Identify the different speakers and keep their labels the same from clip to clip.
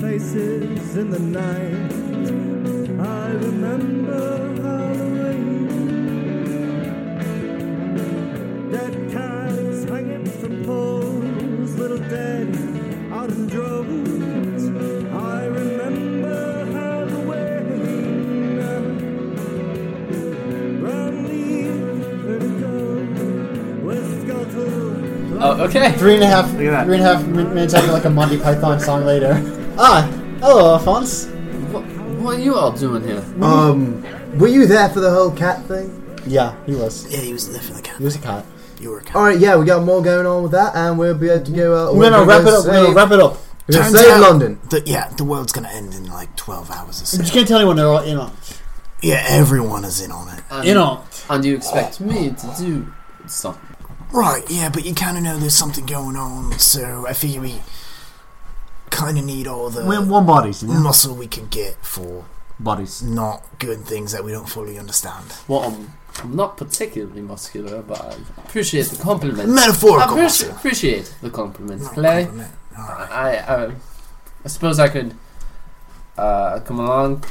Speaker 1: voices in the night. I remember Halloween. Dead cats hanging from poles, little dead out in droves. I remember Halloween. Running, let it go. With skeletal.
Speaker 2: Oh, okay.
Speaker 3: Three and a half,
Speaker 4: Look at that.
Speaker 3: three and a half min- minutes after like a Monty Python song later. Ah, hello, Alphonse.
Speaker 2: What, what are you all doing here?
Speaker 4: Um, were you there for the whole cat thing?
Speaker 3: Yeah, he was.
Speaker 4: Yeah, he was there for the cat.
Speaker 3: He was a cat.
Speaker 4: You were a cat. All right, yeah, we got more going on with that, and we'll be able to go. Uh,
Speaker 3: We're gonna
Speaker 4: we'll
Speaker 3: wrap
Speaker 4: go
Speaker 3: it up. We're gonna
Speaker 4: save-
Speaker 3: wrap it up.
Speaker 4: we're gonna
Speaker 5: Turns
Speaker 4: save
Speaker 5: out
Speaker 4: London.
Speaker 5: that- yeah, the world's gonna end in like 12 hours or
Speaker 3: I'm
Speaker 5: so.
Speaker 3: just gonna tell anyone they're all in on.
Speaker 5: Yeah, everyone is in on it.
Speaker 2: And,
Speaker 3: In on.
Speaker 2: and you expect me to do something?
Speaker 5: Right, yeah, but you kind of know there's something going on, so I figure we kind of need all the
Speaker 4: We're one bodies, you know?
Speaker 5: muscle we can get for
Speaker 4: Bodies.
Speaker 5: not good things that we don't fully understand.
Speaker 2: Well, I'm, I'm not particularly muscular, but I appreciate the compliment. I
Speaker 5: Metaphorical
Speaker 2: appreci-
Speaker 5: muscle.
Speaker 2: appreciate the compliment,
Speaker 5: Not
Speaker 2: Clay.
Speaker 5: compliment. All right.
Speaker 2: I, I, I suppose I could uh, come along.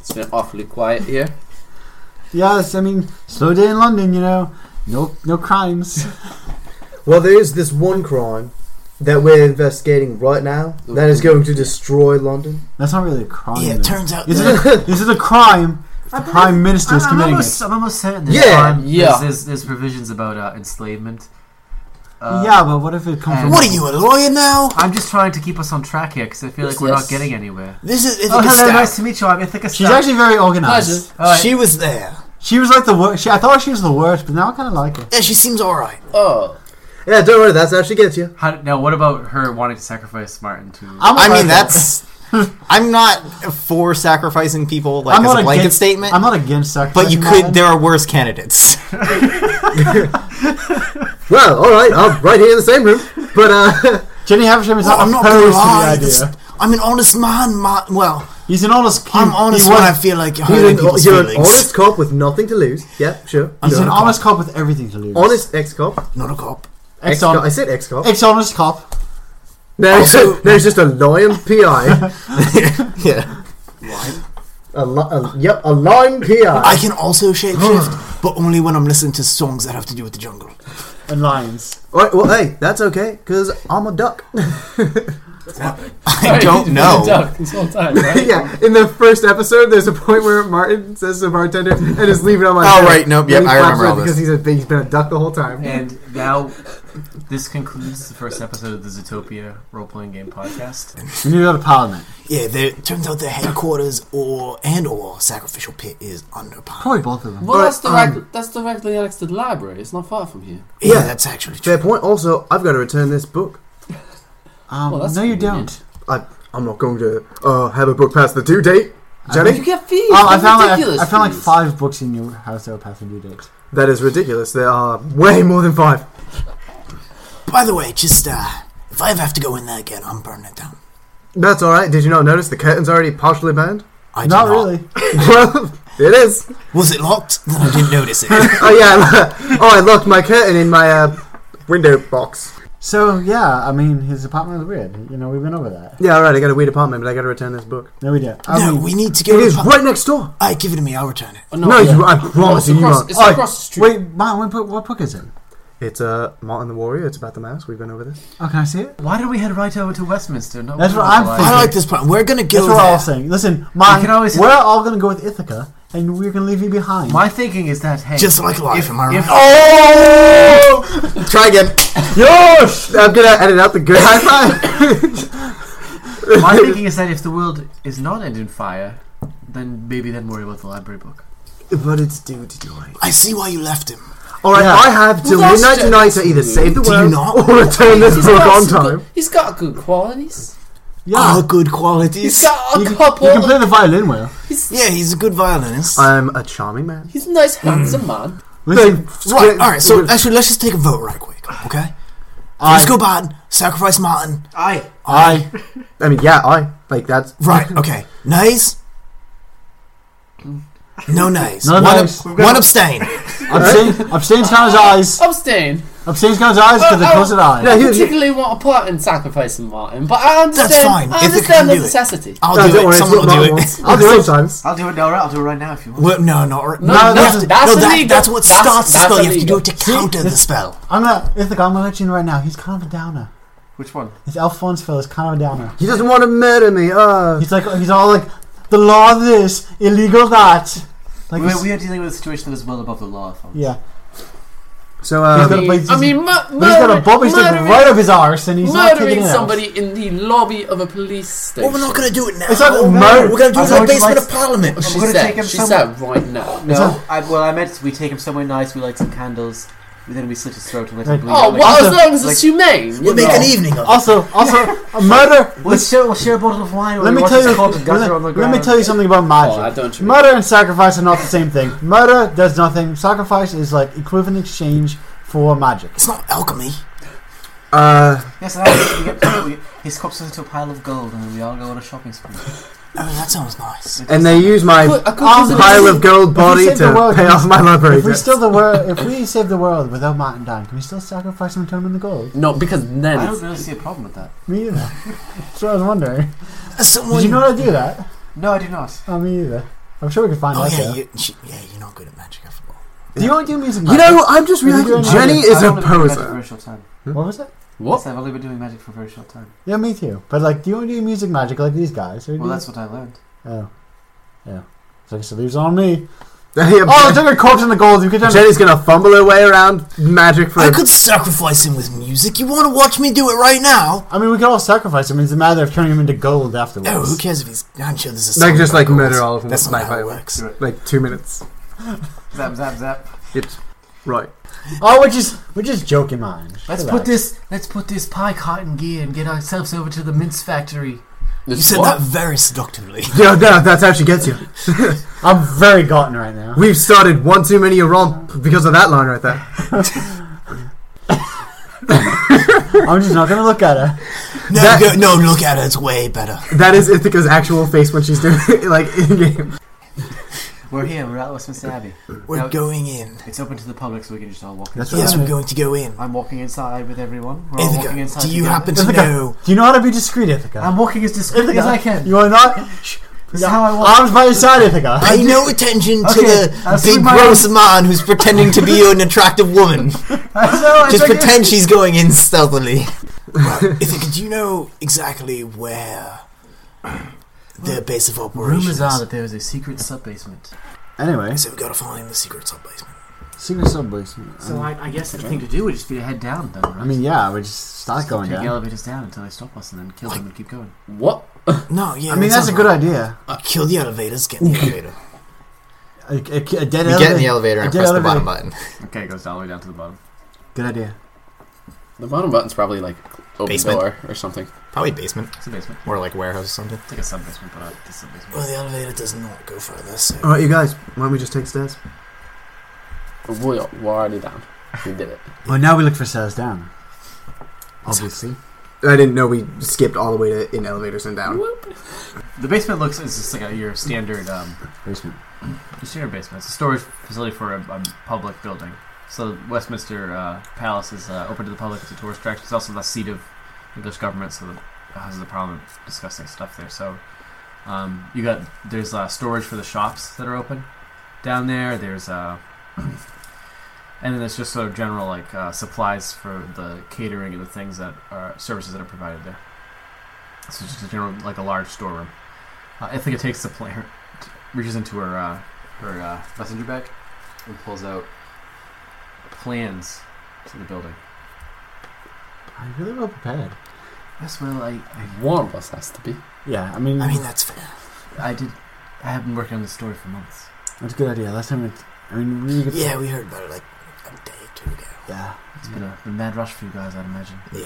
Speaker 2: It's been awfully quiet here.
Speaker 4: Yes, I mean, slow day in London, you know. No, no crimes.
Speaker 3: Well, there is this one crime that we're investigating right now that is going to destroy London.
Speaker 4: That's not really a crime.
Speaker 5: Yeah,
Speaker 4: though.
Speaker 5: it turns out
Speaker 4: This is
Speaker 5: that
Speaker 4: a, this is a crime. The prime minister's
Speaker 6: I'm,
Speaker 4: committing
Speaker 6: almost,
Speaker 4: it.
Speaker 6: I'm almost certain there's,
Speaker 3: Yeah,
Speaker 6: crime- there's-
Speaker 2: yeah.
Speaker 6: there's, there's provisions about uh, enslavement. Uh,
Speaker 4: yeah, but what if it comes from?
Speaker 5: what are you, a lawyer now?
Speaker 6: I'm just trying to keep us on track here because I feel like
Speaker 2: Yes,
Speaker 6: we're
Speaker 2: yes.
Speaker 6: not getting anywhere.
Speaker 5: This is
Speaker 6: Oh,
Speaker 5: Ithaca
Speaker 6: hello,
Speaker 5: Stout.
Speaker 6: nice to meet you. I'm Ithaca
Speaker 4: She's
Speaker 6: Stout.
Speaker 4: actually very organized.
Speaker 2: Pleasure.
Speaker 6: All right.
Speaker 5: She was there.
Speaker 4: She was like the worst. She, I thought she was the worst, but now I kind of like her.
Speaker 5: Yeah, she seems alright.
Speaker 2: Oh,
Speaker 3: Yeah, don't worry, that's actually gets you.
Speaker 6: How, now, what about her wanting to sacrifice Martin to?
Speaker 4: I'm
Speaker 3: I
Speaker 4: alright
Speaker 3: mean,
Speaker 4: with
Speaker 3: that's-
Speaker 4: it.
Speaker 7: I'm not for sacrificing people like
Speaker 4: I'm
Speaker 7: as
Speaker 4: not
Speaker 7: a blanket
Speaker 4: against-
Speaker 7: statement,
Speaker 4: I'm not against sex,
Speaker 7: but you could. There are worse candidates.
Speaker 3: Well, all right, I'm right here in the same room. But uh,
Speaker 4: Jenny Havisham is
Speaker 5: Well,
Speaker 4: not
Speaker 5: I'm not gonna
Speaker 4: opposed
Speaker 5: lie.
Speaker 4: to the
Speaker 5: this-
Speaker 4: idea.
Speaker 5: I'm an honest man. Ma- well,
Speaker 4: He's an honest.
Speaker 5: I'm
Speaker 4: he-
Speaker 5: honest
Speaker 4: he
Speaker 5: when I
Speaker 4: was-
Speaker 5: feel like you're
Speaker 3: you're,
Speaker 5: hurting
Speaker 3: an,
Speaker 5: people's
Speaker 3: you're an
Speaker 5: feelings.
Speaker 3: honest cop with nothing to lose. Yeah, sure.
Speaker 4: He's an
Speaker 5: You're a
Speaker 4: honest cop with everything to lose.
Speaker 3: Honest ex cop.
Speaker 5: Not a cop.
Speaker 4: ex
Speaker 3: Ex-cop. I
Speaker 4: honest,
Speaker 3: said ex cop.
Speaker 4: ex honest cop.
Speaker 3: No, it's
Speaker 5: Also-
Speaker 3: no, it's just a lion PI.
Speaker 5: yeah.
Speaker 3: a li- a, yep, a lion
Speaker 5: I
Speaker 3: PI.
Speaker 5: can also shapeshift, but only when I'm listening to songs that have to do with the jungle.
Speaker 4: And lions.
Speaker 3: All right, well, hey, that's okay, because I'm a duck.
Speaker 7: I don't know.
Speaker 2: This whole time, right?
Speaker 3: yeah, in the first episode, there's a point where Martin says to the bartender, and just leave it on my
Speaker 7: Oh,
Speaker 3: head."
Speaker 7: right, nope,
Speaker 3: And
Speaker 7: yep,
Speaker 3: he
Speaker 7: I
Speaker 3: flaps
Speaker 7: remember
Speaker 3: it
Speaker 7: all
Speaker 3: Because
Speaker 7: this.
Speaker 3: he's, a, he's been a duck the whole time.
Speaker 6: And now, this concludes the first episode of the Zootopia role playing game podcast.
Speaker 4: We need to go to Parliament.
Speaker 5: Yeah, there turns out their headquarters or and or sacrificial pit is under power.
Speaker 4: Probably both of them.
Speaker 2: Well, that's
Speaker 3: But, um,
Speaker 2: direct, that's directly next to the library. It's not far from here.
Speaker 5: Yeah,
Speaker 3: Yeah.
Speaker 5: that's actually true.
Speaker 3: Fair point. Also, I've got to return this book.
Speaker 4: Um,
Speaker 2: Well, that's
Speaker 4: no, you
Speaker 2: convenient.
Speaker 4: don't.
Speaker 3: I, I'm not going to uh, have a book past the due date,
Speaker 2: You
Speaker 3: Jenny.
Speaker 2: get fees.
Speaker 4: Oh, I
Speaker 2: That's
Speaker 4: found
Speaker 2: ridiculous
Speaker 4: like I, I found like
Speaker 2: fees.
Speaker 4: five books in your house that were past the due date.
Speaker 3: That is ridiculous. There are way more than five.
Speaker 5: By the way, just uh, if I ever have to go in there again, I'm burning it down.
Speaker 3: That's all right. Did you not notice the curtain's already partially banned?
Speaker 5: I did
Speaker 4: Not really.
Speaker 3: well, it is.
Speaker 5: Was it locked? Then I didn't notice it.
Speaker 3: Oh yeah. Oh, I locked my curtain in my uh, window box.
Speaker 4: So yeah, I mean, his apartment was weird. You know, we went over that.
Speaker 3: Yeah, all right. I got a weird apartment, but I got to return this book.
Speaker 4: No, we did. I
Speaker 5: no,
Speaker 4: mean,
Speaker 5: we need to
Speaker 3: It
Speaker 5: go.
Speaker 3: is
Speaker 5: to
Speaker 3: right next door.
Speaker 5: I give it to me. I'll return it.
Speaker 6: Oh,
Speaker 3: No,
Speaker 2: Oh, yeah.
Speaker 3: you. I
Speaker 2: No,
Speaker 3: promise
Speaker 2: it's
Speaker 3: you, you.
Speaker 2: across,
Speaker 3: Won't.
Speaker 2: it's
Speaker 4: Oh,
Speaker 2: across the street.
Speaker 4: wait, Martin, what book, what book is it?
Speaker 3: It's uh, Martin the Warrior. It's about the mouse. We've been over this.
Speaker 4: Oh, can I see it?
Speaker 6: Why did we head right over to Westminster? No,
Speaker 4: That's
Speaker 6: we
Speaker 4: what
Speaker 6: don't
Speaker 4: I'm
Speaker 6: lie.
Speaker 4: thinking.
Speaker 5: I like this plan. We're gonna
Speaker 4: That's
Speaker 5: go
Speaker 4: what I was
Speaker 5: there.
Speaker 4: saying. Listen, Martin,
Speaker 6: You can always-
Speaker 4: we're all gonna go with Ithaca, and we're gonna leave you behind.
Speaker 6: My thinking is that hey,
Speaker 5: Just like life,
Speaker 6: if,
Speaker 5: am I
Speaker 6: if,
Speaker 2: Oh!
Speaker 3: Try again. Yosh! I'm gonna edit out the good high five.
Speaker 6: My thinking is that if the world is not ended in fire, then maybe then worry about the library book.
Speaker 3: but it's due tonight.
Speaker 5: I see why you left him.
Speaker 3: All right, I have till
Speaker 2: Well, that's
Speaker 3: midnight tonight to either save the world
Speaker 5: not?
Speaker 3: or return this
Speaker 2: He's
Speaker 3: book
Speaker 2: got
Speaker 3: on
Speaker 2: some
Speaker 3: time.
Speaker 2: good- he's got good qualities.
Speaker 4: yeah,
Speaker 5: Our good qualities.
Speaker 2: He's got a
Speaker 4: you, can,
Speaker 2: couple.
Speaker 4: you can play the violin well.
Speaker 5: yeah, he's a good violinist.
Speaker 3: I'm a charming man.
Speaker 2: he's a nice,
Speaker 6: Mm.
Speaker 2: handsome man.
Speaker 4: Listen,
Speaker 5: right. All right. So actually, let's just take a vote right quick. Okay. Let's go, Martin. Sacrifice Martin.
Speaker 6: I
Speaker 3: I, I mean, yeah, I like that's
Speaker 5: Right. Okay. Nays. No nays.
Speaker 4: No
Speaker 5: one,
Speaker 4: nays.
Speaker 5: Ab- one abstain.
Speaker 4: abstain, abstain's kind of eyes.
Speaker 2: Abstain.
Speaker 4: Abstains God's eyes because they're
Speaker 2: Well,
Speaker 4: closed eyes.
Speaker 8: No,
Speaker 2: I
Speaker 8: he-
Speaker 2: particularly want a part in sacrificing Martin, but I understand.
Speaker 5: fine,
Speaker 2: I
Speaker 5: if they
Speaker 2: understand
Speaker 5: can
Speaker 2: the
Speaker 5: do it.
Speaker 2: necessity.
Speaker 5: I'll
Speaker 8: No,
Speaker 5: do it.
Speaker 8: don't worry, it's
Speaker 5: Someone
Speaker 8: what
Speaker 5: will
Speaker 8: Martin
Speaker 5: do it.
Speaker 8: wants. I'll do it sometimes.
Speaker 6: I'll do it. No, I'll do it right now if you want.
Speaker 5: Well, no, no, or-
Speaker 2: No,
Speaker 4: No,
Speaker 2: that's,
Speaker 4: no,
Speaker 2: that's,
Speaker 5: no, that-
Speaker 2: illegal.
Speaker 5: that's what starts the
Speaker 2: that's
Speaker 5: spell. You have to do
Speaker 2: illegal.
Speaker 5: it to counter the spell.
Speaker 4: I'm gonna, Ithaca, I'm gonna let you know right now. He's kind of a downer.
Speaker 6: Which one?
Speaker 4: This Alphonse fellow is kind of a downer.
Speaker 8: He doesn't want to murder me. Oh,
Speaker 4: He's like, he's all like, the law this, illegal that. Like,
Speaker 6: we,
Speaker 4: he's-
Speaker 6: we are dealing with a situation that is well above the law. if I'm-
Speaker 4: yeah.
Speaker 8: so
Speaker 4: He's
Speaker 8: um,
Speaker 4: got a- but he's-
Speaker 2: I mean, mur-
Speaker 4: but he's got a
Speaker 2: murdering-
Speaker 4: bobby stick
Speaker 2: murdering-
Speaker 4: right up his arse, and he's not
Speaker 2: murdering
Speaker 4: taking it out.
Speaker 2: somebody in the lobby of a police station.
Speaker 5: Well, we're not going to do it now.
Speaker 4: It's not murder.
Speaker 5: We're going to do
Speaker 6: I
Speaker 5: it in the
Speaker 6: don't
Speaker 5: basement
Speaker 6: like-
Speaker 5: of
Speaker 8: Oh,
Speaker 5: Parliament.
Speaker 2: She
Speaker 6: We're gonna
Speaker 2: said,
Speaker 6: take him
Speaker 2: she
Speaker 6: somewhere.
Speaker 2: said right now.
Speaker 6: No, I, well, I meant we take him somewhere nice. We light some candles. We then we slit his throat and let him bleed.
Speaker 2: Oh,
Speaker 6: out
Speaker 2: well,
Speaker 6: like,
Speaker 2: as long as it's humane. you
Speaker 5: We'll make an
Speaker 2: know.
Speaker 5: evening
Speaker 8: Oh.
Speaker 5: of it.
Speaker 4: Also, also, a murder.
Speaker 6: we'll share, we'll share a bottle of wine.
Speaker 4: Let
Speaker 6: while we
Speaker 4: me
Speaker 6: watch
Speaker 4: tell
Speaker 6: his
Speaker 4: you.
Speaker 6: corpse gutter on the
Speaker 4: Let, let me
Speaker 6: ground.
Speaker 4: tell you something about
Speaker 2: Oh, I
Speaker 4: magic.
Speaker 2: don't remember.
Speaker 4: Murder and sacrifice are not the same thing. Murder does nothing. Sacrifice is like equivalent exchange for magic.
Speaker 5: It's not alchemy.
Speaker 8: uh,
Speaker 6: Yes, and I, we get, we, his corpse goes into a pile of gold, and then we all go on a shopping spree.
Speaker 5: Oh, that sounds nice.
Speaker 8: and they use
Speaker 2: I
Speaker 8: my
Speaker 2: could- I could
Speaker 4: Um,
Speaker 2: use it-
Speaker 8: pile of gold
Speaker 4: If we
Speaker 8: body
Speaker 4: save the
Speaker 8: to
Speaker 4: world,
Speaker 8: pay
Speaker 4: can we-
Speaker 8: off my library
Speaker 4: If we
Speaker 8: debt.
Speaker 4: still the world, if we save the world without Martin dying, can we still sacrifice and turn him into gold?
Speaker 2: No, because then
Speaker 6: I don't
Speaker 2: it's-
Speaker 6: really see a problem with that.
Speaker 4: Me either. That's what I was wondering.
Speaker 5: Someone,
Speaker 4: Did you know how to do that?
Speaker 6: No, I do not.
Speaker 4: Oh, me either. I'm sure we can find
Speaker 5: oh
Speaker 4: out.
Speaker 5: yeah,
Speaker 4: though.
Speaker 5: you, sh- yeah, you're not good at magic. I forgot.
Speaker 4: Do you want to do music?
Speaker 8: You know, I'm just realizing
Speaker 4: doing
Speaker 8: Jenny
Speaker 4: magic?
Speaker 8: is
Speaker 6: I've
Speaker 8: a
Speaker 6: only been doing magic for a
Speaker 8: poser.
Speaker 6: very short time.
Speaker 4: what was it?
Speaker 2: what?
Speaker 6: Yes, I've only been doing magic for a very short time.
Speaker 4: Yeah, me too. But like, do you want to do music magic like these guys? Or do
Speaker 6: Well,
Speaker 4: you-
Speaker 6: that's what I learned.
Speaker 4: Oh, yeah. So I guess the leaves on me. Oh,
Speaker 8: Yeah,
Speaker 4: take a corpse in the gold. You could turn.
Speaker 8: Jenny's gonna fumble her way around magic for.
Speaker 5: I could sacrifice him with music. You want to watch me do it right now?
Speaker 4: I mean, we could all sacrifice him. It's a matter of turning him into gold
Speaker 5: Oh, who
Speaker 4: afterwards.
Speaker 5: cares if he's? I'm sure there's a.
Speaker 8: They
Speaker 5: song
Speaker 8: can just
Speaker 5: about
Speaker 8: like
Speaker 5: gold.
Speaker 8: murder all of them.
Speaker 5: That's
Speaker 8: with
Speaker 5: not
Speaker 8: knife
Speaker 5: how it
Speaker 8: fiber.
Speaker 5: works.
Speaker 8: Like two minutes.
Speaker 6: Zap, zap, zap.
Speaker 8: It's right.
Speaker 4: Oh, which is which is joking, mind.
Speaker 6: Let's
Speaker 4: Relax.
Speaker 6: put this. Let's put this pie cart in gear and get ourselves over to the mince factory.
Speaker 5: You said that very seductively.
Speaker 8: Yeah, no, that's how she gets you.
Speaker 4: I'm very gotten right now.
Speaker 8: We've started one too many a romp because of that line right there.
Speaker 4: I'm just not gonna look at her.
Speaker 5: No,
Speaker 8: That-
Speaker 5: go, no, look at it. It's way better.
Speaker 8: That is Ithaca's actual face when she's doing it, like in game.
Speaker 6: We're here. We're at Westminster Abbey.
Speaker 5: We're
Speaker 6: Now-
Speaker 5: going in.
Speaker 6: It's open to the public, so we can just all walk in.
Speaker 4: That's
Speaker 5: Yes,
Speaker 4: right.
Speaker 5: we're going to go in.
Speaker 6: I'm walking inside with everyone. We're all walking
Speaker 5: Ithaca,
Speaker 6: inside.
Speaker 5: do you
Speaker 6: together.
Speaker 5: happen to
Speaker 4: Ithaca.
Speaker 5: know?
Speaker 4: Do you know how to be discreet, Ithaca?
Speaker 6: I'm walking as discreetly
Speaker 4: Ithaca,
Speaker 6: as I can.
Speaker 4: You are not. Shh.
Speaker 6: This is how I walk.
Speaker 4: Arms by your side, Ithaca.
Speaker 5: Pay no attention to
Speaker 6: Okay, I'll
Speaker 5: the
Speaker 6: swing
Speaker 5: big
Speaker 6: my
Speaker 5: gross man who's pretending to be an attractive woman.
Speaker 6: No, it's
Speaker 5: Just
Speaker 6: okay.
Speaker 5: pretend she's going in stealthily. Well, Ithaca, do you know exactly where their base of operations
Speaker 6: Rumors
Speaker 5: is?
Speaker 6: are that there is a secret sub basement.
Speaker 4: Anyway,
Speaker 5: So we've got to find the secret sub-basement.
Speaker 4: secret sub-basement.
Speaker 6: So I, I guess the thing to do would just be to head down, though. Right?
Speaker 4: I mean, yeah, we just start
Speaker 6: Just
Speaker 4: going
Speaker 6: take
Speaker 4: down.
Speaker 6: elevators down until they stop us, and then kill them and keep going.
Speaker 2: What?
Speaker 5: No, yeah.
Speaker 4: I mean, that's
Speaker 5: that
Speaker 4: a
Speaker 5: sounds
Speaker 4: good
Speaker 5: right.
Speaker 4: idea.
Speaker 5: Kill the elevators, get in the elevator.
Speaker 4: A, a, a dead
Speaker 7: You
Speaker 4: elevator.
Speaker 7: get in the elevator and
Speaker 4: Dead
Speaker 7: press the
Speaker 4: elevator.
Speaker 7: bottom button.
Speaker 6: Okay, it goes all the way down to the bottom.
Speaker 4: Good idea.
Speaker 2: The bottom button's probably like open
Speaker 7: Basement.
Speaker 2: door or something.
Speaker 7: Probably basement
Speaker 6: It's a basement.
Speaker 7: or like warehouse or something.
Speaker 6: It's like a sub basement, but uh, it's a sub basement.
Speaker 5: Well, the elevator does not go further, so.
Speaker 8: All right, you guys, why don't we just take stairs?
Speaker 2: We're, we're already down. We did it.
Speaker 4: Well, now we look for stairs down. Obviously.
Speaker 8: I didn't know we skipped all the way to in elevators and down.
Speaker 6: The basement looks is just like a, your standard um,
Speaker 4: Basement.
Speaker 6: your standard basement. It's a storage facility for a, a public building. So Westminster uh, Palace is uh, open to the public. It's a tourist attraction. It's also the seat of English government, so the Houses of Parliament discuss their stuff there. So um, you got there's uh, storage for the shops that are open down there. There's uh, and then there's just sort of general like uh, supplies for the catering and the things that are services that are provided there. So it's just a general like a large storeroom. Uh, Ithaca takes the plan, reaches into her uh, her uh, messenger bag and pulls out plans to the building.
Speaker 4: I really well prepared.
Speaker 6: Yes, well, I,
Speaker 2: One of us has to be.
Speaker 4: Yeah, I mean,
Speaker 5: I mean, that's fair.
Speaker 6: I, I did. I have been working on this story for months.
Speaker 4: that's a good idea. Last time it. I mean, really good.
Speaker 5: Yeah, we heard about it like a day or two ago.
Speaker 4: Yeah.
Speaker 6: It's been a, a mad rush for you guys, I'd imagine.
Speaker 5: Yeah.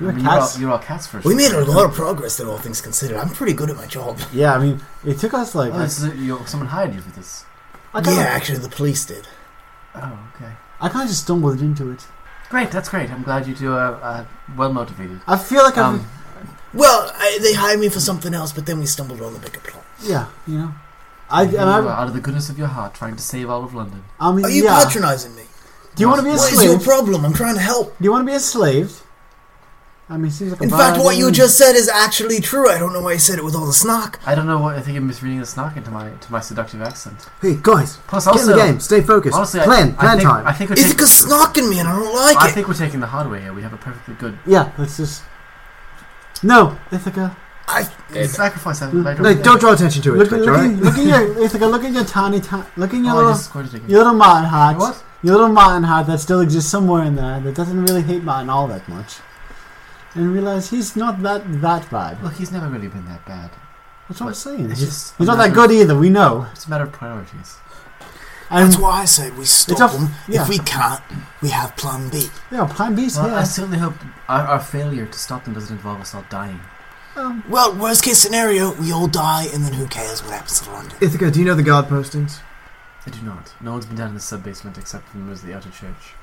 Speaker 4: We were
Speaker 6: I mean,
Speaker 4: cats.
Speaker 6: You're, all, you're all cats first.
Speaker 5: We made a lot of progress, though, all things considered. I'm pretty good at my job.
Speaker 4: Yeah, I mean, it took us like.
Speaker 6: Oh, this is a, you someone hired you for this.
Speaker 4: I
Speaker 5: yeah,
Speaker 4: kind of
Speaker 5: actually, the police did.
Speaker 6: Oh, okay.
Speaker 4: I kind of just stumbled into it.
Speaker 6: Great, that's great. I'm glad you two are uh, well motivated.
Speaker 4: I feel like I'm.
Speaker 6: Um,
Speaker 5: Well, I, they hired me for something else, but then we stumbled on the bigger plot.
Speaker 4: yeah, you know. I, and
Speaker 6: you are
Speaker 4: I,
Speaker 6: out of the goodness of your heart, trying to save all of London.
Speaker 4: I mean,
Speaker 5: Are you
Speaker 4: yeah.
Speaker 5: patronizing me?
Speaker 4: Do you want to be
Speaker 5: What is your
Speaker 4: enslaved?
Speaker 5: problem? I'm trying to help.
Speaker 4: Do you want to be enslaved? I mean, seems like a
Speaker 5: In fact, what you
Speaker 4: violent-
Speaker 5: just said is actually true. I don't know why I said it with all the snark.
Speaker 6: I don't know what I think I'm misreading the snock into my to my seductive accent.
Speaker 8: Hey guys,
Speaker 6: Plus,
Speaker 8: get in the
Speaker 6: also,
Speaker 8: game. Stay focused.
Speaker 6: honestly, I,
Speaker 8: plan, plan
Speaker 6: I think,
Speaker 8: time.
Speaker 6: I think we're
Speaker 5: It's
Speaker 6: taking.
Speaker 5: because snark in me and I don't like
Speaker 6: I
Speaker 5: it.
Speaker 6: think we're taking the hard way here. We have a perfectly good
Speaker 4: Yeah, let's just. No, Ithaca.
Speaker 5: I,
Speaker 6: sacrifice. I, I don't
Speaker 8: no, don't draw attention to it.
Speaker 4: Look,
Speaker 8: Twitch,
Speaker 4: look,
Speaker 8: alright?
Speaker 4: at, look at your Ithaca. Look at your tiny, tiny look at your
Speaker 6: Oh, I
Speaker 4: little,
Speaker 6: just squirted again.
Speaker 4: your little mountain hot.
Speaker 6: What?
Speaker 4: Your little mountain hot that still exists somewhere in there that doesn't really hate mountain all that much, and realize he's not that that bad.
Speaker 6: Look, he's never really been that bad.
Speaker 4: That's what I'm
Speaker 6: What?
Speaker 4: saying.
Speaker 6: It's
Speaker 4: He's,
Speaker 6: just
Speaker 4: he's not
Speaker 6: another-
Speaker 4: that good either. We know.
Speaker 6: It's a matter of priorities.
Speaker 4: And
Speaker 5: that's why I said we stop
Speaker 4: tough-
Speaker 5: them.
Speaker 4: yeah.
Speaker 5: If we can't, we have Plan B.
Speaker 4: yeah, Plan B's
Speaker 6: Well, I
Speaker 4: here.
Speaker 6: certainly hope our, our failure to stop them doesn't involve us all dying.
Speaker 4: Um,
Speaker 5: Well, worst case scenario, we all die, and then who cares what happens to London?
Speaker 8: Ithaca, do you know the guard postings?
Speaker 6: I do not. No one's been down in the sub basement except for the members of the outer church.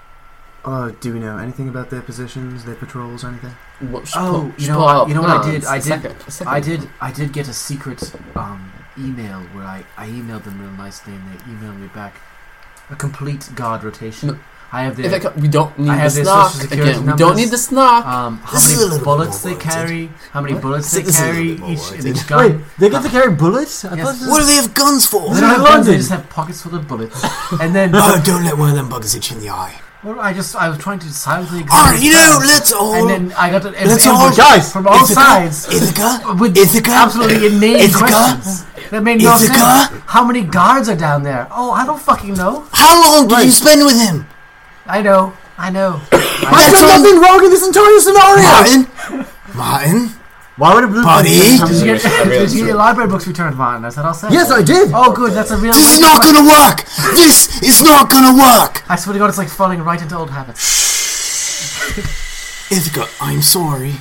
Speaker 8: Uh, do we know anything about their positions, their patrols, or anything?
Speaker 2: What,
Speaker 6: Oh, you know what- you know what I did? I did- I did. I did get a secret um, email where I, I emailed them real nicely, and they emailed me back a complete guard rotation.
Speaker 2: No.
Speaker 6: I have their
Speaker 2: Ithaca, we don't need
Speaker 6: I
Speaker 2: the
Speaker 6: have their
Speaker 2: snark
Speaker 6: social security
Speaker 2: again. We don't
Speaker 6: numbers.
Speaker 2: need the snark.
Speaker 6: um, how
Speaker 5: This is a
Speaker 6: many
Speaker 5: little bit
Speaker 6: bullets they
Speaker 5: more
Speaker 6: carry, how many bullets they
Speaker 5: This is a little
Speaker 6: carry
Speaker 5: bit more
Speaker 6: each in
Speaker 5: warranted.
Speaker 6: each gun.
Speaker 4: Wait, they get to carry bullets? I
Speaker 6: Yes.
Speaker 4: thought this
Speaker 5: What do they have guns for?
Speaker 4: They're not
Speaker 6: They don't have guns, they
Speaker 4: London.
Speaker 6: just have pockets full of bullets. and then,
Speaker 5: No, don't let one of them buggers hit you in the eye.
Speaker 6: well, I just I was trying to silently.
Speaker 5: All
Speaker 6: examine
Speaker 5: right, you
Speaker 6: the
Speaker 5: know,
Speaker 6: ground.
Speaker 5: let's all.
Speaker 6: And then I got an
Speaker 5: Let's
Speaker 6: ambush
Speaker 5: all-
Speaker 4: guys,
Speaker 6: from all
Speaker 5: Ithaca,
Speaker 6: sides.
Speaker 5: Ithaca,
Speaker 6: With
Speaker 5: Ithaca,
Speaker 6: absolutely inane
Speaker 5: Ithaca,
Speaker 6: questions. That made no
Speaker 5: Ithaca.
Speaker 6: sense. How many guards are down there? Oh, I don't fucking know.
Speaker 5: how long did you spend with him?
Speaker 6: I know. I know.
Speaker 5: That's all-
Speaker 8: nothing wrong in this entire scenario!
Speaker 5: Martin, Martin,
Speaker 4: Why would a blue
Speaker 5: Buddy?
Speaker 4: person come
Speaker 6: Did you
Speaker 4: here?
Speaker 6: get, did you get your library books returned, Vaughn? That's what I'll say.
Speaker 8: Yes, I did!
Speaker 6: Oh, good. That's a real.
Speaker 5: this is not gonna work. This is not gonna work.
Speaker 6: I swear to God, it's like falling right into old habits.
Speaker 5: Ithaca, I'm sorry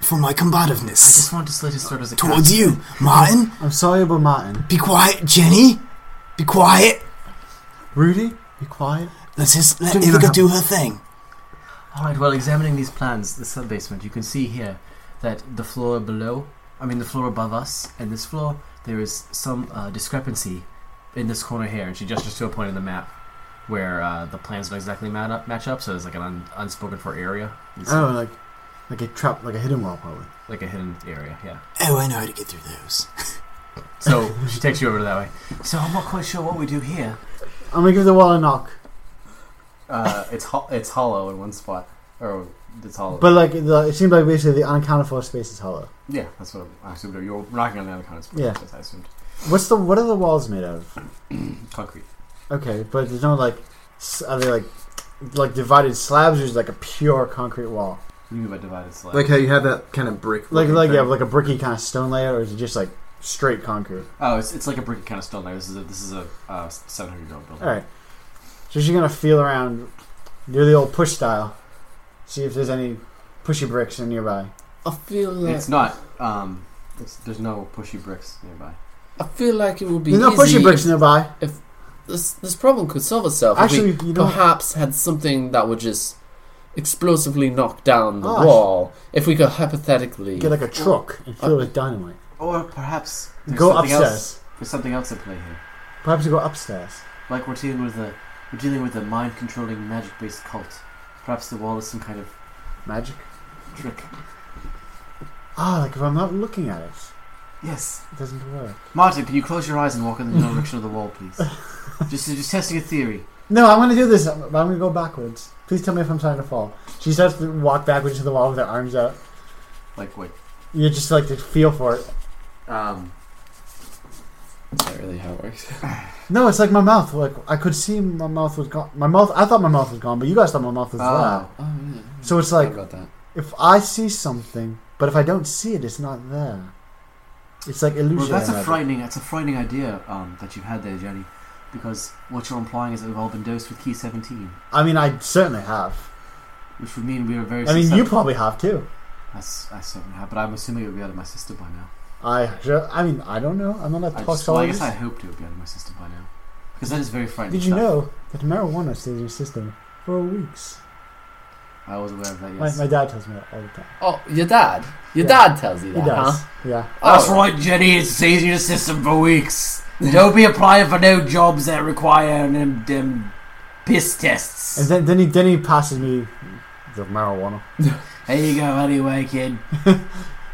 Speaker 5: for my
Speaker 6: I
Speaker 5: combativeness
Speaker 6: just wanted to slit his throat as a
Speaker 5: towards
Speaker 6: cat.
Speaker 5: you, Martin.
Speaker 4: I'm sorry about Martin.
Speaker 5: Be quiet, Jenny. Be quiet.
Speaker 4: Rudy, be quiet.
Speaker 5: Let's just let
Speaker 4: Don't
Speaker 5: Ithaca
Speaker 4: have-
Speaker 5: do her thing.
Speaker 6: All right. Well, examining these plans, the sub basement, you can see here that the floor below, I mean the floor above us, and this floor, there is some uh, discrepancy in this corner here. And she gestures to a point in the map where uh, the plans don't exactly mat up, match up. So there's like an un- unspoken for area. It's
Speaker 4: Oh, like like a trap, like a hidden wall, probably.
Speaker 6: Like a hidden area. Yeah.
Speaker 5: Oh, I know how to get through those.
Speaker 6: So she takes you over to that way. So I'm not quite sure what we do here.
Speaker 4: I'm gonna give the wall a knock,
Speaker 6: Uh, it's ho- it's hollow in one spot, or it's hollow.
Speaker 4: but like the, it seemed like basically the unaccounted for space is hollow.
Speaker 6: yeah, that's what I assumed. You're knocking on the other kind of spot.
Speaker 4: Yeah.
Speaker 6: that's what I assumed.
Speaker 4: What's the what are the walls made of?
Speaker 6: Concrete.
Speaker 4: Okay, but there's no like s- are they like like divided slabs or is it like a pure concrete wall?
Speaker 6: You mean by divided slab?
Speaker 8: Like how you have that kind of brick.
Speaker 4: Like like yeah,
Speaker 8: thing.
Speaker 4: like a bricky kind of stone layer, or is it just like straight concrete?
Speaker 6: oh, it's, it's like a brick kind of stone layer. This is a this is a uh, 700 year old building.
Speaker 4: All right, so she's gonna feel around, do the old push style, see if there's any pushy bricks in nearby.
Speaker 2: I feel like
Speaker 6: It's not. Um, it's, there's no pushy bricks nearby.
Speaker 2: I feel like it would be
Speaker 4: There's no
Speaker 2: easy
Speaker 4: pushy bricks
Speaker 2: if
Speaker 4: nearby.
Speaker 2: This this problem could solve itself. if we Oh,
Speaker 4: Actually, you know,
Speaker 2: perhaps had something that would just explosively knock down the
Speaker 4: Ah, sh-
Speaker 2: wall. If we could hypothetically,
Speaker 4: get like a truck and fill it with dynamite.
Speaker 6: Or perhaps there's
Speaker 4: Go
Speaker 6: something
Speaker 4: upstairs.
Speaker 6: Else, there's something else at play here.
Speaker 4: Perhaps you go upstairs.
Speaker 6: Like we're dealing with a we're dealing with a mind controlling magic based cult. Perhaps the wall is some kind of
Speaker 2: magic.
Speaker 6: trick.
Speaker 4: Ah, like if I'm not looking at it,
Speaker 6: Yes.
Speaker 4: it doesn't work.
Speaker 6: Martin, can you close your eyes and walk in the direction of the wall, please? Just just testing a theory.
Speaker 4: No, I'm gonna do this. I'm, I'm gonna go backwards. Please tell me if I'm trying to fall. She starts to walk backwards to the wall with her arms out.
Speaker 6: Like what?
Speaker 4: You just like to feel for it.
Speaker 6: Um,
Speaker 2: Is that really how it works?
Speaker 4: No, it's like my mouth. Like I could see my mouth was gone. My mouth. I thought my mouth was gone, but you guys thought my mouth was
Speaker 6: oh,
Speaker 4: there.
Speaker 2: Oh yeah.
Speaker 4: So it's
Speaker 2: Forgot
Speaker 4: like
Speaker 2: about that.
Speaker 4: if I see something, but if I don't see it, it's not there. It's like illusion.
Speaker 6: well, that's
Speaker 4: rather.
Speaker 6: a frightening. That's a frightening idea um, that you've had there, Jenny. Because what you're implying is that we've all been dosed with key 17,
Speaker 4: I mean, I certainly have.
Speaker 6: which would mean we are very.
Speaker 4: I mean, you
Speaker 6: susceptible-
Speaker 4: probably have too.
Speaker 6: I, s- I certainly have, but I'm assuming it would be out of my system by now.
Speaker 4: I. I mean, I don't know. I'm not a
Speaker 6: I, just, well, I guess
Speaker 4: toxicologist.
Speaker 6: I hoped it would be out of my system by now, because that is very frightening.
Speaker 4: Did you
Speaker 6: stuff.
Speaker 4: know that marijuana stays in your system for weeks?
Speaker 6: I was aware of that.
Speaker 4: My,
Speaker 6: Yes.
Speaker 4: my dad tells me that all the time.
Speaker 2: Oh, your dad. Your
Speaker 4: Yeah.
Speaker 2: dad tells you
Speaker 4: He
Speaker 2: that,
Speaker 4: does.
Speaker 2: huh?
Speaker 4: Yeah.
Speaker 6: That's
Speaker 2: Oh.
Speaker 6: right, Jenny. It stays in your system for weeks. Don't be applying for no jobs that require them, them piss tests.
Speaker 4: And then, then, he, then he passes me the marijuana.
Speaker 6: Here you go, anyway, kid.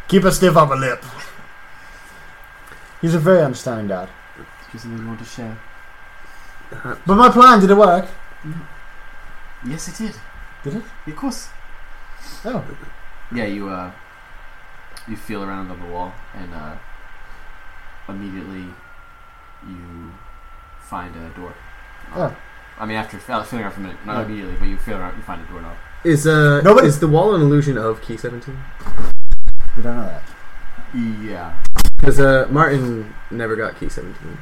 Speaker 4: Keep a stiff upper lip. He's a very understanding dad.
Speaker 6: Is there something you want to share?
Speaker 4: But my plan did it work?
Speaker 6: Yes, it did.
Speaker 4: Did it?
Speaker 6: Of course.
Speaker 4: Oh,
Speaker 6: Yeah, you uh, you feel around on the wall, and uh, immediately you find a door.
Speaker 4: Oh.
Speaker 6: I mean, after fe- feeling around for a minute, not
Speaker 4: Oh.
Speaker 6: immediately, but you feel around, you find a doorknob.
Speaker 3: Is uh
Speaker 4: Nobody-
Speaker 3: is the wall an illusion of key seventeen?
Speaker 4: we don't know that.
Speaker 6: Yeah,
Speaker 3: Because uh Martin never got key seventeen,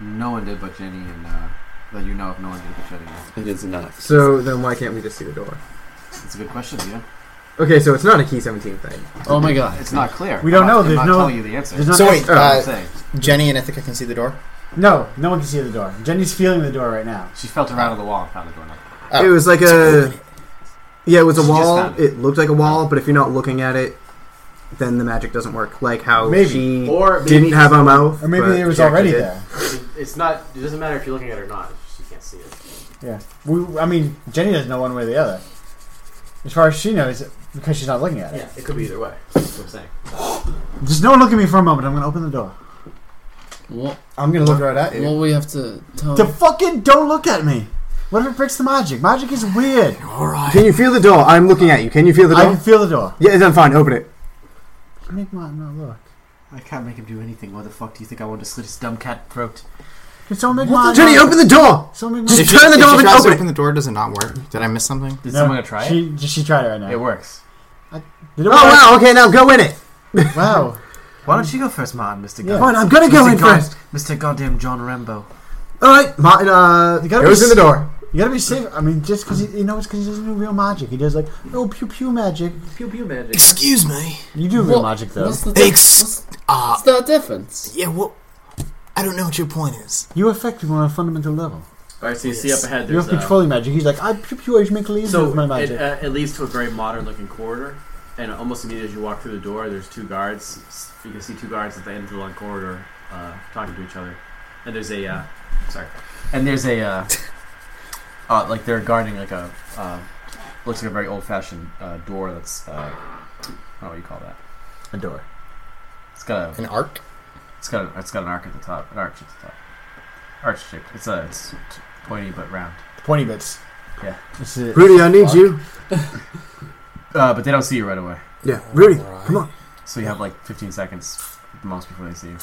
Speaker 6: no one did but Jenny, and uh, that you know of, no one did but Jenny.
Speaker 2: It is not.
Speaker 3: so then why can't we just see the door?
Speaker 6: It's a good question, yeah.
Speaker 3: Okay, so it's not a key seventeen thing.
Speaker 2: Oh my god.
Speaker 6: It's not clear.
Speaker 4: We don't
Speaker 6: I'm
Speaker 4: know,
Speaker 6: Not,
Speaker 4: there's
Speaker 6: I'm
Speaker 4: no-
Speaker 6: not telling you the answer.
Speaker 4: There's not
Speaker 7: So wait,
Speaker 6: That's what I'm
Speaker 7: uh,
Speaker 6: saying.
Speaker 7: Jenny and Ithaca can see the door.
Speaker 4: No, no one can see the door. Jenny's feeling the door right now.
Speaker 6: She felt around on the wall and found a doorknob.
Speaker 7: Oh.
Speaker 3: It was like a yeah, it was a
Speaker 6: She just
Speaker 3: wall.
Speaker 6: found
Speaker 3: It looked like a wall, but if you're not looking at it, then the magic doesn't work. Like how
Speaker 4: Maybe.
Speaker 3: she
Speaker 9: Or maybe
Speaker 3: didn't have a mouth,
Speaker 4: Or maybe
Speaker 3: but
Speaker 4: it was
Speaker 3: she actually
Speaker 4: already
Speaker 3: did.
Speaker 4: there.
Speaker 9: it- It's not. It doesn't matter if you're looking at it or not. It's just you can't see it.
Speaker 4: Yeah. We, I mean, Jenny doesn't know one way or the other. As far as she knows, because she's not looking at it.
Speaker 9: Yeah, it could be either way. That's what I'm saying.
Speaker 4: Just no one look at me for a moment. I'm going to open the door.
Speaker 2: What,
Speaker 7: I'm gonna look right at
Speaker 2: what we have to tell
Speaker 4: The fucking don't look at me. What if it breaks the magic? Magic is weird.
Speaker 5: All right.
Speaker 3: Can you feel the door? I'm looking at you. Can you feel the
Speaker 4: I
Speaker 3: door?
Speaker 4: can feel the door.
Speaker 3: Yeah, then fine. Open it.
Speaker 4: Make mine not look.
Speaker 6: I can't make him do anything. Why the fuck do you think I want to slit his dumb cat throat?
Speaker 4: Can someone make mine?
Speaker 3: Jenny,
Speaker 4: not-
Speaker 3: open the door.
Speaker 4: Someone make
Speaker 3: Just
Speaker 4: mine.
Speaker 7: If
Speaker 3: turn the
Speaker 7: if
Speaker 3: door and
Speaker 7: tries to
Speaker 3: open it.
Speaker 7: open the door. Does it not work? Did I miss something?
Speaker 6: Did
Speaker 4: No,
Speaker 6: someone gonna try it?
Speaker 4: she, She, she tried it right now.
Speaker 6: It works.
Speaker 4: Did it
Speaker 3: Oh wow. Okay, now go in it.
Speaker 4: work? Wow.
Speaker 6: Why don't you go first, Martin, Mr.
Speaker 4: Yeah.
Speaker 6: God-
Speaker 3: Fine, I'm gonna go
Speaker 6: Mr.
Speaker 3: in
Speaker 6: God-
Speaker 3: first.
Speaker 6: Mr. Goddamn John Rambo.
Speaker 3: All right, Martin. Uh,
Speaker 4: You gotta
Speaker 3: goes
Speaker 4: be
Speaker 3: in the door.
Speaker 4: You gotta be safe. I mean, just because he, you know it's because he doesn't do real magic. He does like oh pew pew magic.
Speaker 9: Pew pew magic.
Speaker 5: Excuse me.
Speaker 4: You do real
Speaker 2: What-
Speaker 4: magic though.
Speaker 2: What's the,
Speaker 5: Ex- Uh,
Speaker 2: what's the difference?
Speaker 5: yeah, well, I don't know what your point is.
Speaker 4: You affect people on a fundamental level.
Speaker 9: All right, so you see up
Speaker 5: Yes.
Speaker 9: ahead.
Speaker 4: You have
Speaker 9: There's uh,
Speaker 4: controlling magic. He's like I pew pew. I just make lasers
Speaker 9: so
Speaker 4: with my
Speaker 9: it,
Speaker 4: magic.
Speaker 9: uh, it leads to a very modern looking corridor, and almost immediately as you walk through the door, there's two guards. S- You can see two guards at the end of the long corridor uh, talking to each other, and there's a uh, sorry.
Speaker 6: And there's a, uh, uh, like they're guarding like a, uh, looks like a very old-fashioned uh, door that's, uh, I don't know what you call that.
Speaker 4: a door.
Speaker 6: It's got a,
Speaker 7: uh, An arc.
Speaker 6: it's got a, it's got an arc at the top, an arch at the top, arch shaped. It's a, it's t- pointy but round.
Speaker 4: Pointy bits.
Speaker 6: Yeah.
Speaker 4: This is it.
Speaker 3: Rudy, I need you.
Speaker 6: Uh, but they don't see you right away,
Speaker 3: Yeah, Rudy, come on.
Speaker 6: so you have like 15 seconds at the most before they see you.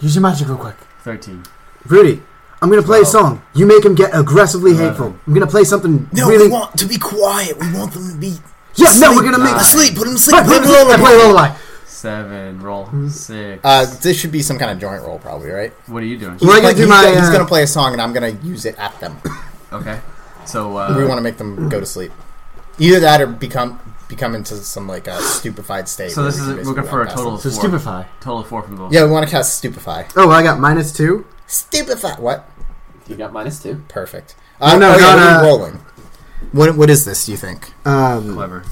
Speaker 4: Use your magic real quick.
Speaker 6: 13.
Speaker 3: Rudy, I'm gonna play a
Speaker 6: Twelve.
Speaker 3: song. You make him get aggressively
Speaker 6: Eleven.
Speaker 3: hateful. I'm gonna play something
Speaker 5: No,
Speaker 3: really.
Speaker 5: we want to be quiet. We want them to be.
Speaker 3: yeah,
Speaker 5: asleep.
Speaker 3: no, we're gonna make.
Speaker 6: Nine.
Speaker 5: asleep. Put them to sleep.
Speaker 3: Right,
Speaker 5: Put them
Speaker 3: put
Speaker 5: to
Speaker 3: it in- I play
Speaker 5: Uh, lullaby.
Speaker 3: lullaby.
Speaker 6: Seven. Roll. Six.
Speaker 7: Uh, this should be some kind of joint roll, probably, right?
Speaker 6: what are you doing?
Speaker 3: We're gonna
Speaker 7: Like,
Speaker 3: do
Speaker 7: he's,
Speaker 3: my,
Speaker 7: gonna, he's
Speaker 3: uh,
Speaker 7: gonna play a song, and I'm gonna use it at them.
Speaker 6: Okay. So uh,
Speaker 7: we want to make them go to sleep. Either that, or become become into some like a stupefied state.
Speaker 6: So
Speaker 7: where we
Speaker 6: this is
Speaker 7: can
Speaker 6: we're
Speaker 7: basically
Speaker 6: looking for a
Speaker 7: walk past
Speaker 6: total of
Speaker 4: So
Speaker 6: four.
Speaker 4: stupefy.
Speaker 6: Total of four from the
Speaker 7: them. Yeah, we want to cast stupefy.
Speaker 3: Oh, I got minus two.
Speaker 7: Stupefy. What?
Speaker 2: You got minus two.
Speaker 7: Perfect. Uh, oh,
Speaker 3: no,
Speaker 7: yeah,
Speaker 3: not,
Speaker 7: what are we
Speaker 3: uh,
Speaker 7: rolling. What what is this? Do you think?
Speaker 3: Um,
Speaker 6: clever.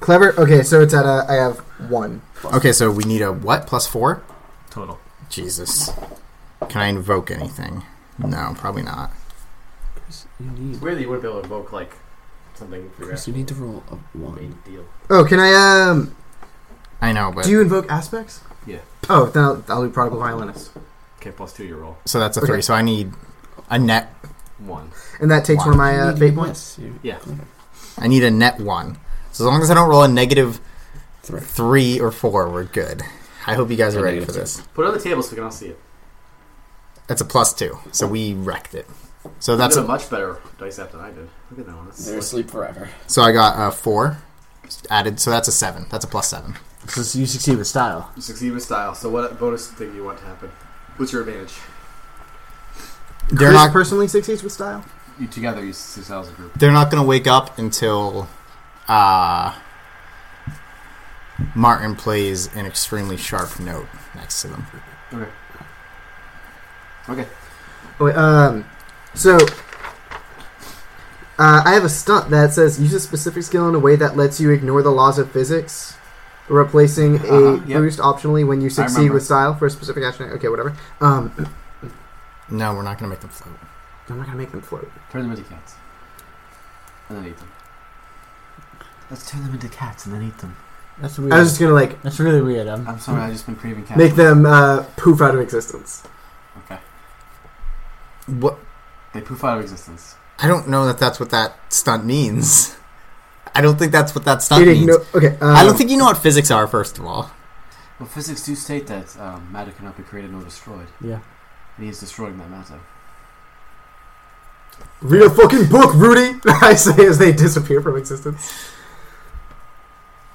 Speaker 3: clever. Okay, so it's at a. I have one.
Speaker 7: Okay, so we need a what plus four?
Speaker 6: Total.
Speaker 7: Jesus. Can I invoke anything? No, probably not.
Speaker 2: You
Speaker 9: It's
Speaker 2: need,
Speaker 9: weird that you wouldn't be able to invoke like something for your
Speaker 2: Chris, you need to roll a one.
Speaker 9: main deal.
Speaker 3: Oh, can I? Um,
Speaker 7: I know, but
Speaker 3: do you invoke aspects?
Speaker 9: Yeah.
Speaker 3: Oh, then I'll, I'll do prodigal violinist,
Speaker 9: Okay, plus two your roll.
Speaker 7: so that's a
Speaker 3: Okay.
Speaker 7: three. So I need a net.
Speaker 9: One.
Speaker 3: and that takes one of my uh, fate points.
Speaker 9: Yeah.
Speaker 7: I need a net one. So as long as I don't roll a negative
Speaker 2: Three.
Speaker 7: three or four, we're good. I hope you guys are
Speaker 2: A
Speaker 7: ready for
Speaker 2: negative
Speaker 7: this.
Speaker 9: Put it on the table so we can all see it.
Speaker 7: That's a plus two. So we wrecked it. So
Speaker 9: That's
Speaker 7: that's
Speaker 9: a
Speaker 7: a,
Speaker 9: much better dice app than I did. Look at that one. That's
Speaker 2: They're asleep forever.
Speaker 7: so I got a four added. So that's a seven. That's a plus seven.
Speaker 4: So you succeed with style.
Speaker 9: You succeed with style. So what bonus thing do you want to happen? What's your advantage?
Speaker 7: They're
Speaker 3: Chris
Speaker 7: not
Speaker 3: personally succeeds with style.
Speaker 6: You together you six as a group.
Speaker 7: they're not going to wake up until uh, Martin plays an extremely sharp note next to them.
Speaker 3: Oh, Wait, um, so uh, I have a stunt that says use a specific skill in a way that lets you ignore the laws of physics, replacing a
Speaker 6: Uh-huh, yep.
Speaker 3: boost optionally when you succeed
Speaker 6: remember.
Speaker 3: with style for a specific action. Okay, whatever. Um,
Speaker 7: No, we're not going to make them float.
Speaker 3: I'm not gonna make them float.
Speaker 6: Turn them into cats. And then eat them. Let's turn them into cats and then eat them.
Speaker 4: That's weird.
Speaker 3: I was just gonna like
Speaker 4: That's really weird. Um,
Speaker 6: I'm sorry, I've just been craving cats.
Speaker 3: make them uh, poof out of existence.
Speaker 5: What?
Speaker 6: They poof out of existence.
Speaker 5: I don't know that that's what that stunt means. I don't think that's what that stunt
Speaker 3: It
Speaker 5: means.
Speaker 3: igno- okay. Um,
Speaker 5: I don't think you know what physics are, first of all.
Speaker 6: Well, physics do state that um, matter cannot be created nor destroyed.
Speaker 4: yeah.
Speaker 6: And he is destroying that matter.
Speaker 3: read a fucking book, Rudy. I say as they disappear from existence.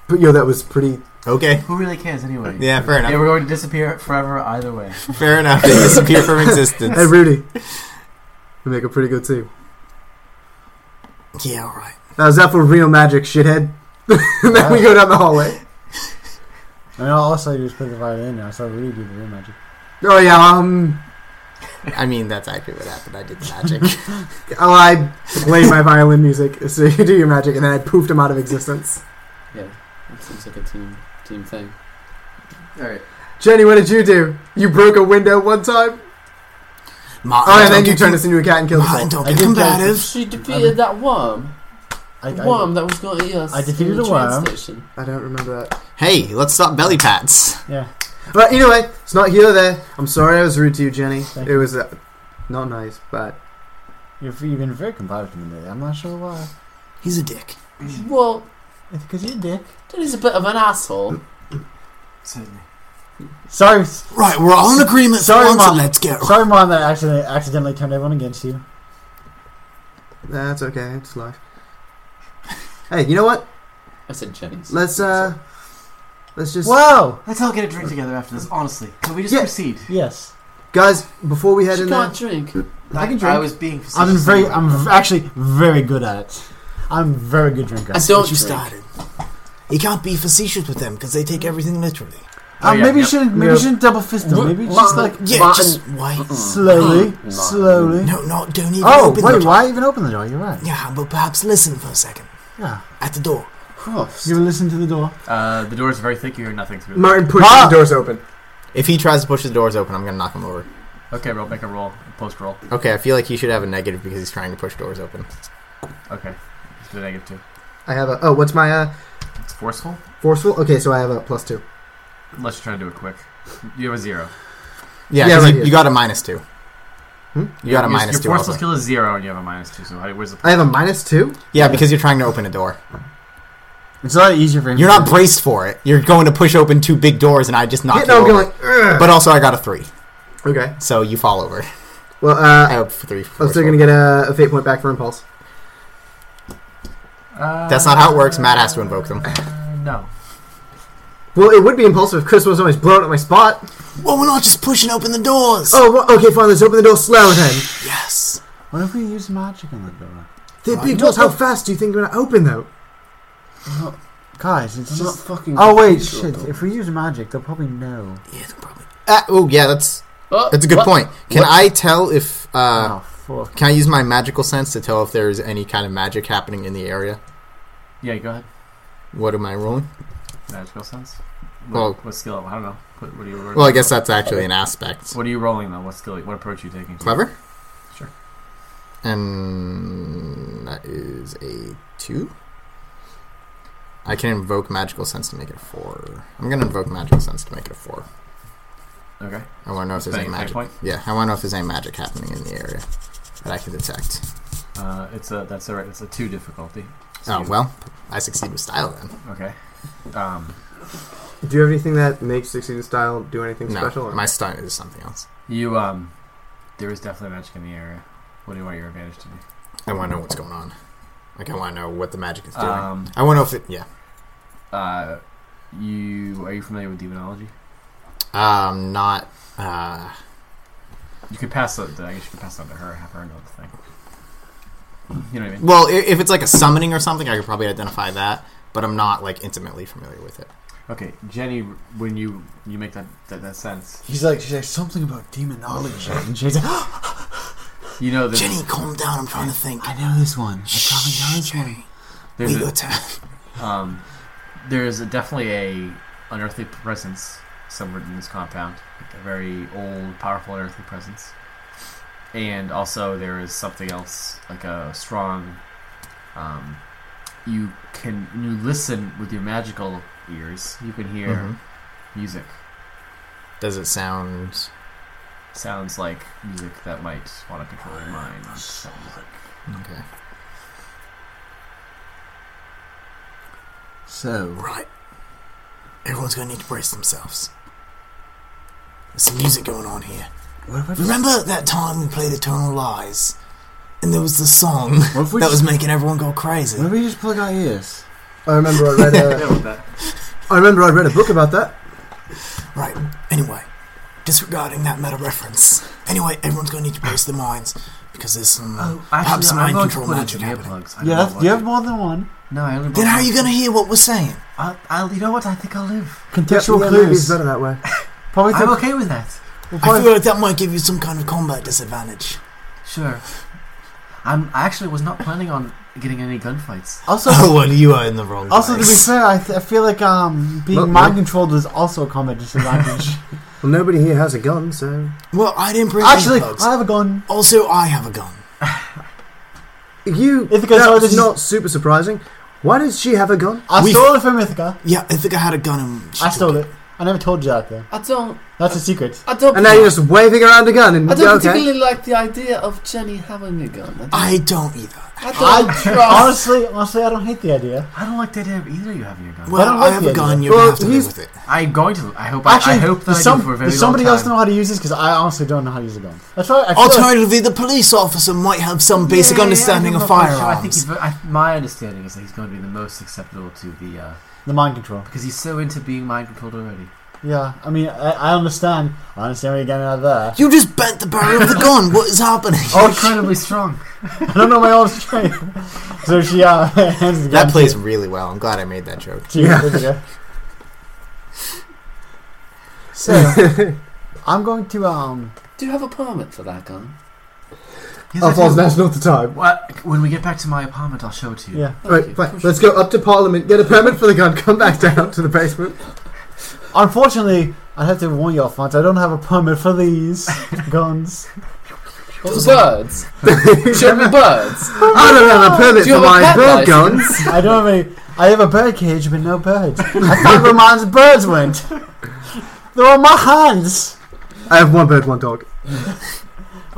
Speaker 3: But yo, that was pretty.
Speaker 5: Okay.
Speaker 6: Who really cares anyway?
Speaker 5: Yeah, fair
Speaker 6: They
Speaker 5: enough.
Speaker 6: were going to disappear forever either way.
Speaker 5: Fair enough. They disappear from existence.
Speaker 3: Hey, Rudy, we make a pretty good team.
Speaker 5: yeah, alright.
Speaker 3: Now is that for real magic, shithead? and then we go down the hallway.
Speaker 4: And also, you just put the violin there, so I really do the real magic.
Speaker 3: Oh yeah, um,
Speaker 5: I mean, that's actually what happened. I did the magic.
Speaker 3: oh, I play my violin music, so you do your magic, and then I poofed him out of existence.
Speaker 2: Yeah, that seems like a team team thing.
Speaker 10: Alright.
Speaker 3: Jenny, what did you do? You broke a window one time.
Speaker 5: Ma,
Speaker 3: Oh, and
Speaker 5: don't
Speaker 3: then you
Speaker 5: get
Speaker 3: turned us into a cat
Speaker 5: com-
Speaker 3: and killed us.
Speaker 5: Ma,
Speaker 3: all.
Speaker 5: don't
Speaker 4: I
Speaker 5: get
Speaker 4: did
Speaker 5: combative.
Speaker 2: She defeated that worm.
Speaker 4: I,
Speaker 2: The
Speaker 4: I,
Speaker 2: worm that was going to eat us.
Speaker 4: I defeated
Speaker 2: in the
Speaker 4: a
Speaker 2: train
Speaker 4: worm.
Speaker 2: Station.
Speaker 3: I don't remember that.
Speaker 5: Hey, let's stop belly pats.
Speaker 4: yeah.
Speaker 3: But either way, it's not here or there. I'm sorry I was rude to you, Jenny.
Speaker 4: Thank
Speaker 3: it
Speaker 4: you.
Speaker 3: was uh, not nice, but
Speaker 4: You've, you've been very combative to me lately. I'm not sure why.
Speaker 5: He's a dick.
Speaker 2: Well,
Speaker 4: It's because you're a dick.
Speaker 2: Jenny's a bit of an asshole.
Speaker 6: Certainly.
Speaker 4: Sorry,
Speaker 5: Right, we're all in agreement. for
Speaker 4: Sorry,
Speaker 5: once,
Speaker 4: Mom.
Speaker 5: and Let's get
Speaker 4: sorry, mom, that I accidentally, accidentally turned everyone against you.
Speaker 3: that's okay. It's life. Hey, you know what?
Speaker 2: I said Jenny's.
Speaker 3: Let's uh, let's just
Speaker 4: Whoa!
Speaker 6: Let's all get a drink together after this, honestly. Can we just
Speaker 3: Yeah.
Speaker 6: proceed?
Speaker 4: Yes,
Speaker 3: guys before we head
Speaker 2: she
Speaker 3: in there.
Speaker 2: can't drink.
Speaker 4: I can
Speaker 6: I
Speaker 4: drink.
Speaker 6: was being
Speaker 4: I'm
Speaker 6: facetious
Speaker 4: very,
Speaker 6: anyway.
Speaker 4: I'm v- actually very good at it. I'm a very good drinker.
Speaker 2: I don't
Speaker 1: you
Speaker 2: drink.
Speaker 1: started. You can't be facetious with them because they take everything literally.
Speaker 4: Um,
Speaker 6: Oh, yeah,
Speaker 4: maybe you
Speaker 6: yep.
Speaker 4: shouldn't, maybe you
Speaker 3: Yep.
Speaker 4: shouldn't double fist them. Maybe just like
Speaker 1: Yeah,
Speaker 2: Martin-
Speaker 1: just wait.
Speaker 4: slowly,
Speaker 2: Martin.
Speaker 4: slowly.
Speaker 1: No, no, don't even
Speaker 4: Oh
Speaker 1: open the
Speaker 4: wait,
Speaker 1: door.
Speaker 4: why even open the door? You're right.
Speaker 1: Yeah, but perhaps listen for a second
Speaker 4: Yeah,
Speaker 1: at the door.
Speaker 2: Christ.
Speaker 4: you will listen to the door.
Speaker 6: Uh, the door is very thick. You hear nothing through. it.
Speaker 3: Martin pushes
Speaker 4: Ah!
Speaker 3: the doors open.
Speaker 5: If he tries to push the doors open, I'm gonna knock him over.
Speaker 6: Okay, roll. Make a roll. Post roll.
Speaker 5: Okay, I feel like he should have a negative because he's trying to push doors open.
Speaker 6: Okay. It's a negative two.
Speaker 3: I have a oh, what's my uh
Speaker 6: It's forceful.
Speaker 3: forceful? Okay, so I have a plus two.
Speaker 6: Unless you're trying to do it quick. You have a zero.
Speaker 5: Yeah,
Speaker 3: Yeah,
Speaker 5: 'cause
Speaker 3: right
Speaker 5: you,
Speaker 3: here.
Speaker 5: you got a minus two.
Speaker 3: Hmm?
Speaker 5: You got a
Speaker 6: your,
Speaker 5: minus
Speaker 6: your
Speaker 5: two.
Speaker 6: forceful
Speaker 5: also.
Speaker 6: skill is zero, and you have a minus two. So how- where's the
Speaker 3: I have a minus two.
Speaker 5: Yeah, because you're trying to open a door.
Speaker 4: It's a lot easier for him.
Speaker 5: You're
Speaker 4: to
Speaker 5: not braced for it. You're going to push open two big doors, and I just knock
Speaker 3: Yeah,
Speaker 5: you
Speaker 3: no, I'm
Speaker 5: over.
Speaker 3: going. Ugh.
Speaker 5: But also, I got a three,
Speaker 3: Okay.
Speaker 5: so you fall over.
Speaker 3: Well, uh,
Speaker 5: I hope for three.
Speaker 3: I'm still gonna get a, a fate point back for impulse.
Speaker 6: Uh,
Speaker 5: That's not how it works. Matt has to invoke them.
Speaker 6: No.
Speaker 3: Well, it would be impulsive if Chris wasn't always blowing up my spot.
Speaker 1: Well, we're not just pushing open the doors.
Speaker 3: Oh, well, okay, fine. Let's open the door slow then.
Speaker 1: Yes.
Speaker 4: What if we use magic on the door?
Speaker 3: They're
Speaker 1: Right.
Speaker 3: big doors. How fast do you think they're gonna open though?
Speaker 4: Guys, it's
Speaker 2: I'm not
Speaker 4: just.
Speaker 2: fucking.
Speaker 4: Oh wait,
Speaker 2: sure,
Speaker 4: shit!
Speaker 2: though.
Speaker 4: If we use magic, they'll probably know.
Speaker 1: Yeah, they'll probably.
Speaker 5: Uh, oh, yeah, that's
Speaker 2: Oh,
Speaker 5: that's a good
Speaker 2: what?
Speaker 5: point. Can
Speaker 2: What?
Speaker 5: I tell if? Uh,
Speaker 4: oh fuck!
Speaker 5: Can I use my magical sense to tell if there's any kind of magic happening in the area?
Speaker 6: Yeah, go ahead.
Speaker 5: What am I rolling?
Speaker 6: Magical sense. What,
Speaker 5: Well-
Speaker 6: what skill? I don't know. What, what are you?
Speaker 5: Well, I guess that's actually an aspect.
Speaker 6: What are you rolling though? What skill? What approach are you taking?
Speaker 5: Clever.
Speaker 6: Sure.
Speaker 5: And that is a two. I can invoke magical sense to make it a four. I'm gonna invoke magical sense to make it a four.
Speaker 6: Okay.
Speaker 5: I want to know if there's any
Speaker 6: Spending a
Speaker 5: magic.
Speaker 6: fate point.
Speaker 5: Yeah, I want to know if there's any magic happening in the area that I can detect.
Speaker 6: Uh, it's a that's all right. It's a two difficulty.
Speaker 5: Oh well, I succeed with style then.
Speaker 6: Okay. Um,
Speaker 3: Do you have anything that makes succeed style do anything
Speaker 5: no,
Speaker 3: special? Or?
Speaker 5: my stunt is something else.
Speaker 6: you um, there is definitely magic in the area. What do you want your advantage to be?
Speaker 5: I want to know what's going on. Like I want to know what the magic is doing.
Speaker 6: Um,
Speaker 5: I want to know if it. Yeah.
Speaker 6: uh, you are you familiar with demonology?
Speaker 5: Um. Not. Uh.
Speaker 6: You could pass that. I guess you could pass that to her. Have her know the thing. You know what I mean?
Speaker 5: Well, i- if it's like a summoning or something, I could probably identify that. But I'm not like intimately familiar with it.
Speaker 6: Okay, Jenny. When you you make that that, that sense,
Speaker 4: He's like, she's like something about demonology, and she's like,
Speaker 6: you know there's
Speaker 1: Jenny, calm down. I'm trying to think.
Speaker 4: I know this one. I probably know
Speaker 1: Shh,
Speaker 4: this one.
Speaker 1: Jenny.
Speaker 6: there's
Speaker 1: Wait
Speaker 6: a,
Speaker 1: your turn.
Speaker 6: Um, there's definitely a unearthly presence somewhere in this compound, like a very old, powerful unearthly presence, and also there is something else like a strong. Um, you can when you listen with your magical ears. You can hear
Speaker 7: Mhm.
Speaker 5: Mm-hmm.
Speaker 6: music.
Speaker 7: Does it sound?
Speaker 6: Sounds like music that might want to control your mind. That music.
Speaker 7: Okay.
Speaker 4: So,
Speaker 5: Right. Everyone's gonna need to brace themselves. There's some music going on here.
Speaker 4: what if, we,
Speaker 5: Remember that time we played Eternal Lies? And there was the song
Speaker 4: what if we
Speaker 5: that
Speaker 4: just,
Speaker 5: was making everyone go crazy.
Speaker 4: what if we just plug our ears?
Speaker 8: I remember I read a,
Speaker 9: Yeah, with that.
Speaker 8: I remember I read a book about that.
Speaker 5: Right. Anyway, disregarding that meta reference. Anyway, everyone's gonna need to brace their minds because there's some.
Speaker 4: Oh.
Speaker 5: Perhaps
Speaker 6: I'm
Speaker 5: mind
Speaker 6: going to
Speaker 5: control
Speaker 6: put in
Speaker 5: magic
Speaker 6: some
Speaker 5: happening.
Speaker 6: earplugs. I
Speaker 4: Yeah,
Speaker 6: don't know
Speaker 4: that's, you
Speaker 6: what-
Speaker 4: have more than one.
Speaker 6: No, I only.
Speaker 5: Then how are you gonna hear what we're saying?
Speaker 6: I'll, I'll, you know what? I think I'll live.
Speaker 4: Contextual
Speaker 8: yeah, maybe it's
Speaker 4: clues.
Speaker 8: better that way.
Speaker 4: Probably
Speaker 6: I'm
Speaker 4: took-
Speaker 6: okay with that.
Speaker 4: we'll
Speaker 5: I
Speaker 4: probably-
Speaker 5: feel like that might give you some kind of combat disadvantage.
Speaker 6: Sure. I'm. I actually was not planning on getting any gunfights.
Speaker 4: also,
Speaker 5: well, you are in the wrong
Speaker 4: also to be fair, I, th- I feel like um, being
Speaker 8: Look,
Speaker 4: mind
Speaker 8: look.
Speaker 4: controlled is also a combat disadvantage.
Speaker 8: Well, nobody here has a gun, so
Speaker 5: Well, I didn't bring
Speaker 4: Actually,
Speaker 5: earplugs.
Speaker 4: I have a gun.
Speaker 5: Also, I have a gun.
Speaker 8: you.
Speaker 4: Ithaca, sorry,
Speaker 8: that's
Speaker 4: this is-
Speaker 8: not super surprising. Why does she have a gun?
Speaker 4: I
Speaker 5: We-
Speaker 4: stole it from Ithaca.
Speaker 5: Yeah, I think I had a gun and she
Speaker 4: I
Speaker 5: took
Speaker 4: stole it. I never told you that though.
Speaker 2: I don't.
Speaker 4: That's a secret.
Speaker 2: I don't.
Speaker 8: And now you're just waving around a gun and
Speaker 2: I don't
Speaker 8: okay.
Speaker 2: particularly like the idea of Jenny having a gun. I,
Speaker 5: I don't either.
Speaker 2: don't- I don't
Speaker 4: I,
Speaker 2: trust.
Speaker 4: honestly, honestly, I don't hate the idea.
Speaker 6: I don't like the idea of either of you having your gun.
Speaker 5: Well,
Speaker 4: don't
Speaker 5: I
Speaker 4: like
Speaker 5: have
Speaker 4: the
Speaker 5: a gun.
Speaker 4: idea.
Speaker 5: You're
Speaker 8: Well,
Speaker 5: gonna have to live
Speaker 8: he's-
Speaker 5: with it.
Speaker 6: I'm going to. I hope.
Speaker 4: Actually,
Speaker 6: I, I hope that
Speaker 4: does,
Speaker 6: I
Speaker 4: some-
Speaker 6: do for a very
Speaker 4: does
Speaker 6: long
Speaker 4: somebody
Speaker 6: time.
Speaker 4: else know how to use this? Because I honestly don't know how to use a gun. That's why I feel like-
Speaker 5: Alternatively, the police officer might have some basic
Speaker 6: Yeah,
Speaker 5: understanding
Speaker 6: I'm
Speaker 5: of
Speaker 6: not quite sure. I think
Speaker 5: firearms.
Speaker 6: he's, ve- I, my understanding is that he's going to be the most acceptable to the uh,
Speaker 4: the mind control.
Speaker 6: because he's so into being mind controlled already.
Speaker 4: Yeah, I mean, I, I understand. I understand where you're getting out of there.
Speaker 5: You just bent the barrel of the gun. What is happening?
Speaker 6: Oh, incredibly strong.
Speaker 4: I don't know my own strength. So she uh, hands the gun.
Speaker 7: That plays
Speaker 4: To,
Speaker 7: really well. I'm glad I made that joke.
Speaker 4: to Ithaca. So I'm going to um.
Speaker 2: Do you have a permit for that gun?
Speaker 6: Yes, I
Speaker 8: Oh, falls,
Speaker 6: do.
Speaker 8: that's not the time.
Speaker 6: What? When we get back to my apartment, I'll show it to you.
Speaker 4: Yeah,
Speaker 2: Thank
Speaker 8: Right,
Speaker 2: you.
Speaker 8: fine. Let's go up to Parliament, get a permit for the gun, come back down to the basement.
Speaker 4: unfortunately, I have to warn you, Alphonse. I don't have a permit for these guns.
Speaker 2: Those birds. Show me birds.
Speaker 8: I don't have a permit
Speaker 2: Do you have a
Speaker 8: for my
Speaker 2: pet
Speaker 8: bird gun.
Speaker 2: license?
Speaker 4: I don't have any. I have a bird cage, but no birds. I found where mine's birds went. They were my hands.
Speaker 8: I have one bird, one dog.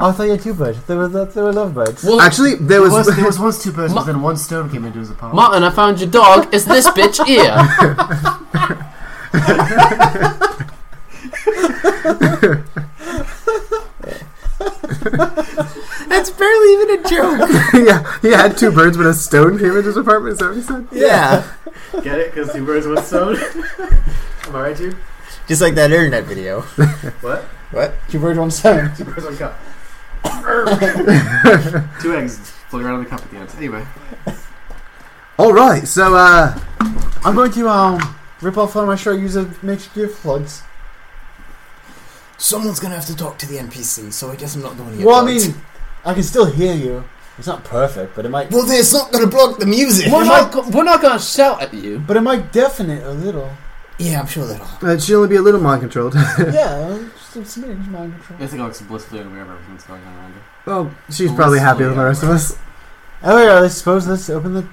Speaker 4: Oh, I thought you had two birds. They were they were lovebirds.
Speaker 2: Well,
Speaker 8: Actually, there
Speaker 6: There
Speaker 8: was.
Speaker 6: was, there was once two birds,
Speaker 2: Ma-
Speaker 6: but then one stone came into his apartment.
Speaker 2: Martin, I found your dog. Is this bitch here?
Speaker 7: That's barely even a joke.
Speaker 8: yeah, he had two birds, but a stone came into his apartment. Is that what he said?
Speaker 7: yeah,
Speaker 9: Get it? Because two birds, one stone. Am I right, dude?
Speaker 7: just like that internet video.
Speaker 9: What?
Speaker 7: What?
Speaker 4: two birds, one stone.
Speaker 9: Two birds, one cup. two eggs floating around in the cup at the end. Anyway,
Speaker 8: All right, so uh,
Speaker 4: I'm going to um rip off one of my shirt, use a makeshift gift plugs.
Speaker 5: Someone's gonna have to talk to the NPC, so I guess I'm not going to get
Speaker 4: Well, I
Speaker 5: blocked.
Speaker 4: mean, I can still hear you. It's not perfect, but it might.
Speaker 5: well, it's not gonna block the music.
Speaker 2: We're not, go- we're not gonna shout at you.
Speaker 4: But it might deafen it a little.
Speaker 5: Yeah, I'm sure that'll. happen.
Speaker 8: it should uh, only be a little mind controlled.
Speaker 4: yeah, just a smidge mind control.
Speaker 9: I think Alex is blissfully unaware of everything that's going on around her.
Speaker 8: well, she's probably happier than the rest of us.
Speaker 4: Anyway, Oh, I suppose let's open the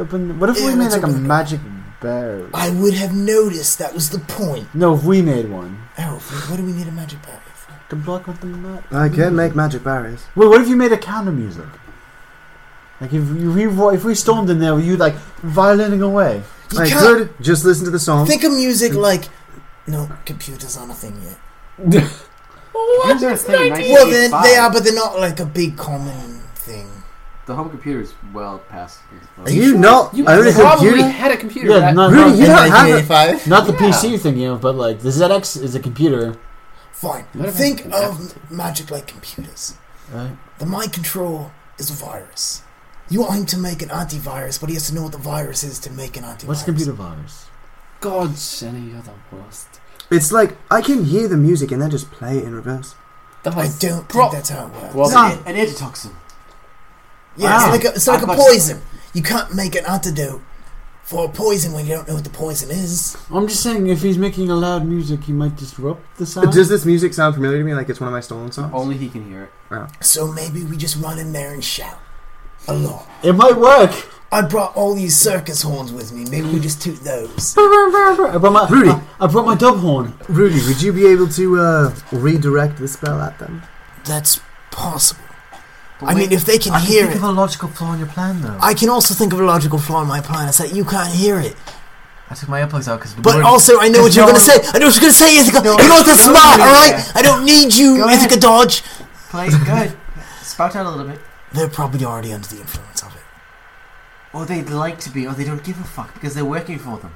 Speaker 4: open. The, what if
Speaker 5: Yeah,
Speaker 4: we made
Speaker 5: let's
Speaker 4: like a
Speaker 5: open the door.
Speaker 4: magic barrel?
Speaker 5: I would have noticed that was the point.
Speaker 4: No, if we made one
Speaker 5: Oh, what do we need a magic barrel for?
Speaker 4: to block with the mat.
Speaker 8: I can make magic barriers.
Speaker 4: Wait, what if you made a counter music? Like if you we vo- if we stormed in there, you like violining away.
Speaker 5: You
Speaker 8: I
Speaker 5: can't
Speaker 8: could just listen to the song.
Speaker 5: think of music like. No, computers aren't a thing yet.
Speaker 9: Computers are a thing in
Speaker 5: Well, they,
Speaker 9: 1985.
Speaker 5: they are, but they're not like a big common thing.
Speaker 9: The home computer is well past.
Speaker 8: Do you not
Speaker 2: You
Speaker 8: own a
Speaker 2: probably
Speaker 8: computer?
Speaker 2: had a computer.
Speaker 4: Yeah,
Speaker 2: that-
Speaker 4: not,
Speaker 8: Rudy,
Speaker 4: not,
Speaker 8: you don't have a.
Speaker 7: 1985.
Speaker 4: not the
Speaker 2: Yeah.
Speaker 4: PC thinking of, but like the ZX is a computer.
Speaker 5: Fine.
Speaker 2: What about
Speaker 5: Think
Speaker 2: the
Speaker 5: of magic like computers.
Speaker 4: Right.
Speaker 5: The mind control is a virus. You want him to make an antivirus, but he has to know what the virus is to make an antivirus.
Speaker 4: What's computer virus?
Speaker 2: God, Jenny, you're the worst.
Speaker 8: It's like I can hear the music and then just play it in reverse.
Speaker 2: That
Speaker 5: I
Speaker 2: was-
Speaker 5: don't
Speaker 2: Bro-
Speaker 5: think that's how it works.
Speaker 2: Well,
Speaker 4: Nah.
Speaker 9: An antitoxin.
Speaker 5: Yeah,
Speaker 4: Wow.
Speaker 5: it's like a, it's like a
Speaker 9: I've got-
Speaker 5: poison. You can't make an antidote for poison when you don't know what the poison is.
Speaker 4: I'm just saying, if he's making a loud music, he might disrupt the sound.
Speaker 3: Does this music sound familiar to me? Like it's one of my stolen songs?
Speaker 6: Only he can hear it.
Speaker 5: So maybe we just run in there and shout. Along.
Speaker 4: It might work.
Speaker 5: I brought all these circus horns with me. Maybe we just toot those.
Speaker 4: I brought my
Speaker 8: Rudy.
Speaker 4: I, I brought my dub horn.
Speaker 8: Rudy, would you be able to uh, redirect the spell at them?
Speaker 5: That's possible.
Speaker 6: But
Speaker 5: I
Speaker 6: wait,
Speaker 5: mean, if they can
Speaker 6: I
Speaker 5: hear
Speaker 6: think
Speaker 5: it.
Speaker 6: of a logical flaw in your plan, though.
Speaker 5: I can also think of a logical flaw in my plan. It's that you can't hear it.
Speaker 6: I took my earplugs out because.
Speaker 5: But also, I know what
Speaker 6: Just
Speaker 5: you're
Speaker 6: no
Speaker 5: gonna say.
Speaker 6: one-
Speaker 5: I know what you're gonna say, Ithaca.
Speaker 6: No
Speaker 5: you know what
Speaker 6: one-
Speaker 5: that's
Speaker 6: no
Speaker 5: smart,
Speaker 6: one-
Speaker 5: all right?
Speaker 6: yeah.
Speaker 5: I don't need you,
Speaker 6: Go
Speaker 5: Ithaca
Speaker 6: ahead.
Speaker 5: Dodge.
Speaker 6: play good. Spout out a little bit.
Speaker 5: They're probably already under the influence of it.
Speaker 6: Or they'd like to be, or they don't give a fuck because they're working for them.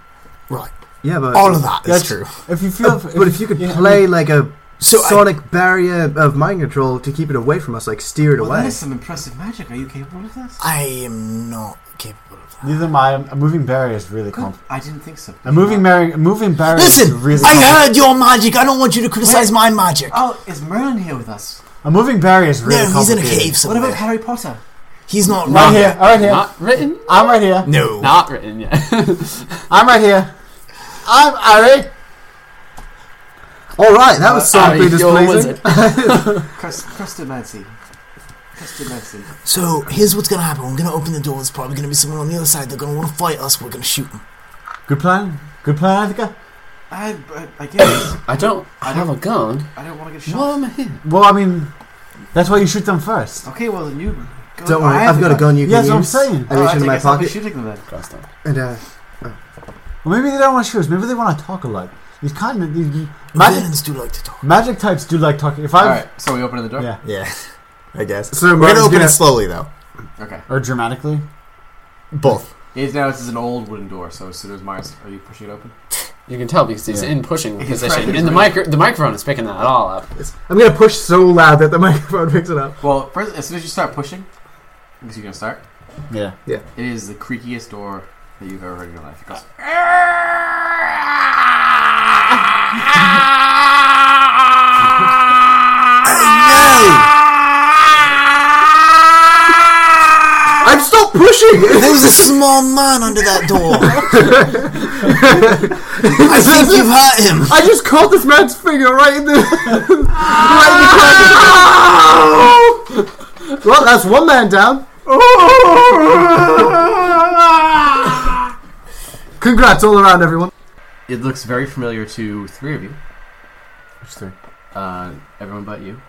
Speaker 5: Right.
Speaker 3: Yeah, but
Speaker 5: All of that.
Speaker 7: That's
Speaker 4: That's-
Speaker 7: true.
Speaker 4: If you feel,
Speaker 3: Uh, but if you could
Speaker 4: yeah, I
Speaker 3: play like a
Speaker 5: So I-
Speaker 3: sonic barrier of mind control to keep it away from us, like steer it
Speaker 6: Well, that
Speaker 3: away.
Speaker 6: is some impressive magic. Are you capable of this?
Speaker 5: I am not capable of that.
Speaker 4: neither am I. A moving barrier is really complicated.
Speaker 6: I didn't think so.
Speaker 4: A moving barrier, a moving barrier is
Speaker 5: Listen,
Speaker 4: really.
Speaker 5: I
Speaker 4: compli-
Speaker 5: heard your magic. I don't want you to criticize my magic.
Speaker 6: Oh, is Merlin here with us?
Speaker 4: A moving barrier is really
Speaker 5: no, he's in a
Speaker 4: complicated.
Speaker 5: cave
Speaker 6: What about
Speaker 5: somewhere.
Speaker 6: Harry Potter?
Speaker 5: He's not
Speaker 4: Right
Speaker 5: right.
Speaker 4: here, right here.
Speaker 2: Not written?
Speaker 4: I'm right here.
Speaker 5: No.
Speaker 2: Not written yet.
Speaker 4: I'm right here. I'm Ari.
Speaker 3: All right, that was
Speaker 2: Sorry,
Speaker 3: sonically
Speaker 2: you're a
Speaker 3: displeasing.
Speaker 2: wizard.
Speaker 6: Crust, Crustomancy. Crustomancy.
Speaker 5: So here's what's gonna happen. We're gonna open the door. There's probably gonna be someone on the other side. They're gonna want to fight us. We're gonna shoot them.
Speaker 4: Good plan. Good plan, Ithaca.
Speaker 6: I, I, I guess
Speaker 2: I don't I have a gun.
Speaker 6: I don't want to get shot.
Speaker 2: Why am I here?
Speaker 4: Well, I mean, that's why you shoot them first.
Speaker 6: Okay, well then you. Go
Speaker 3: Don't worry,
Speaker 6: I have
Speaker 3: I've got a gun you
Speaker 4: Yeah,
Speaker 3: can
Speaker 4: that's what I'm
Speaker 3: use.
Speaker 4: saying.
Speaker 3: I
Speaker 6: Oh,
Speaker 3: reach
Speaker 6: I
Speaker 3: into
Speaker 6: think
Speaker 3: my
Speaker 6: I stopped
Speaker 3: pocket
Speaker 6: Shooting them then.
Speaker 2: Cross down.
Speaker 3: and uh,
Speaker 4: Well, maybe they don't want to shoot us. Maybe they want to talk a lot. These kind of these magic,
Speaker 5: Villains do like to talk.
Speaker 4: magic types do like talking. If I
Speaker 6: All right, so we open the door.
Speaker 4: yeah,
Speaker 7: Yeah, I guess.
Speaker 3: so
Speaker 7: We're
Speaker 3: Martin's
Speaker 7: gonna open
Speaker 3: gonna-
Speaker 7: it slowly though.
Speaker 6: Okay.
Speaker 4: or dramatically.
Speaker 7: Both.
Speaker 6: It's now this is an old wooden door, so as soon as Myers, are you pushing it open?
Speaker 2: You can tell because he's
Speaker 4: Yeah.
Speaker 2: in pushing
Speaker 6: He's right,
Speaker 2: position,
Speaker 6: he's
Speaker 2: and the
Speaker 6: right.
Speaker 2: micro the microphone is picking that all up.
Speaker 3: I'm gonna push so loud that the microphone picks it up.
Speaker 6: Well, first, as soon as you start pushing, because you're gonna start,
Speaker 4: Yeah.
Speaker 6: it is the creakiest door that you've ever heard in your life. It goes,
Speaker 3: I'm still pushing.
Speaker 5: There was a small man under that door. I think you've hurt him.
Speaker 3: I just caught this man's finger right in the.
Speaker 8: Well, that's one man down.
Speaker 3: Congrats all around, everyone.
Speaker 6: It looks very familiar to three of you. Which three? Uh, everyone but you.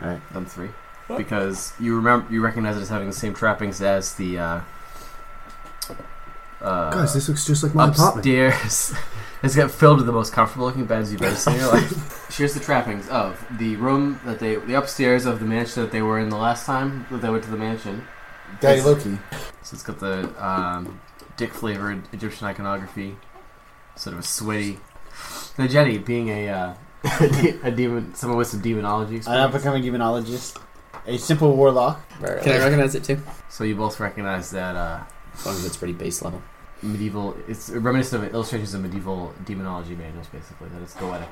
Speaker 4: Alright.
Speaker 6: Them three. Because you remember, you recognize it as having the same trappings as the. Uh, uh,
Speaker 8: Guys, this looks just like my apartment.
Speaker 6: upstairs. it's got filled with the most comfortable looking beds you've ever seen in your life. Here's the trappings of the room that they, the upstairs of the mansion that they were in the last time that they went to the mansion.
Speaker 7: Daddy Loki.
Speaker 6: So it's got the um, dick flavored Egyptian iconography, sort of a sweaty. The Jenny being a uh, a demon, someone with some demonology.
Speaker 4: I am
Speaker 6: Experience.
Speaker 4: becoming a demonologist, a simple warlock.
Speaker 2: Can I recognize it too?
Speaker 6: So you both recognize that uh,
Speaker 2: As long as it's pretty base level.
Speaker 6: medieval. It's reminiscent of illustrations of medieval demonology manuals, basically. That it's goetic.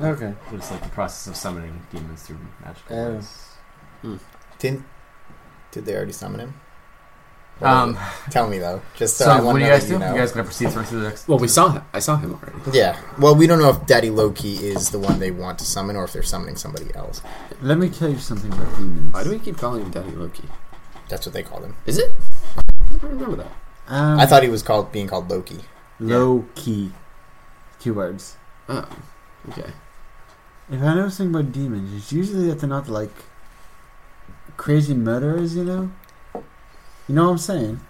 Speaker 4: Okay.
Speaker 6: But it's like the process of summoning demons through magical
Speaker 7: Oh.
Speaker 6: ways.
Speaker 7: Didn't did they already summon him?
Speaker 6: Um,
Speaker 7: Tell me though, just so,
Speaker 6: so
Speaker 7: I
Speaker 6: what
Speaker 7: want
Speaker 6: do
Speaker 7: to
Speaker 6: you
Speaker 7: know that
Speaker 6: guys do?
Speaker 7: you
Speaker 6: You,
Speaker 7: know.
Speaker 6: guys gonna proceed through to the next?
Speaker 2: Well, we saw him. I saw him already.
Speaker 7: Yeah. Well, we don't know if Daddy Loki is the one they want to summon or if they're summoning somebody else.
Speaker 4: Let me tell you something about demons.
Speaker 2: Why do we keep calling him Daddy Loki?
Speaker 7: That's what they called him.
Speaker 2: Is it? I don't remember that.
Speaker 4: Um,
Speaker 7: I thought he was called being called Loki.
Speaker 4: low key. Two words.
Speaker 2: Oh, okay.
Speaker 4: If I know something about demons, it's usually that they're not like crazy murderers, you know? You know what I'm saying?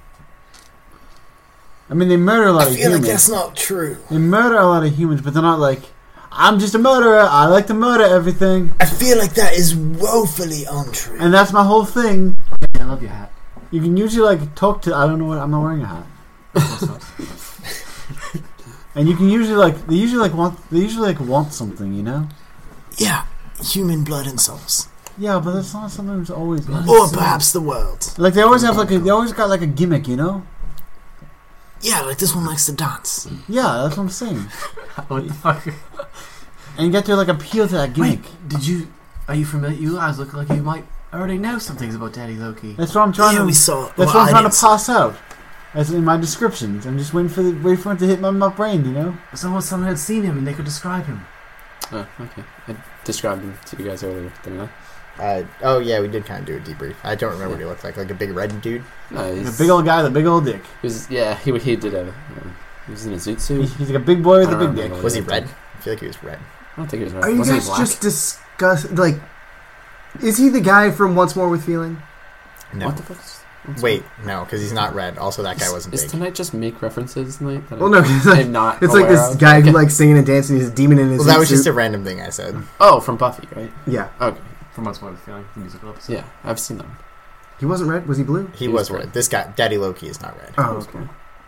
Speaker 4: I mean, they murder a lot
Speaker 5: I
Speaker 4: of
Speaker 5: feel
Speaker 4: humans.
Speaker 5: like that's not true.
Speaker 4: They murder a lot of humans, but they're not like, I'm just a murderer, I like to murder everything,
Speaker 5: I feel like that is woefully untrue.
Speaker 4: and that's my whole thing.
Speaker 6: I love your hat.
Speaker 4: You can usually like talk to, I don't know what, I'm not wearing a hat. And you can usually like, they usually like want, they usually like want something, you know?
Speaker 5: yeah, human blood and souls,
Speaker 4: Yeah, but that's not something that's always.
Speaker 5: or perhaps the world.
Speaker 4: Like they always have like a, they always got like a gimmick, you know?
Speaker 5: Yeah, like this one likes to dance.
Speaker 4: Yeah, that's what I'm saying.
Speaker 6: what the fuck?
Speaker 4: And you got to like appeal to that gimmick.
Speaker 6: did you? Are you familiar? You guys look like you might already know some things about Daddy Loki.
Speaker 4: That's what I'm trying
Speaker 5: yeah,
Speaker 4: to.
Speaker 5: we saw.
Speaker 4: That's
Speaker 5: well,
Speaker 4: what I'm
Speaker 5: I
Speaker 4: trying
Speaker 5: didn't
Speaker 4: to
Speaker 5: see-
Speaker 4: pass out. That's in my descriptions. I'm just waiting for the wait for it to hit my, my brain. You know.
Speaker 6: Someone, someone had seen him and they could describe him.
Speaker 2: Oh, okay. I described him to you guys earlier, didn't I?
Speaker 7: Uh, oh yeah, we did kind of do a debrief. I don't remember what he looked like, like a big red dude.
Speaker 2: No,
Speaker 4: The
Speaker 2: he's,
Speaker 4: big old guy, the big old dick.
Speaker 2: he was, yeah, he, he did a. um, he was in a zoot
Speaker 4: He-
Speaker 2: suit.
Speaker 4: He's like a big boy
Speaker 2: I
Speaker 4: with a
Speaker 2: don't
Speaker 4: big dick.
Speaker 2: remember what
Speaker 7: Was he
Speaker 2: looked
Speaker 7: red?
Speaker 2: like.
Speaker 7: I feel like he was red.
Speaker 2: I don't think he was red.
Speaker 3: Are you
Speaker 2: Wasn't he
Speaker 3: guys
Speaker 2: black?
Speaker 3: just discuss like? Is he the guy from Once More with Feeling?
Speaker 7: No.
Speaker 2: What the fuck? is- what's-
Speaker 7: Wait, no, because he's not red. Also, that guy
Speaker 2: is-
Speaker 7: wasn't
Speaker 2: Is
Speaker 7: big.
Speaker 2: tonight just make references tonight? that
Speaker 3: Well, no, 'cause, like,
Speaker 2: I'm not.
Speaker 3: it's like
Speaker 2: Uh, aware
Speaker 3: this
Speaker 2: of?
Speaker 3: guy
Speaker 2: Okay.
Speaker 3: who likes singing and dancing. He's a demon in his
Speaker 7: Well, that was
Speaker 3: suit.
Speaker 7: just a random thing I said.
Speaker 2: Oh, from Buffy, right?
Speaker 3: yeah.
Speaker 2: Okay.
Speaker 6: From what's what feeling, the musical episode.
Speaker 2: Yeah, I've seen them.
Speaker 3: He wasn't red. Was he blue?
Speaker 7: He,
Speaker 2: He was
Speaker 7: was
Speaker 2: red.
Speaker 7: red. This guy, Daddy Loki, is not red,
Speaker 3: Oh, okay.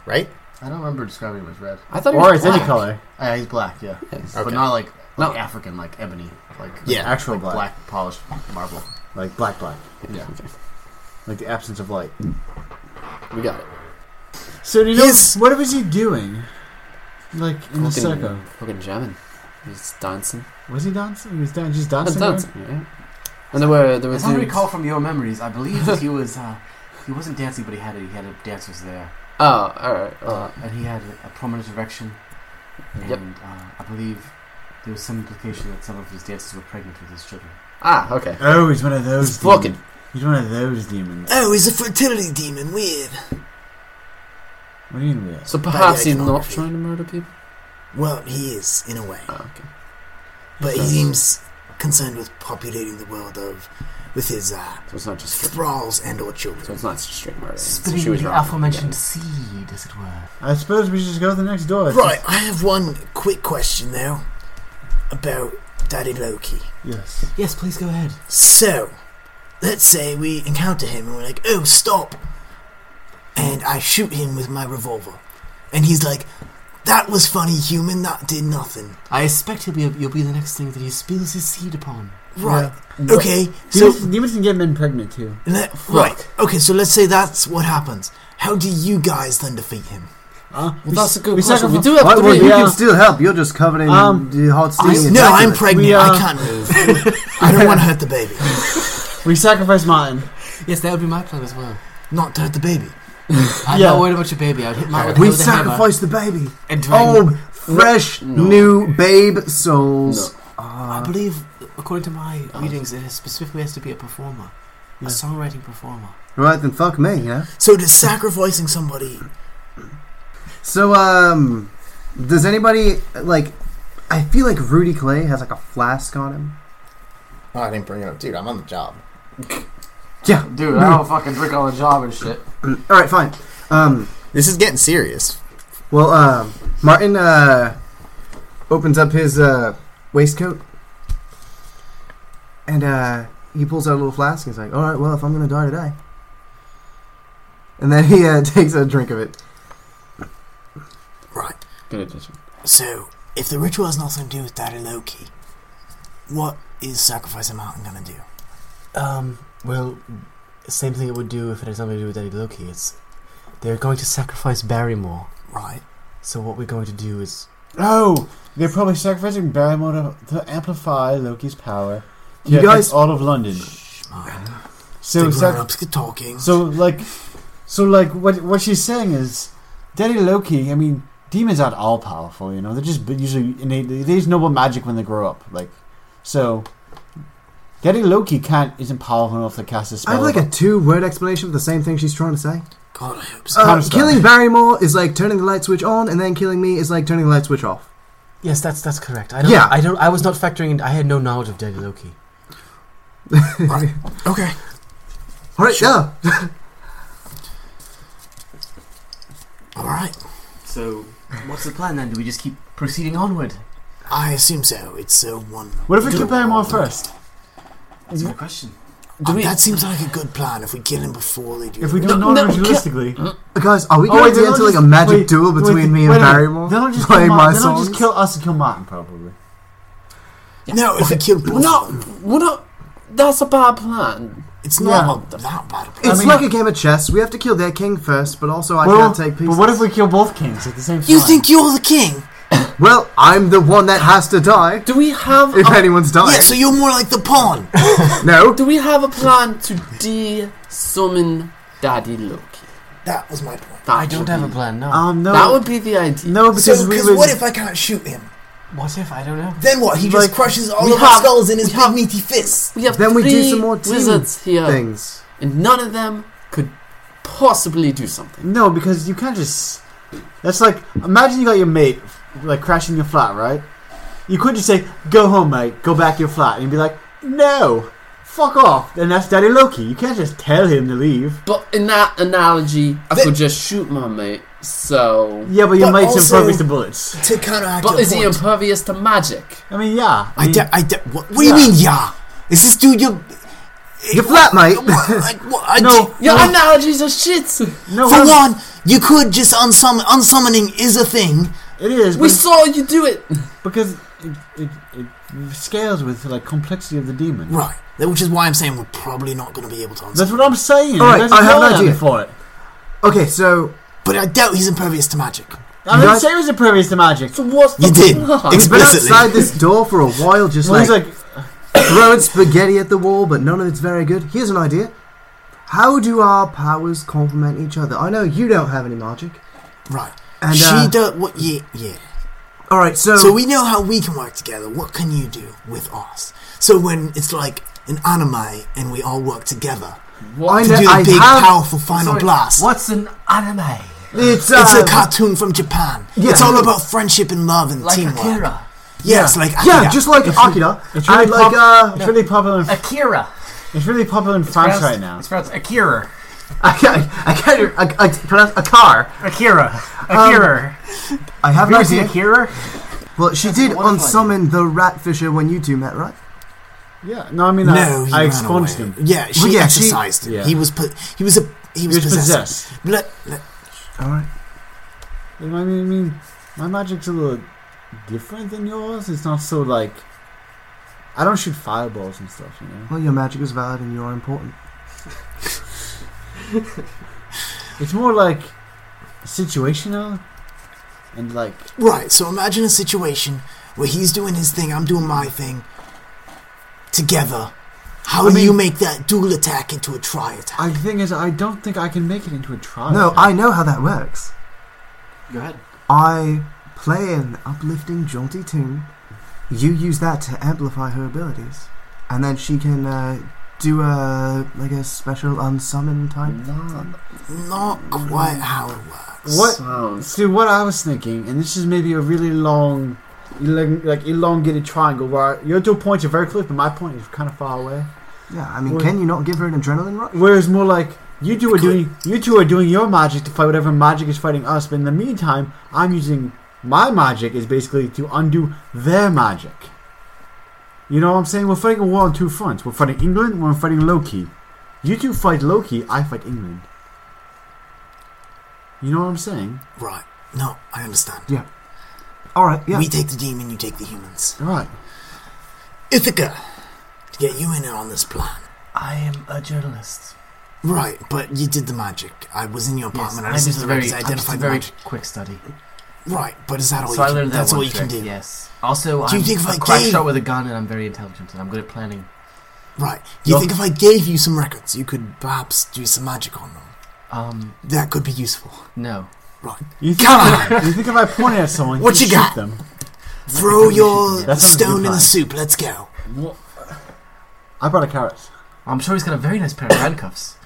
Speaker 7: right?
Speaker 6: I don't remember describing him as red.
Speaker 2: I thought he
Speaker 4: Or
Speaker 2: was
Speaker 4: it's
Speaker 2: Uh,
Speaker 4: any
Speaker 2: black.
Speaker 4: color.
Speaker 6: Ah, yeah, he's black, yeah,
Speaker 2: Yes.
Speaker 7: Okay.
Speaker 6: but not like like
Speaker 2: No.
Speaker 6: African, like ebony, like
Speaker 7: Yeah.
Speaker 4: Actual
Speaker 6: black.
Speaker 4: black.
Speaker 6: polished marble.
Speaker 4: Like black, black.
Speaker 6: Yeah.
Speaker 2: Oh, Okay.
Speaker 4: Like the absence of light.
Speaker 2: We got it.
Speaker 4: So do you
Speaker 7: He's-
Speaker 4: know what was he doing? Like in the circle.
Speaker 2: fucking jamming. He's dancing.
Speaker 4: Was he dancing? He was dan- just
Speaker 2: Dancing,
Speaker 4: dancing. around?
Speaker 2: dancing yeah. Oh, And there were there were
Speaker 6: As I
Speaker 2: dudes.
Speaker 6: recall from your memories, I believe that he was uh, he wasn't dancing, but he had a, he had a dancers there,
Speaker 2: Oh, all right. all
Speaker 6: uh,
Speaker 2: right.
Speaker 6: and he had a, a prominent erection, and
Speaker 2: Yep.
Speaker 6: uh, I believe there was some implication that some of his dancers were pregnant with his children.
Speaker 2: ah, okay.
Speaker 4: Oh, he's one of those.
Speaker 2: He's fucking.
Speaker 4: He's one of those demons.
Speaker 5: Oh, he's a fertility demon. Weird.
Speaker 4: What do you mean?
Speaker 2: So perhaps
Speaker 5: Yeah,
Speaker 2: he's not
Speaker 5: iconography.
Speaker 2: trying to murder people.
Speaker 5: Well, he is in a way,
Speaker 2: Oh, okay.
Speaker 5: but he seems concerned with populating the world of with his uh,
Speaker 2: So it's not just straight.
Speaker 5: thralls and or
Speaker 2: So
Speaker 5: children.
Speaker 2: it's not straight murder. So
Speaker 6: Spinning
Speaker 2: she was
Speaker 6: the
Speaker 2: wrong.
Speaker 6: aforementioned seed, as it were.
Speaker 4: I suppose we should just go to the next door.
Speaker 5: Right, I have one quick question though about Daddy Loki.
Speaker 4: Yes.
Speaker 6: Yes, please go ahead.
Speaker 5: So, let's say we encounter him and we're like, oh, stop. And I shoot him with my revolver. And he's like, that was funny, human, that did nothing.
Speaker 6: I expect he'll be you'll be the next thing that he spills his seed upon.
Speaker 5: Right,
Speaker 4: Yeah.
Speaker 5: okay, so,
Speaker 4: Demons, demons can get men pregnant too.
Speaker 5: le- right, okay, so let's say that's what happens. How do you guys then defeat him?
Speaker 4: Huh?
Speaker 2: Well, that's a good
Speaker 4: we
Speaker 2: question. We
Speaker 4: sacrifice-
Speaker 2: do have
Speaker 4: What
Speaker 2: to
Speaker 4: would
Speaker 2: be.
Speaker 4: be
Speaker 3: You
Speaker 4: Yeah.
Speaker 3: can still help. You're just covered in
Speaker 4: Um,
Speaker 3: the hot steam.
Speaker 5: no, I'm
Speaker 3: Immaculate.
Speaker 5: pregnant,
Speaker 4: We, uh,
Speaker 5: I can't move. I don't want to hurt the baby.
Speaker 4: We sacrifice mine.
Speaker 6: Yes, that would be my plan as well.
Speaker 5: Not to hurt the baby.
Speaker 6: I'm
Speaker 4: Yeah.
Speaker 6: not worried about your baby. I'd hit my
Speaker 3: We
Speaker 6: with a hammer
Speaker 3: sacrificed the baby.
Speaker 6: and drag
Speaker 3: Oh, fresh
Speaker 2: No.
Speaker 3: new babe souls.
Speaker 6: I
Speaker 3: Ah.
Speaker 6: believe, according to my
Speaker 4: Uh,
Speaker 6: readings, it has specifically has to be a performer, a songwriting performer.
Speaker 3: right then, fuck me. Yeah.
Speaker 5: So does sacrificing somebody
Speaker 3: So, um, does anybody like? I feel like Rudy Clay has like a flask on him.
Speaker 7: Oh, I didn't bring it up, dude. I'm on the job.
Speaker 3: Yeah.
Speaker 6: Dude,
Speaker 3: I
Speaker 6: don't fucking drink on the job and shit.
Speaker 3: All right, Mm, fine. Um,
Speaker 7: This is getting serious.
Speaker 3: well, um, Martin uh opens up his uh waistcoat and uh he pulls out a little flask. He's like, "All right, well, if I'm gonna die today," and then he uh, takes a drink of it.
Speaker 5: Right.
Speaker 2: Good addition.
Speaker 5: So, if the ritual has nothing to do with Daddy Loki, what is sacrificing Martin gonna do?
Speaker 6: Um, well, same thing it would do if it had something to do with Eddie Loki. It's they're going to sacrifice Barrymore.
Speaker 5: Right.
Speaker 6: So what we're going to do is
Speaker 4: Oh, they're probably sacrificing Barrymore to, to amplify Loki's power. to
Speaker 3: You
Speaker 4: affect
Speaker 3: guys-
Speaker 4: all of London.
Speaker 5: Martin.
Speaker 4: So
Speaker 5: the
Speaker 4: sac-
Speaker 5: grown-ups get talking.
Speaker 4: So like, so like, what what she's saying is, Daddy Loki. I mean, demons aren't all powerful. You know, they're just b- usually innate. They they just know what magic when they grow up. Like, so Daddy Loki can't isn't powerful enough to cast a spell.
Speaker 3: I have like a two-word explanation for the same thing she's trying to say.
Speaker 5: God, I hope so.
Speaker 3: Uh,
Speaker 4: Counter-Strike.
Speaker 3: killing Barrymore is like turning the light switch on, and then killing me is like turning the light switch off.
Speaker 6: yes, that's that's correct. I don't,
Speaker 3: Yeah.
Speaker 6: I don't. I was not factoring. in I had no knowledge of Daddy Loki.
Speaker 5: okay.
Speaker 3: All right, yeah.
Speaker 5: All right.
Speaker 6: So what's the plan then? Do we just keep proceeding onward?
Speaker 5: I assume so. It's so one.
Speaker 4: What if we kill Barrymore first?
Speaker 6: That's my question.
Speaker 5: Um, that seems like a good plan. If we kill him before they do,
Speaker 4: If we
Speaker 5: it.
Speaker 4: do it
Speaker 2: No, no,
Speaker 4: non ritualistically,
Speaker 3: Guys, are we going to enter like a magic duel between me and Barrymore?
Speaker 4: They'll just
Speaker 3: Play
Speaker 4: kill
Speaker 3: my
Speaker 4: Martin. They'll just
Speaker 3: songs?
Speaker 4: kill us and kill Martin probably.
Speaker 5: no, if we kill both,
Speaker 2: We're
Speaker 5: of
Speaker 2: not.
Speaker 5: them,
Speaker 2: We're not. That's a bad plan.
Speaker 5: it's not a, that bad. A plan.
Speaker 3: It's
Speaker 4: mean-
Speaker 3: like a game of chess. We have to kill their king first, but also I
Speaker 4: Well,
Speaker 3: can't take pieces.
Speaker 4: but what if we kill both kings at the same time?
Speaker 5: You think you're the king?
Speaker 3: Well, I'm the one that has to die.
Speaker 2: Do we have?
Speaker 4: Oh,
Speaker 3: If
Speaker 2: a,
Speaker 3: anyone's dying,
Speaker 5: Yeah, so you're more like the pawn.
Speaker 3: no.
Speaker 2: do we have a plan to de-summon Daddy Loki?
Speaker 5: That was my point.
Speaker 2: That
Speaker 6: I don't
Speaker 2: would
Speaker 6: have a
Speaker 2: be-
Speaker 6: plan. No.
Speaker 4: Um, no,
Speaker 2: That would be the idea.
Speaker 4: no, because
Speaker 5: so,
Speaker 4: we
Speaker 5: because
Speaker 4: was.
Speaker 5: what if I can't shoot him?
Speaker 6: what if I don't know?
Speaker 5: Then what? He just
Speaker 4: Like,
Speaker 5: crushes all
Speaker 2: we
Speaker 5: of our
Speaker 2: have-
Speaker 5: skulls in his
Speaker 2: we
Speaker 5: big
Speaker 2: have-
Speaker 5: meaty fists.
Speaker 2: We have
Speaker 8: Then we do
Speaker 2: three
Speaker 8: some more team
Speaker 2: wizards here,
Speaker 8: things.
Speaker 2: and none of them could possibly do something.
Speaker 4: No, because you can't just. That's like imagine you got your mate like crashing your flat, right? You could just say, "Go home, mate. Go back to your flat," and he'd be like, "No, fuck off." And that's Daddy Loki. You can't just tell him to leave.
Speaker 2: But in that analogy, I
Speaker 5: Th-
Speaker 2: could just shoot my mate. So,
Speaker 4: Yeah, but your
Speaker 5: But
Speaker 4: mate's
Speaker 5: also-
Speaker 4: impervious to bullets.
Speaker 5: To counteract
Speaker 2: but
Speaker 5: your
Speaker 2: is he
Speaker 5: point.
Speaker 2: impervious to magic?
Speaker 4: I mean, yeah.
Speaker 5: I
Speaker 4: mean,
Speaker 5: de- I de- what, what do you
Speaker 4: Yeah.
Speaker 5: mean, yeah? Is this dude your...
Speaker 3: Your flatmate.
Speaker 5: I, what, I
Speaker 4: No,
Speaker 5: d-
Speaker 2: Your analogies are shit.
Speaker 4: no,
Speaker 5: For
Speaker 4: I'm-
Speaker 5: one, you could just unsummon. Unsummoning is a thing.
Speaker 4: it is
Speaker 2: We
Speaker 4: but-
Speaker 2: saw you do it.
Speaker 4: because it, it, it scales with like complexity of the demon.
Speaker 5: Right. That- Which is why I'm saying we're probably not going to be able to answer.
Speaker 4: That's what I'm saying.
Speaker 3: All right,
Speaker 4: There's
Speaker 3: I have
Speaker 4: no
Speaker 3: an idea.
Speaker 4: for it.
Speaker 3: Okay, so
Speaker 5: But I doubt he's impervious to magic.
Speaker 4: I didn't
Speaker 3: guys-
Speaker 4: say it was impervious to magic.
Speaker 2: So what's the
Speaker 5: You did.
Speaker 2: plan?
Speaker 3: we've been
Speaker 5: Explicitly.
Speaker 3: outside this door for a while, just
Speaker 4: Well,
Speaker 3: like,
Speaker 4: he's like,
Speaker 3: throwing spaghetti at the wall, but none of it's very good. Here's an idea: How do our powers complement each other? I know you don't have any magic,
Speaker 5: Right.
Speaker 3: and
Speaker 5: she
Speaker 3: uh,
Speaker 5: does. What? Yeah, yeah.
Speaker 3: all right, so,
Speaker 5: So we know how we can work together. What can you do with us? So when it's like an anime and we all work together
Speaker 3: I
Speaker 5: to
Speaker 3: know
Speaker 5: do the
Speaker 3: I
Speaker 5: big,
Speaker 3: have.
Speaker 5: powerful final blast.
Speaker 6: What's an anime?
Speaker 3: It's, uh,
Speaker 5: It's a cartoon from Japan.
Speaker 3: yeah.
Speaker 5: It's all about friendship and love and
Speaker 6: Like
Speaker 5: teamwork.
Speaker 6: Akira.
Speaker 5: Yes, like
Speaker 3: yeah,
Speaker 5: Akira.
Speaker 3: just like Akira.
Speaker 4: it's really,
Speaker 3: and like
Speaker 4: pop-
Speaker 3: uh,
Speaker 4: it's really popular. In,
Speaker 6: Akira.
Speaker 4: it's really popular in France right now.
Speaker 6: It's pronounced Akira.
Speaker 3: I can't, I can't, I, I pronounce a car.
Speaker 6: Akira. Akira.
Speaker 3: Um, I have an
Speaker 6: Have you ever seen
Speaker 3: idea.
Speaker 6: Akira?
Speaker 3: Well, she did
Speaker 6: a wonderful
Speaker 3: unsummon the ratfisher when you two met, right?
Speaker 4: Yeah, no, I mean,
Speaker 5: no,
Speaker 4: I,
Speaker 5: he
Speaker 4: I
Speaker 5: ran
Speaker 4: expunged
Speaker 5: away.
Speaker 4: him.
Speaker 5: Yeah, she
Speaker 3: Well, yeah, she-
Speaker 5: exercised him.
Speaker 4: yeah.
Speaker 5: He was po- he was a he
Speaker 4: He
Speaker 5: was,
Speaker 4: was
Speaker 5: possessed.
Speaker 4: possessed.
Speaker 5: Let- let-
Speaker 3: All right.
Speaker 4: I mean, I mean, my magic's a little different than yours. It's not so like. I don't shoot fireballs and stuff, you know.
Speaker 3: Well, your magic is valid and you are important.
Speaker 4: It's more like situational, and like
Speaker 5: Right, so imagine a situation where he's doing his thing, I'm doing my thing. Together, how
Speaker 4: I
Speaker 5: do you
Speaker 4: mean-
Speaker 5: make that dual attack into a tri attack?
Speaker 4: I, the thing is, I don't think I can make it into a trial.
Speaker 3: No, I know how that works.
Speaker 9: Go ahead.
Speaker 3: I play an uplifting, jaunty tune. You use that to amplify her abilities, and then she can uh, do a like a special unsummon type.
Speaker 9: Mm.
Speaker 5: Not quite how it works.
Speaker 4: What?
Speaker 2: Sounds.
Speaker 4: See, what I was thinking, and this is maybe a really long, elong- like elongated triangle where your two points are very close, but my point is kind of far away.
Speaker 3: Yeah, I mean,
Speaker 4: Well-
Speaker 3: can you not give her an adrenaline rush?
Speaker 4: Whereas more like you two are doing you two are doing your magic to fight whatever magic is fighting us, but in the meantime, I'm using my magic is basically to undo their magic. You know what I'm saying? We're fighting a war on two fronts. We're fighting England, we're fighting Loki. You two fight Loki, I fight England. You know what I'm saying?
Speaker 5: Right. No, I understand.
Speaker 3: All right, yeah.
Speaker 5: We take the demon, you take the humans.
Speaker 4: Right.
Speaker 5: Ithaca, to get you in on this plan.
Speaker 6: I am a journalist.
Speaker 5: Right, but you did the magic. I was in your
Speaker 6: Yes,
Speaker 5: apartment.
Speaker 6: I'm
Speaker 5: Oh, I listened
Speaker 6: just
Speaker 5: to the
Speaker 6: a very,
Speaker 5: records. I
Speaker 6: I'm just a
Speaker 5: identified the
Speaker 6: very
Speaker 5: magic.
Speaker 6: quick study.
Speaker 5: Right, but is that all
Speaker 6: So I
Speaker 5: you can,
Speaker 6: learned that
Speaker 5: That's
Speaker 6: one
Speaker 5: all you can
Speaker 6: trick,
Speaker 5: do.
Speaker 6: Yes. Also,
Speaker 5: Do you
Speaker 6: I'm
Speaker 5: think if
Speaker 6: a
Speaker 5: I
Speaker 6: crack
Speaker 5: gave-
Speaker 6: shot with a gun, and I'm very intelligent, and I'm good at planning.
Speaker 5: Right. Do you
Speaker 6: No.
Speaker 5: think if I gave you some records, you could perhaps do some magic on them?
Speaker 6: Um,
Speaker 5: That could be useful.
Speaker 6: no.
Speaker 4: You think,
Speaker 5: Come
Speaker 4: you think if I pointed at someone,
Speaker 5: What
Speaker 4: just
Speaker 5: you got?
Speaker 4: shoot Them.
Speaker 5: Throw your
Speaker 4: That sounds like a good
Speaker 5: stone in the
Speaker 4: plan.
Speaker 5: soup. Let's go.
Speaker 2: What?
Speaker 4: I brought a carrot.
Speaker 6: I'm sure he's got a very nice pair of handcuffs.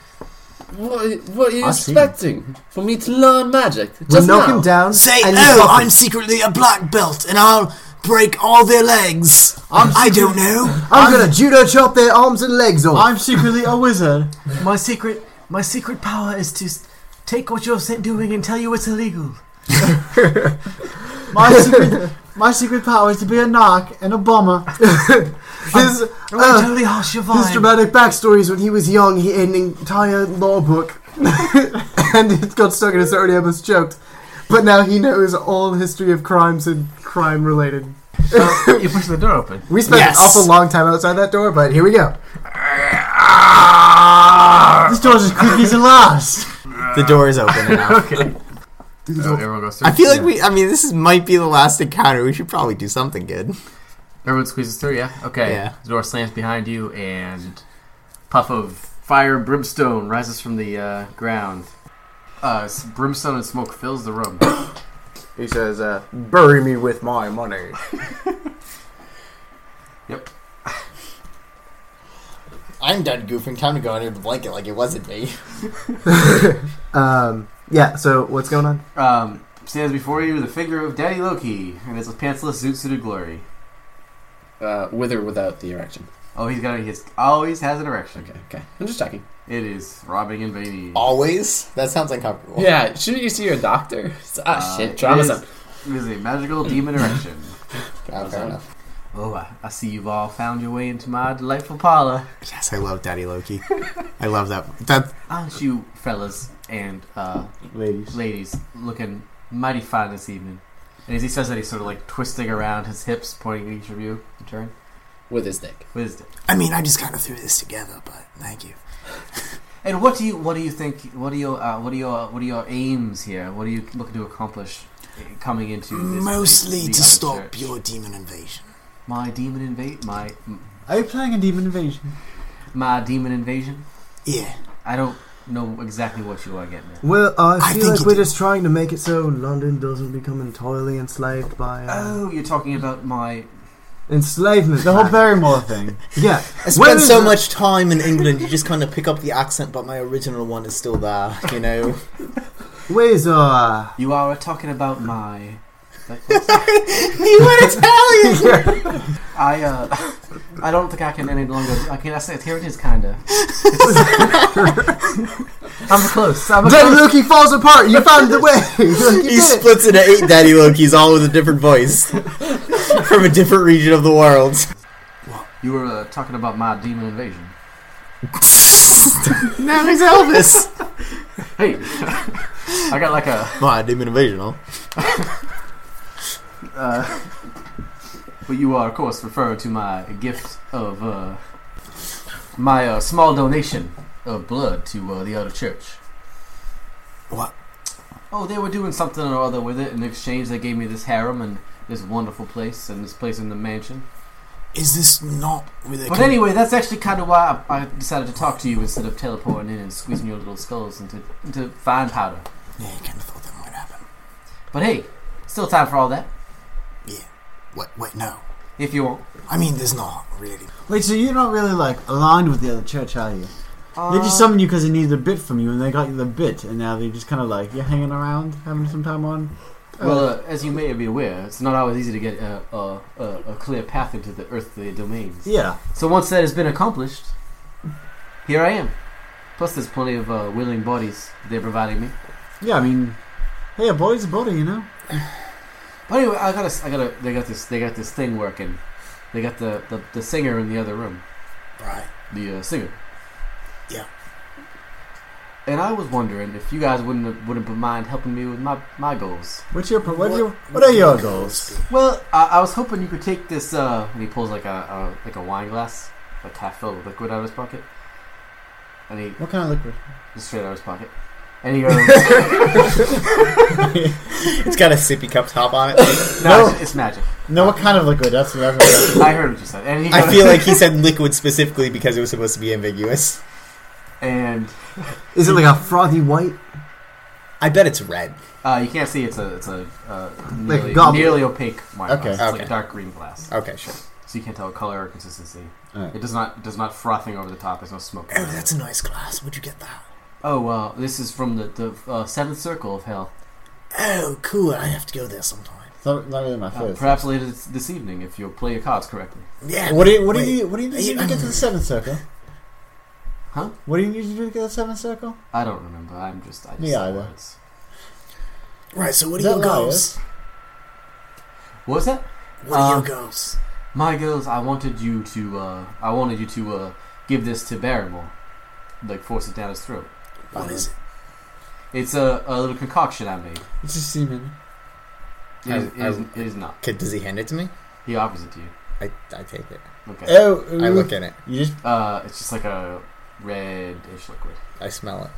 Speaker 2: What? What are you
Speaker 4: I see.
Speaker 2: expecting for me to learn magic?
Speaker 8: We'll
Speaker 2: Just
Speaker 8: knock
Speaker 2: now?
Speaker 8: him down.
Speaker 5: Say,
Speaker 8: and you
Speaker 5: oh,
Speaker 8: pop him.
Speaker 5: I'm secretly a black belt, and I'll break all their legs. I'm I do not know.
Speaker 3: I'm gonna judo chop their arms and legs off.
Speaker 4: I'm secretly a wizard.
Speaker 6: My secret, my secret power is to s- take what you're sen- doing and tell you it's illegal.
Speaker 4: My secret, my secret power is to be a knock and a bomber.
Speaker 3: His,
Speaker 6: I'm gonna
Speaker 3: uh,
Speaker 6: totally harsh your
Speaker 3: his
Speaker 6: vibe.
Speaker 3: dramatic backstory is when he was young, he had an entire law book, and it got stuck in his throat. and He almost choked. But now he knows all history of crimes and crime related.
Speaker 6: you push the door open.
Speaker 3: We spent
Speaker 5: Yes.
Speaker 3: an awful long time outside that door, but here we go.
Speaker 4: This door's as creaky as it last.
Speaker 7: The door is open now.
Speaker 6: So everyone goes through.
Speaker 7: I feel like we. I mean, this is, might be the last encounter. We should probably do something good.
Speaker 6: Everyone squeezes through. Yeah. Okay.
Speaker 7: Yeah.
Speaker 6: The door slams behind you, and puff of fire brimstone rises from the uh, ground. Uh, s- brimstone and smoke fills the room.
Speaker 7: He says, uh, "Bury me with my money."
Speaker 6: Yep.
Speaker 7: I'm done goofing. Time to go under the blanket like it wasn't me.
Speaker 3: Um, yeah, so what's going on?
Speaker 6: Um, stands before you the figure of Daddy Loki and his pantsless zoot suit of glory.
Speaker 2: Uh, with or without the erection.
Speaker 6: Oh, he's got a, he's always has an erection.
Speaker 2: Okay, okay. I'm just checking.
Speaker 6: It is robbing and veiny.
Speaker 7: Always? That sounds uncomfortable.
Speaker 2: Yeah, shouldn't you see your doctor? Ah,
Speaker 6: Uh,
Speaker 2: shit. Drama's
Speaker 6: it is-
Speaker 2: up.
Speaker 6: It is a magical demon erection.
Speaker 7: Ah, fair enough.
Speaker 6: Oh, I, I see you've all found your way into my delightful parlor.
Speaker 7: Yes, I love Daddy Loki. I love that. That
Speaker 6: Aren't Ah, you fellas and uh,
Speaker 4: ladies.
Speaker 6: ladies looking mighty fine this evening? And as he says that, he's sort of like twisting around his hips, pointing at each of you in turn.
Speaker 2: With his dick.
Speaker 6: What is it?
Speaker 5: I mean, I just kind of threw this together, but thank you.
Speaker 6: And what do you what do you think? What are your uh, what are your what are your aims here? What are you looking to accomplish uh, coming into this?
Speaker 5: Mostly
Speaker 6: the
Speaker 5: to
Speaker 6: other
Speaker 5: stop
Speaker 6: church?
Speaker 5: your demon invasion.
Speaker 6: my demon invade my
Speaker 4: Are you playing a demon invasion?
Speaker 6: my demon invasion.
Speaker 5: Yeah.
Speaker 6: I don't know exactly what you are getting at.
Speaker 3: Well, I
Speaker 5: I
Speaker 3: feel
Speaker 5: think
Speaker 3: like
Speaker 5: you
Speaker 3: we're
Speaker 5: did.
Speaker 3: just trying to make it so London doesn't become entirely enslaved by uh,
Speaker 6: Oh, you're talking about my
Speaker 3: enslavement.
Speaker 4: The whole
Speaker 3: man.
Speaker 4: Barrymore thing.
Speaker 3: yeah,
Speaker 7: I
Speaker 3: Where
Speaker 7: spent
Speaker 3: is
Speaker 7: so
Speaker 3: it?
Speaker 7: much time in England, you just kind of pick up the accent, but my original one is still there. You know,
Speaker 3: where's uh, our?
Speaker 6: you are talking about my.
Speaker 7: you went Italian.
Speaker 6: I uh, I don't think I can any longer. I can. I say here it is, kinda. I'm close. I'm
Speaker 3: Daddy
Speaker 6: close.
Speaker 3: Loki falls apart. You found the way. you
Speaker 7: he
Speaker 3: did it.
Speaker 7: splits into eight Daddy Lokis, all with a different voice from a different region of the world.
Speaker 6: You were uh, talking about my demon invasion.
Speaker 7: now he's Elvis.
Speaker 6: Hey, I got like a.
Speaker 7: My demon invasion, huh?
Speaker 6: Uh, but you are, of course, referring to my gift of uh, my uh, small donation of blood to uh, the other church.
Speaker 5: What?
Speaker 6: Oh, they were doing something or other with it. In exchange, they gave me this harem and this wonderful place and this place in the mansion.
Speaker 5: Is this not with a.
Speaker 6: But anyway, that's actually kind of why I, I decided to talk to you instead of teleporting in and squeezing your little skulls into, into fine powder.
Speaker 5: Yeah, I kind of thought that might happen.
Speaker 6: But hey, still time for all that,
Speaker 5: Wait, wait, no.
Speaker 6: if you want.
Speaker 5: I mean, there's not, really.
Speaker 4: Wait, so you're not really like aligned with the other church, are you? they just summoned you because they needed a bit from you, and they got you the bit, and now they're just kind of like you're hanging around, having some time on.
Speaker 6: Well, uh, as you may be aware, it's not always easy to get a, a, a, a clear path into the earthly domains.
Speaker 4: Yeah,
Speaker 6: So once that has been accomplished, here I am. Plus, there's plenty of uh, willing bodies they're providing me.
Speaker 4: yeah. I mean, hey, a boy's a body, you know.
Speaker 6: But anyway, I got a, I got a, they got this, they got this thing working. They got the, the, the singer in the other room.
Speaker 5: Right.
Speaker 6: the uh, singer.
Speaker 5: Yeah.
Speaker 6: And I was wondering if you guys wouldn't wouldn't mind helping me with my my goals.
Speaker 4: What's your what's your what are your goals?
Speaker 6: Well, I, I was hoping you could take this. Uh, and he pulls like a, a like a wine glass, like half filled with liquid out of his pocket, and he
Speaker 4: What kind of liquid?
Speaker 6: just straight out of his pocket, and he goes, "No,
Speaker 7: It's got a sippy cup top on it.
Speaker 6: It's, it's magic."
Speaker 4: No, what kind of liquid? That's what I'm
Speaker 6: I heard what you said, and he
Speaker 7: I
Speaker 6: goes-
Speaker 7: feel like he said liquid specifically because it was supposed to be ambiguous.
Speaker 6: and
Speaker 3: Is it like a frothy white?
Speaker 7: I bet it's red.
Speaker 6: uh, you can't see it's a it's a uh,
Speaker 3: Like a
Speaker 6: nearly,
Speaker 3: goblet.
Speaker 6: nearly opaque wine
Speaker 4: Okay.
Speaker 6: glass. It's like
Speaker 7: Okay.
Speaker 6: a dark green glass,
Speaker 7: Okay, sure.
Speaker 6: so you can't tell color or consistency.
Speaker 4: Alright.
Speaker 6: It does not it does not frothing over the top. There's no smoke.
Speaker 5: Oh, that's a nice glass. Where'd you get that?
Speaker 6: Oh well, this is from the the uh, seventh circle of hell.
Speaker 5: Oh, cool. I have to go there sometime.
Speaker 4: It's not, not really my
Speaker 6: Uh,
Speaker 4: first.
Speaker 6: perhaps later this, this evening, if you'll play your cards correctly.
Speaker 5: Yeah.
Speaker 4: What do you what do
Speaker 5: wait.
Speaker 4: you what do you need to do to get to the seventh circle?
Speaker 6: Huh?
Speaker 4: What do you need to do to get to the seventh circle?
Speaker 6: I don't remember. I'm just I just
Speaker 4: Me
Speaker 6: said
Speaker 4: either.
Speaker 6: words.
Speaker 5: Right, so what
Speaker 4: Is
Speaker 5: are your
Speaker 4: that lies?
Speaker 5: goals?
Speaker 6: What was that?
Speaker 5: What are
Speaker 6: Um,
Speaker 5: your goals?
Speaker 6: My girls, I wanted you to uh, I wanted you to uh, give this to Barrymore, like force it down his throat.
Speaker 4: um,
Speaker 5: What is it?
Speaker 6: It's a, a little concoction I made.
Speaker 4: It's just semen.
Speaker 6: It is,
Speaker 7: I-
Speaker 6: it is,
Speaker 7: I-
Speaker 6: it is not.
Speaker 7: Kid, does he hand it to me?
Speaker 6: He offers it to you.
Speaker 7: I, I take it.
Speaker 6: Okay.
Speaker 4: Oh,
Speaker 7: I look at it.
Speaker 4: You just
Speaker 6: Uh, it's just like a red-ish liquid.
Speaker 7: I smell it.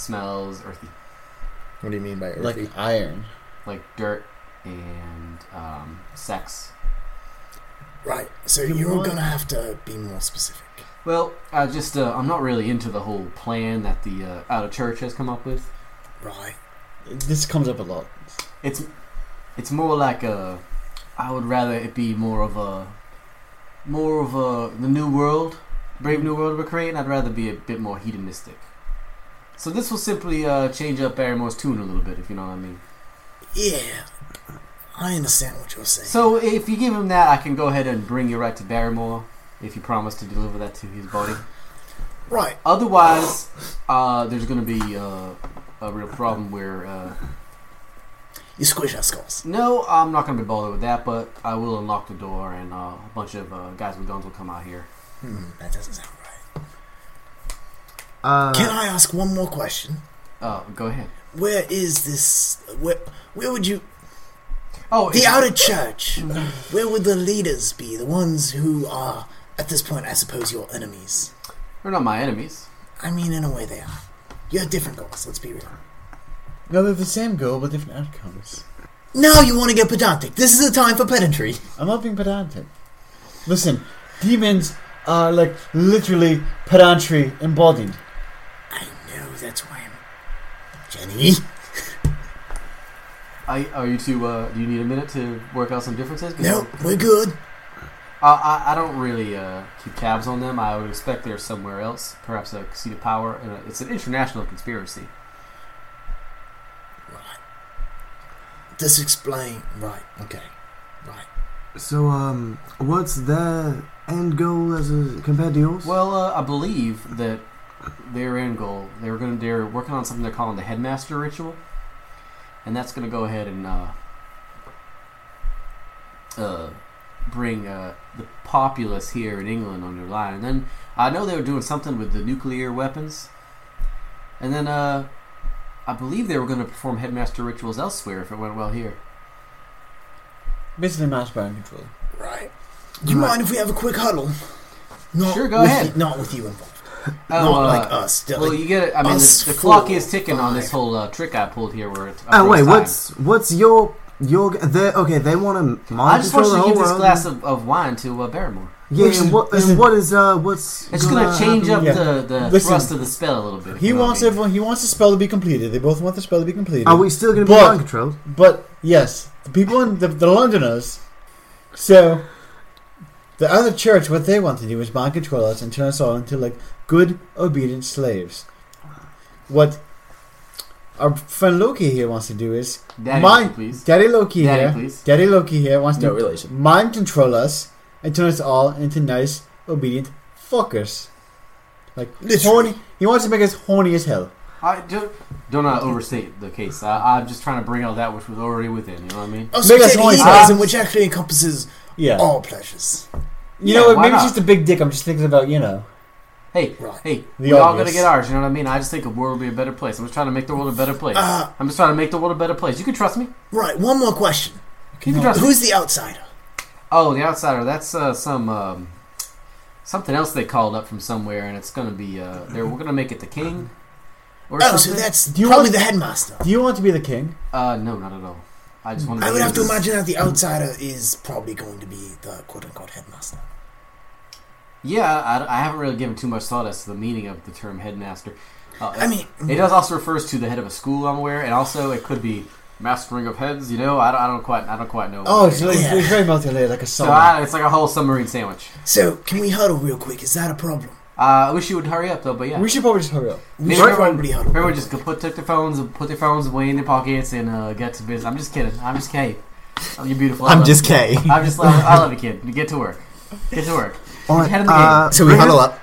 Speaker 6: smells earthy,
Speaker 7: What do you mean by
Speaker 4: like
Speaker 7: earthy?
Speaker 4: iron.
Speaker 6: like dirt and um, sex.
Speaker 5: Right, so
Speaker 4: You
Speaker 5: you're
Speaker 4: want-
Speaker 5: gonna have to be more specific.
Speaker 6: Well, I just uh, I'm not really into the whole plan that the uh, out of church has come up with.
Speaker 2: Right.
Speaker 4: This comes up a lot.
Speaker 6: It's it's more like a. I would rather it be more of a more of a the new world, brave new world we're creating. I'd rather be a bit more hedonistic. So this will simply uh, change up Barrymore's tune a little bit, if you know what I mean.
Speaker 5: Yeah, I understand what you're saying.
Speaker 6: So if you give him that, I can go ahead and bring you right to Barrymore if you promise to deliver that to his body.
Speaker 5: right,
Speaker 6: Otherwise, uh, there's going to be uh, a real problem where. Uh,
Speaker 5: you squish our skulls.
Speaker 6: no, I'm not going to be bothered with that, but I will unlock the door and uh, a bunch of uh, guys with guns will come out here.
Speaker 5: Hmm, that doesn't sound right.
Speaker 3: Uh,
Speaker 5: Can I ask one more question?
Speaker 6: Uh, go ahead.
Speaker 5: Where is this? Where where would you?
Speaker 6: Oh,
Speaker 5: The
Speaker 6: it's-
Speaker 5: outer church. Where would the leaders be? The ones who are at this point, I suppose, your enemies.
Speaker 6: they're not my enemies.
Speaker 5: I mean, in a way, they are. You have different goals. Let's be real.
Speaker 4: No, they're the same goal but different outcomes.
Speaker 5: Now you want to get pedantic. This is the time for pedantry.
Speaker 4: I'm not being pedantic. Listen, demons are like literally pedantry embodied.
Speaker 5: I know that's why I'm Jenny.
Speaker 6: Are, are you two? Uh, do you need a minute to work out some differences? 'Cause
Speaker 5: No, we're good.
Speaker 6: I, I, I don't really uh, keep tabs on them. I would expect they're somewhere else, perhaps a seat of power. And uh, it's an international conspiracy.
Speaker 5: This explain. Right. Okay. Right.
Speaker 3: so, um, what's their end goal as a, compared to yours?
Speaker 6: Well, uh, I believe that their end goal, they're going to they're working on something they're calling the headmaster ritual, and that's going to go ahead and uh, uh, bring uh, the populace here in England on their line. And then I know they were doing something with the nuclear weapons, and then uh, I believe they were going to perform headmaster rituals elsewhere if it went well here.
Speaker 4: Basically, matched by neutral.
Speaker 5: Right. Do you mind if we have a quick huddle? Not
Speaker 6: Sure, go
Speaker 5: with
Speaker 6: ahead.
Speaker 5: you- not with you involved.
Speaker 6: Oh,
Speaker 5: not
Speaker 6: uh,
Speaker 5: like us.
Speaker 6: Well,
Speaker 5: like-
Speaker 6: you get it. I mean,
Speaker 5: us
Speaker 6: the, the clock
Speaker 5: four,
Speaker 6: is ticking on this
Speaker 5: five.
Speaker 6: whole uh, trick I pulled here. Where it's
Speaker 3: oh wait,
Speaker 6: time.
Speaker 3: what's what's your your they okay? They want to mind
Speaker 6: I just
Speaker 3: control
Speaker 6: want
Speaker 3: the whole
Speaker 6: you to give this
Speaker 3: world.
Speaker 6: glass of, of wine to uh, Barrymore.
Speaker 3: yeah,
Speaker 4: Listen,
Speaker 3: and what,
Speaker 4: listen.
Speaker 3: and what is uh what's
Speaker 6: It's going to change up
Speaker 3: happen?
Speaker 4: yeah.
Speaker 6: the, the
Speaker 4: Listen.
Speaker 6: thrust of the spell a little bit. if
Speaker 4: He
Speaker 6: you know what
Speaker 4: wants
Speaker 6: I mean.
Speaker 4: everyone. He wants the spell to be completed. They both want the spell to be completed.
Speaker 3: Are we still going to be
Speaker 4: But-
Speaker 3: mind controlled?
Speaker 4: But yes, the people in the, the Londoners. So, the other church, what they want to do is mind control us and turn us all into like good, obedient slaves. What our friend Loki here wants to do is
Speaker 6: Daddy,
Speaker 4: Mine-
Speaker 6: please.
Speaker 4: Daddy Loki
Speaker 6: Daddy,
Speaker 4: here,
Speaker 6: please.
Speaker 4: Daddy Loki here wants
Speaker 2: No
Speaker 4: to
Speaker 2: relation.
Speaker 4: mind control us and turn us all into nice, obedient fuckers. Like
Speaker 5: Literally.
Speaker 4: horny. He wants to make us horny as hell.
Speaker 6: I don't, don't uh, overstate the case. I, I'm just trying to bring out that which was already within. You know what I mean?
Speaker 5: Oh, so
Speaker 4: Make us
Speaker 5: you
Speaker 4: all
Speaker 5: said hedonism,
Speaker 4: hot.
Speaker 5: which actually encompasses
Speaker 4: Yeah.
Speaker 5: all pleasures.
Speaker 4: you
Speaker 6: yeah,
Speaker 4: know what?
Speaker 6: why
Speaker 4: Maybe it's
Speaker 6: not?
Speaker 4: just a big dick. I'm just thinking about you know.
Speaker 6: Hey,
Speaker 5: Right.
Speaker 6: hey,
Speaker 4: The
Speaker 6: we all got to
Speaker 4: obvious.
Speaker 6: get ours. You know what I mean? I just think the world would be a better place. I'm just trying to make the world a better place.
Speaker 4: Ah.
Speaker 5: Uh,
Speaker 6: I'm just trying to make the world a better place. You can trust me.
Speaker 5: Right. One more question.
Speaker 6: You can trust me.
Speaker 5: Who's the outsider?
Speaker 6: Oh, the outsider. That's uh, some um, something else they called up from somewhere, and it's gonna be. Uh, they're we're gonna make it the king. Or
Speaker 5: Oh, so
Speaker 6: something.
Speaker 5: that's
Speaker 4: Do you
Speaker 5: probably
Speaker 4: want-
Speaker 5: the headmaster.
Speaker 4: Do you want to be the king?
Speaker 6: Uh, no, not at all. I just want to.
Speaker 5: I would have to imagine that the outsider is probably going to be the quote unquote headmaster.
Speaker 6: Yeah, I, I haven't really given too much thought as to the meaning of the term headmaster. Uh,
Speaker 5: I mean,
Speaker 6: it does also refers to the head of a school. I'm aware, and also it could be mastering of heads. You know, I don't, I don't quite, I don't quite know.
Speaker 4: Oh, it's, it's,
Speaker 5: Yeah.
Speaker 4: it's very multi-layered, like a
Speaker 6: so
Speaker 4: sauna.
Speaker 6: I, it's like a whole submarine sandwich.
Speaker 5: so can we huddle real quick? Is that a problem?
Speaker 6: Uh, I wish you would hurry up though, but yeah.
Speaker 4: We should probably just hurry up.
Speaker 5: We
Speaker 6: Maybe
Speaker 5: should
Speaker 6: everyone,
Speaker 5: probably huddle.
Speaker 6: everyone just go put took their phones, put their phones away in their pockets, and uh, get to business. I'm just kidding. I'm just kidding. Oh, you're beautiful. I
Speaker 2: I'm
Speaker 6: love
Speaker 2: just
Speaker 6: you.
Speaker 2: K.
Speaker 6: I'm just. Love, I love you, kid. You Get to work. Get to work.
Speaker 3: All right,
Speaker 6: Head of the
Speaker 3: uh,
Speaker 2: So we
Speaker 3: bring
Speaker 2: huddle
Speaker 3: it-
Speaker 2: up.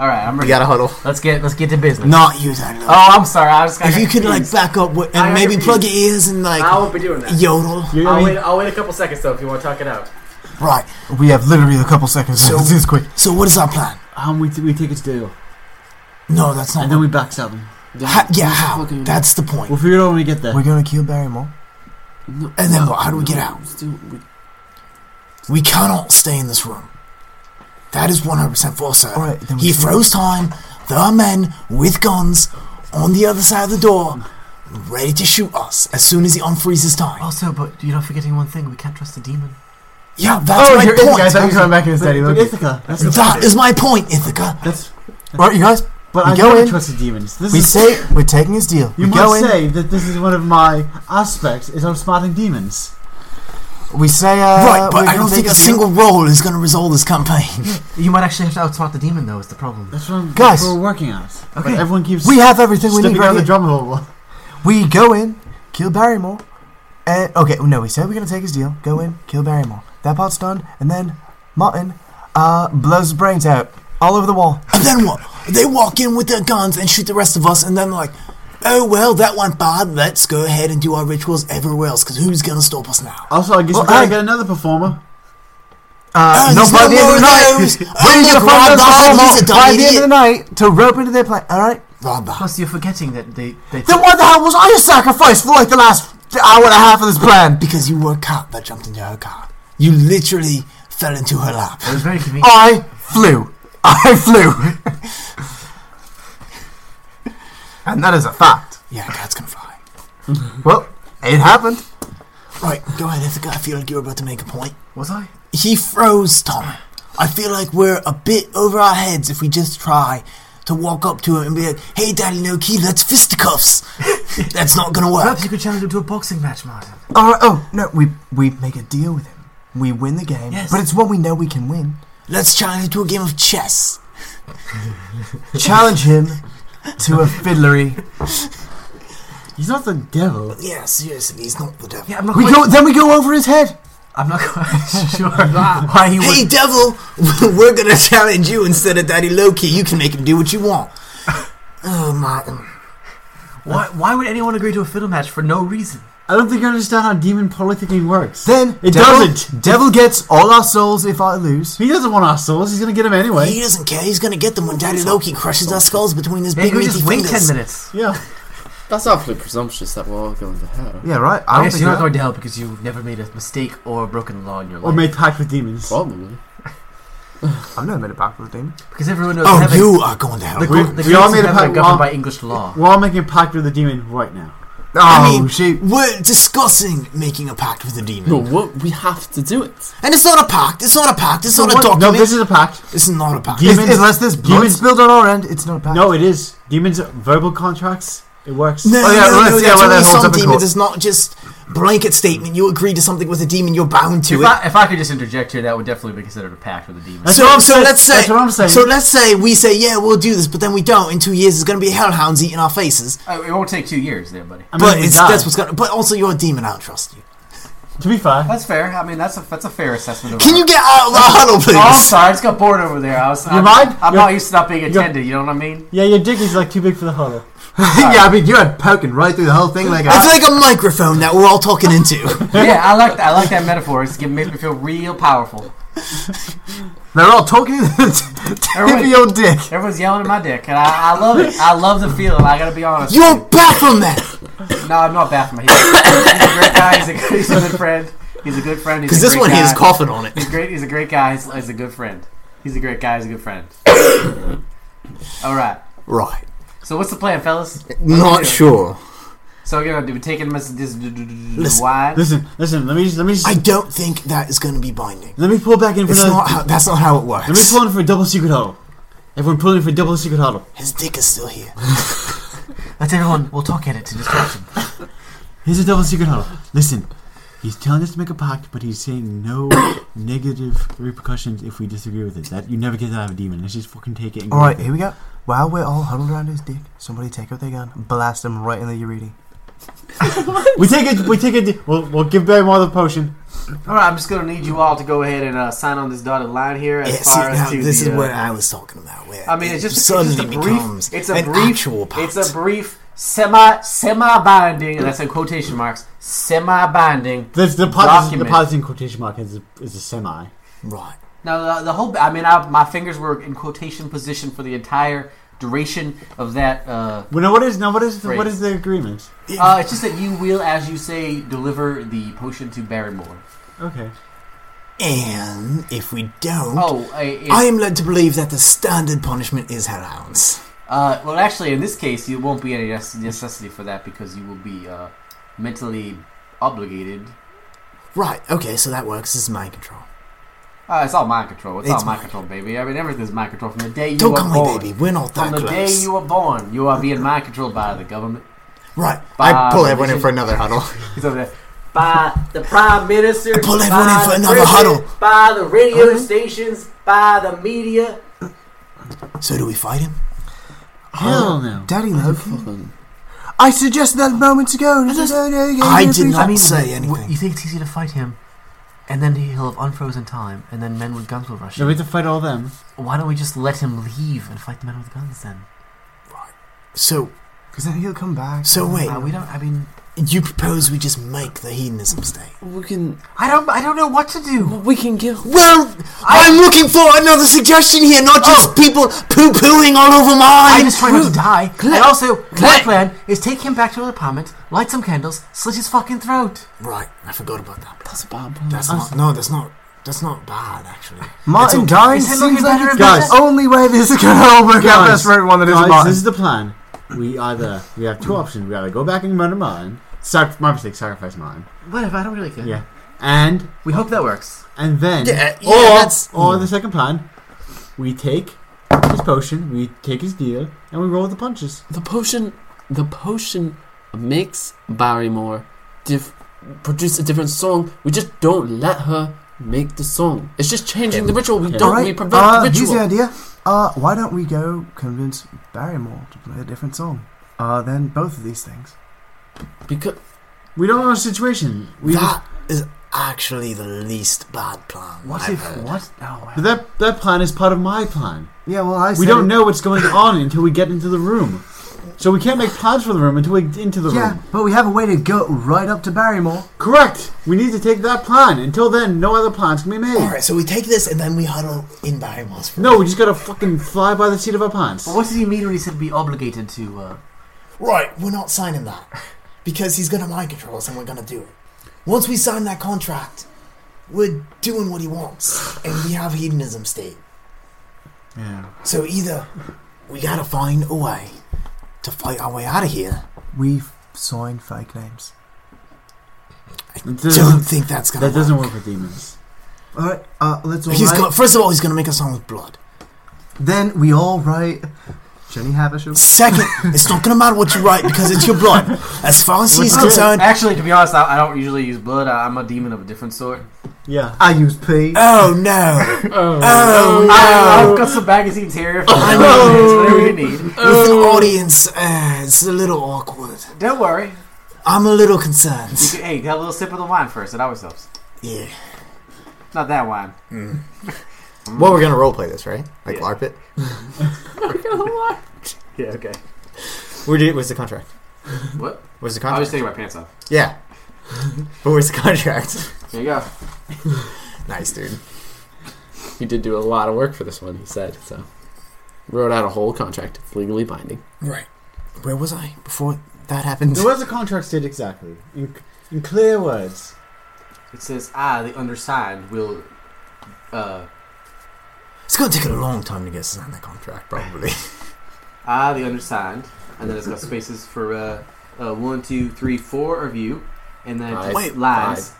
Speaker 6: All right, I'm
Speaker 2: We
Speaker 6: ready.
Speaker 2: gotta huddle.
Speaker 6: Let's get let's get to business.
Speaker 5: Not you, that little.
Speaker 6: Oh, I'm sorry. I just got.
Speaker 5: if you could like
Speaker 6: confused.
Speaker 5: back up wi-
Speaker 11: I
Speaker 5: and maybe
Speaker 11: agree.
Speaker 5: plug your ears and like
Speaker 11: I won't be doing that.
Speaker 5: yodel.
Speaker 4: You know
Speaker 11: I'll
Speaker 4: what I mean?
Speaker 11: wait, I'll wait a couple seconds though if you want to talk it out.
Speaker 5: Right.
Speaker 3: We have literally a couple seconds.
Speaker 5: So-
Speaker 3: Let's do this quick.
Speaker 5: So what is our plan?
Speaker 4: Um, we, t- we take it to Dale,
Speaker 5: No, that's not.
Speaker 4: and then we backstab him.
Speaker 5: Ha- yeah, how? That's the point.
Speaker 4: We'll figure it out when we get there.
Speaker 3: We're gonna kill Barrymore.
Speaker 5: And then how do we get out? We cannot stay in this room. That is 100% false, sir.
Speaker 3: All right, then we
Speaker 5: he
Speaker 3: should-
Speaker 5: froze time. There are men with guns on the other side of the door, ready to shoot us as soon as he unfreezes time.
Speaker 6: Also, but you're not forgetting one thing. We can't trust the demon.
Speaker 5: oh, Yeah,
Speaker 3: Oh,
Speaker 5: that's my point.
Speaker 3: guys. I'm coming back in a
Speaker 4: But-
Speaker 3: steady.
Speaker 4: but
Speaker 3: Look.
Speaker 4: Ithaca, that's the
Speaker 5: That is my point, Ithaca.
Speaker 4: that's
Speaker 3: All right, you guys.
Speaker 4: But
Speaker 3: We
Speaker 4: I
Speaker 3: go
Speaker 4: never
Speaker 3: in,
Speaker 4: trusted demons. This
Speaker 3: we
Speaker 4: is
Speaker 3: say we're taking his deal.
Speaker 4: you
Speaker 3: we
Speaker 4: might
Speaker 3: go in.
Speaker 4: say that this is one of my aspects is outsmarting demons.
Speaker 3: We say uh,
Speaker 5: right,
Speaker 3: we're
Speaker 5: but I
Speaker 3: gonna
Speaker 5: don't
Speaker 3: take
Speaker 5: think a
Speaker 3: his deal.
Speaker 5: single roll is going to resolve this campaign.
Speaker 12: You might actually have to outsmart the demon, though. Is the problem?
Speaker 4: That's what I'm,
Speaker 3: Guys.
Speaker 4: that's what we're working at. But
Speaker 3: Okay.
Speaker 4: everyone keeps
Speaker 3: We have everything we need.
Speaker 4: stepping around
Speaker 3: Right
Speaker 4: the
Speaker 3: here.
Speaker 4: drum hole.
Speaker 3: We go in, kill Barrymore, and okay, no, we said we're gonna take his deal. Go in, kill Barrymore. That part's done, and then Martin uh, blows his brains out all over the wall.
Speaker 5: and then what? They walk in with their guns and shoot the rest of us, and then like, oh well, that went bad. Let's go ahead and do our rituals everywhere else, because who's going to stop us now?
Speaker 4: Also, I guess
Speaker 3: Well,
Speaker 4: we gotta
Speaker 3: I-
Speaker 4: get another performer.
Speaker 3: Uh,
Speaker 5: Oh,
Speaker 3: no,
Speaker 5: there's
Speaker 3: by
Speaker 5: no
Speaker 3: the end
Speaker 5: more
Speaker 3: of the
Speaker 5: of
Speaker 3: night,
Speaker 5: those.
Speaker 3: where are you
Speaker 5: Oh,
Speaker 3: gonna
Speaker 5: look,
Speaker 3: find
Speaker 5: Rob
Speaker 3: those
Speaker 5: Dahl, he's a
Speaker 3: performers
Speaker 5: dumb
Speaker 3: by the end of the
Speaker 5: idiot.
Speaker 3: night to rope into their plan? All right.
Speaker 5: Rob, uh,
Speaker 12: Plus, you're forgetting that they they.
Speaker 3: Then what the hell was I a sacrifice for like the last hour and a half of this plan?
Speaker 5: because you were a cat that jumped into her car. You literally fell into her lap.
Speaker 12: It was very convenient.
Speaker 3: I flew. I flew. and that is a fact.
Speaker 5: Yeah, cats can fly.
Speaker 3: Well, it happened.
Speaker 5: Right, go ahead. If I feel like you're about to make a point.
Speaker 12: Was I?
Speaker 5: He froze Tom. I feel like we're a bit over our heads if we just try to walk up to him and be like, "Hey, Daddy No Key, let's fisticuffs." That's not gonna work.
Speaker 12: Perhaps you could challenge him to a boxing match, Martin.
Speaker 3: All right. Oh no, we we make a deal with him. We win the game,
Speaker 12: Yes.
Speaker 3: but it's one we know we can win.
Speaker 5: Let's challenge him to a game of chess.
Speaker 3: Challenge him to a fiddlery.
Speaker 4: He's not the devil.
Speaker 5: Yeah, seriously, he's not the devil.
Speaker 12: Yeah, I'm not.
Speaker 3: We
Speaker 12: quite,
Speaker 3: go. Then we go over his head.
Speaker 12: I'm not quite sure why he
Speaker 5: Hey,
Speaker 12: would.
Speaker 5: devil, we're gonna challenge you instead of Daddy Low Key. You can make him do what you want. Oh, Martin.
Speaker 12: Why, why would anyone agree to a fiddle match for no reason?
Speaker 4: I don't think you understand how demon politicking works.
Speaker 3: Then
Speaker 4: It
Speaker 3: devil,
Speaker 4: doesn't.
Speaker 3: Devil gets all our souls if I lose.
Speaker 4: He doesn't want our souls. He's gonna get him anyway.
Speaker 5: He doesn't care. He's gonna get them when Daddy Loki crushes our skulls between his
Speaker 12: Maybe
Speaker 5: big
Speaker 12: we
Speaker 5: meaty
Speaker 12: just wait ten
Speaker 5: fingers.
Speaker 12: minutes.
Speaker 4: Yeah.
Speaker 2: That's awfully presumptuous that we're all going to hell.
Speaker 3: Yeah, right. I
Speaker 12: I
Speaker 3: don't
Speaker 12: guess
Speaker 3: think
Speaker 12: you're not
Speaker 3: that-
Speaker 12: going to hell because you've never made a mistake or broken the law in your life.
Speaker 4: Or made pact with demons.
Speaker 2: Probably.
Speaker 3: I've never made a back with a demon.
Speaker 12: because everyone knows
Speaker 5: Oh,
Speaker 12: heaven.
Speaker 5: you are going to hell.
Speaker 12: The,
Speaker 4: We-
Speaker 12: the
Speaker 4: we all
Speaker 12: gates of
Speaker 4: made a
Speaker 12: heaven are
Speaker 4: pact-
Speaker 12: governed
Speaker 4: law.
Speaker 12: by English law.
Speaker 4: We're all making a pact with the demon right now.
Speaker 3: Oh
Speaker 5: I mean,
Speaker 3: shoot!
Speaker 5: We're discussing making a pact with the demon.
Speaker 2: No, what? We have to do it.
Speaker 5: And it's not a pact. It's not a pact. It's
Speaker 4: So
Speaker 5: not a
Speaker 4: what-
Speaker 5: document.
Speaker 4: no, this is a pact.
Speaker 5: It's not a pact.
Speaker 4: Demons-
Speaker 3: Is- unless there's blood
Speaker 4: demons-
Speaker 3: spilled on our end, it's not a pact.
Speaker 4: No, it is. Demons verbal contracts. It works.
Speaker 5: No,
Speaker 3: Oh, yeah,
Speaker 5: no,
Speaker 3: well,
Speaker 5: no,
Speaker 3: yeah,
Speaker 5: that's
Speaker 3: well, that
Speaker 5: only
Speaker 3: holds
Speaker 5: some
Speaker 3: up in
Speaker 5: demons.
Speaker 3: court.
Speaker 5: It's not just blanket statement. You agree to something with a demon, you're bound to
Speaker 6: If
Speaker 5: it.
Speaker 6: I, if I could just interject here, that would definitely be considered a pact with the demon.
Speaker 4: That's
Speaker 5: so,
Speaker 4: what I'm
Speaker 5: so
Speaker 4: saying.
Speaker 5: let's say,
Speaker 4: That's what I'm saying.
Speaker 5: so let's say we say, yeah, we'll do this, but then we don't. In two years, it's going to be hellhounds eating our faces.
Speaker 6: Uh, it won't take two years, there, buddy.
Speaker 4: I mean,
Speaker 5: but
Speaker 4: we
Speaker 5: it's,
Speaker 4: die.
Speaker 5: that's what's going. to... But also, you're a demon. I don't trust you.
Speaker 4: to be fair.
Speaker 6: That's fair. I mean, that's a that's a fair assessment. Of
Speaker 5: Can you get out of our huddle, please?
Speaker 6: Oh, I'm sorry. I just got bored over there. I was. I'm,
Speaker 4: mind?
Speaker 6: I'm
Speaker 4: Your-
Speaker 6: not used to not being
Speaker 4: your-
Speaker 6: attended. You know what I mean?
Speaker 4: Yeah, your dick is like too big for the hollow.
Speaker 3: yeah, I mean, you had poking right through the whole thing like
Speaker 5: It's like a microphone that we're all talking into.
Speaker 6: yeah, I like I like that metaphor. It's gonna make me feel real powerful.
Speaker 3: They're all talking to the tip of
Speaker 6: Everybody-
Speaker 3: your dick.
Speaker 6: Everyone's yelling at my dick, and I, I love it. I love the feeling. I gotta be honest.
Speaker 5: you're Baphomet
Speaker 6: No, I'm not Baphomet. He's, he's a great guy. He's a, good, he's a good friend. He's a good friend. He's
Speaker 5: because
Speaker 6: a
Speaker 5: this
Speaker 6: great
Speaker 5: one
Speaker 6: guy.
Speaker 5: has coffin on it.
Speaker 6: He's great. He's a great guy. He's, he's a good friend. He's a great guy. He's a good friend. All right.
Speaker 7: Right.
Speaker 6: So what's the plan, fellas?
Speaker 7: Not
Speaker 6: do?
Speaker 7: sure.
Speaker 6: So we're gonna do- we're taking this this
Speaker 5: Listen.
Speaker 6: wide.
Speaker 4: Listen, listen. Let me just, let me just,
Speaker 5: I don't think that is going to be binding.
Speaker 4: let me pull back in for
Speaker 5: It's
Speaker 4: the.
Speaker 5: not. How, that's not how it works.
Speaker 4: let me pull in for a double secret hollow. Everyone pull in for a double secret hollow.
Speaker 5: His dick is still here.
Speaker 12: That's everyone. We'll talk at it to distract him.
Speaker 4: Here's a double secret hollow. Listen, he's telling us to make a pact, but he's saying no negative repercussions if we disagree with it. That you never get out of a demon. Let's just fucking take it. And go
Speaker 3: All right,
Speaker 4: with
Speaker 3: here
Speaker 4: it.
Speaker 3: we go. While we're all huddled around his dick, somebody take out their gun, blast him right in the urethra.
Speaker 4: we take it. We take it. We'll, we'll give Barrymore the potion.
Speaker 6: All right. I'm just gonna need you all to go aad and uh, sign on this dotted line here as
Speaker 5: Yeah, see,
Speaker 6: far
Speaker 5: now
Speaker 6: as to
Speaker 5: this
Speaker 6: the,
Speaker 5: is
Speaker 6: uh,
Speaker 5: what I was talking about. Where
Speaker 6: I mean, it's just, it's
Speaker 5: suddenly
Speaker 6: just a brief.
Speaker 5: becomes
Speaker 6: It's a
Speaker 5: an
Speaker 6: brief.
Speaker 5: actual pact.
Speaker 6: It's a brief semi semi binding, and that's in quotation marks. Semi binding.
Speaker 4: The the pot the
Speaker 6: Document.
Speaker 4: pot in quotation mark is a, is a semi.
Speaker 5: right.
Speaker 6: Now the, the whole. I mean, I, my fingers were in quotation position for the entire duration of that. Uh,
Speaker 4: Well, now what is now what is the,
Speaker 6: Phrase.
Speaker 4: what is the agreement?
Speaker 6: uh, it's just that you will, as you say, deliver the potion to Barrymore.
Speaker 4: Okay.
Speaker 5: And if we don't,
Speaker 6: Oh, uh, it-
Speaker 5: I am led to believe that the standard punishment is hellhounds.
Speaker 6: uh, well, actually, in this case, you won't be any nes- necessity for that because you will be uh, mentally obligated.
Speaker 5: Right. Okay. So that works. This is mind control.
Speaker 12: Uh, it's all mind control. It's,
Speaker 5: It's
Speaker 12: all mind
Speaker 5: mind-
Speaker 12: control, baby. I mean, everything's mind control from the day you
Speaker 5: Don't
Speaker 12: were
Speaker 5: call me
Speaker 12: born.
Speaker 5: baby. We're not
Speaker 12: From
Speaker 5: that
Speaker 12: the day
Speaker 5: close.
Speaker 12: you were born, you are being mind controlled by the government.
Speaker 5: Right.
Speaker 12: By
Speaker 7: I pull
Speaker 12: the
Speaker 7: everyone in
Speaker 12: nation-
Speaker 7: for another huddle.
Speaker 12: He's over there. By the prime minister.
Speaker 5: I pull
Speaker 12: by
Speaker 5: everyone in for
Speaker 12: the
Speaker 5: another
Speaker 12: president,
Speaker 5: huddle.
Speaker 12: By the radio
Speaker 6: Mm-hmm.
Speaker 12: stations. By the media.
Speaker 5: So do we fight him?
Speaker 4: Hell no.
Speaker 3: Daddy Loki. I suggested that moments ago.
Speaker 5: I did
Speaker 3: not.
Speaker 5: not say anything.
Speaker 6: You think it's easy to fight him, and then he'll have unfrozen time, and then men with guns will rush
Speaker 4: So
Speaker 6: him.
Speaker 4: we have to fight all them.
Speaker 6: Why don't we just let him leave and fight the men with guns then?
Speaker 5: So,
Speaker 3: Because then he'll come back.
Speaker 5: so wait.
Speaker 6: Uh, we
Speaker 12: um,
Speaker 6: don't. I mean,
Speaker 5: You propose we just make the hedonism stay?
Speaker 2: We can
Speaker 6: I don't. I don't know what to do.
Speaker 2: we can give
Speaker 5: Well, I, Oh. am looking for another suggestion here, not just people poo-pooing all over
Speaker 6: i
Speaker 5: mine.
Speaker 6: just try not to die. and also, my plan is take him back to an apartment, light some candles, slit his fucking throat.
Speaker 5: right, I forgot about that.
Speaker 2: that's a bad
Speaker 5: That's not. No, that's not. That's not bad, actually.
Speaker 3: Martin
Speaker 5: It's
Speaker 3: dying
Speaker 6: Is it
Speaker 3: seems
Speaker 6: looking
Speaker 3: like
Speaker 6: better
Speaker 3: it's
Speaker 6: and
Speaker 3: the
Speaker 6: better?
Speaker 3: only way this is going to all work out best for everyone that isn't
Speaker 4: guys,
Speaker 3: Martin.
Speaker 4: this is the plan. We either we have two options. We either go back and murder mine. Sac- my mistake, sacrifice mine.
Speaker 6: Whatever. I don't really care.
Speaker 4: Yeah. And
Speaker 6: We hope that works.
Speaker 4: and then
Speaker 5: Yeah, yeah,
Speaker 4: or
Speaker 5: that's-
Speaker 4: or the second plan, we take his potion, we take his deal, and we roll with the punches.
Speaker 2: The potion, the potion makes Barrymore diff- produce a different song. We just don't let her make the song. It's just changing the ritual. We don't. We
Speaker 3: Alright,
Speaker 2: prevent
Speaker 3: uh,
Speaker 2: the
Speaker 3: here's
Speaker 2: ritual.
Speaker 3: the idea. Uh, why don't we go convince Barrymore to play a different song? Uh, then both of these things.
Speaker 2: because
Speaker 4: We don't know the situation. We just,
Speaker 5: That is actually the least bad plan.
Speaker 6: What
Speaker 5: I've
Speaker 6: if?
Speaker 5: heard.
Speaker 6: What? Oh,
Speaker 4: but that that plan is part of my plan.
Speaker 3: Yeah, well, I.
Speaker 4: We
Speaker 3: said
Speaker 4: don't
Speaker 3: it-
Speaker 4: know what's going on until we get into the room. So we can't make plans for the room until we get into the
Speaker 3: Yeah,
Speaker 4: room.
Speaker 3: but we have a way to go right up to Barrymore.
Speaker 4: Correct. We need to take that plan. Until then, no other plans can be made.
Speaker 5: All right, so we take this and then we huddle in Barrymore's. room.
Speaker 4: No, we just gotta fucking fly by the seat of our pants.
Speaker 6: But what did he mean when he said be obligated to? Uh,
Speaker 5: Right, we're not signing that because he's gonna mind control us, and we're gonna do it. Once we sign that contract, we're doing what he wants, and we have hedonism state.
Speaker 4: Yeah.
Speaker 5: So either we gotta find a way to fight our way out of here.
Speaker 3: We sign fake names.
Speaker 4: That
Speaker 5: Don't
Speaker 4: doesn't,
Speaker 5: think that's gonna.
Speaker 4: that doesn't work with demons.
Speaker 3: All right, uh, let's all
Speaker 5: He's
Speaker 3: write-
Speaker 5: gonna, first of all, he's gonna make a song with blood.
Speaker 3: Then we all write Jenny Havisham.
Speaker 5: Second, it's not gonna matter what you write because it's your blood. As far as he's concerned,
Speaker 12: Actually, to be honest, I, I don't usually use blood. I, I'm a demon of a different sort.
Speaker 4: Yeah.
Speaker 3: I use P.
Speaker 5: oh no,
Speaker 2: Oh,
Speaker 5: oh
Speaker 12: I,
Speaker 5: no.
Speaker 12: I've got some magazines here. If you
Speaker 5: I
Speaker 12: want
Speaker 5: know.
Speaker 12: it, it's whatever you need.
Speaker 5: With an audience, uh, it's a little awkward.
Speaker 12: Oh. Don't worry.
Speaker 5: I'm a little
Speaker 12: You
Speaker 5: concerned.
Speaker 12: can, hey, have a little sip of the wine first. It always helps.
Speaker 5: Yeah.
Speaker 12: Not that wine.
Speaker 7: well, we're gonna roleplay this, right? Like
Speaker 12: Yeah.
Speaker 7: LARP it.
Speaker 12: Yeah, okay.
Speaker 7: Where did, where's the contract?
Speaker 12: What?
Speaker 7: Where's the
Speaker 12: I
Speaker 7: contract?
Speaker 12: was taking my pants off.
Speaker 7: yeah. but where's the contract?
Speaker 12: There you go.
Speaker 7: nice, dude.
Speaker 2: he did do a lot of work for this one. He said so. Wrote out a whole contract. It's legally binding.
Speaker 5: Right. Where was I before that happened?
Speaker 4: There was a contract state exactly. In, in clear words.
Speaker 12: It says, I, the undersigned, will. Uh,
Speaker 5: It's gonna take a long time to get signed that contract.
Speaker 7: Track probably.
Speaker 12: I, the undersigned. And then it's got spaces for uh, uh, one, two, three, four of you. And
Speaker 6: Uh,
Speaker 12: then
Speaker 2: Five.
Speaker 12: just
Speaker 5: Wait,
Speaker 12: lines.
Speaker 2: five.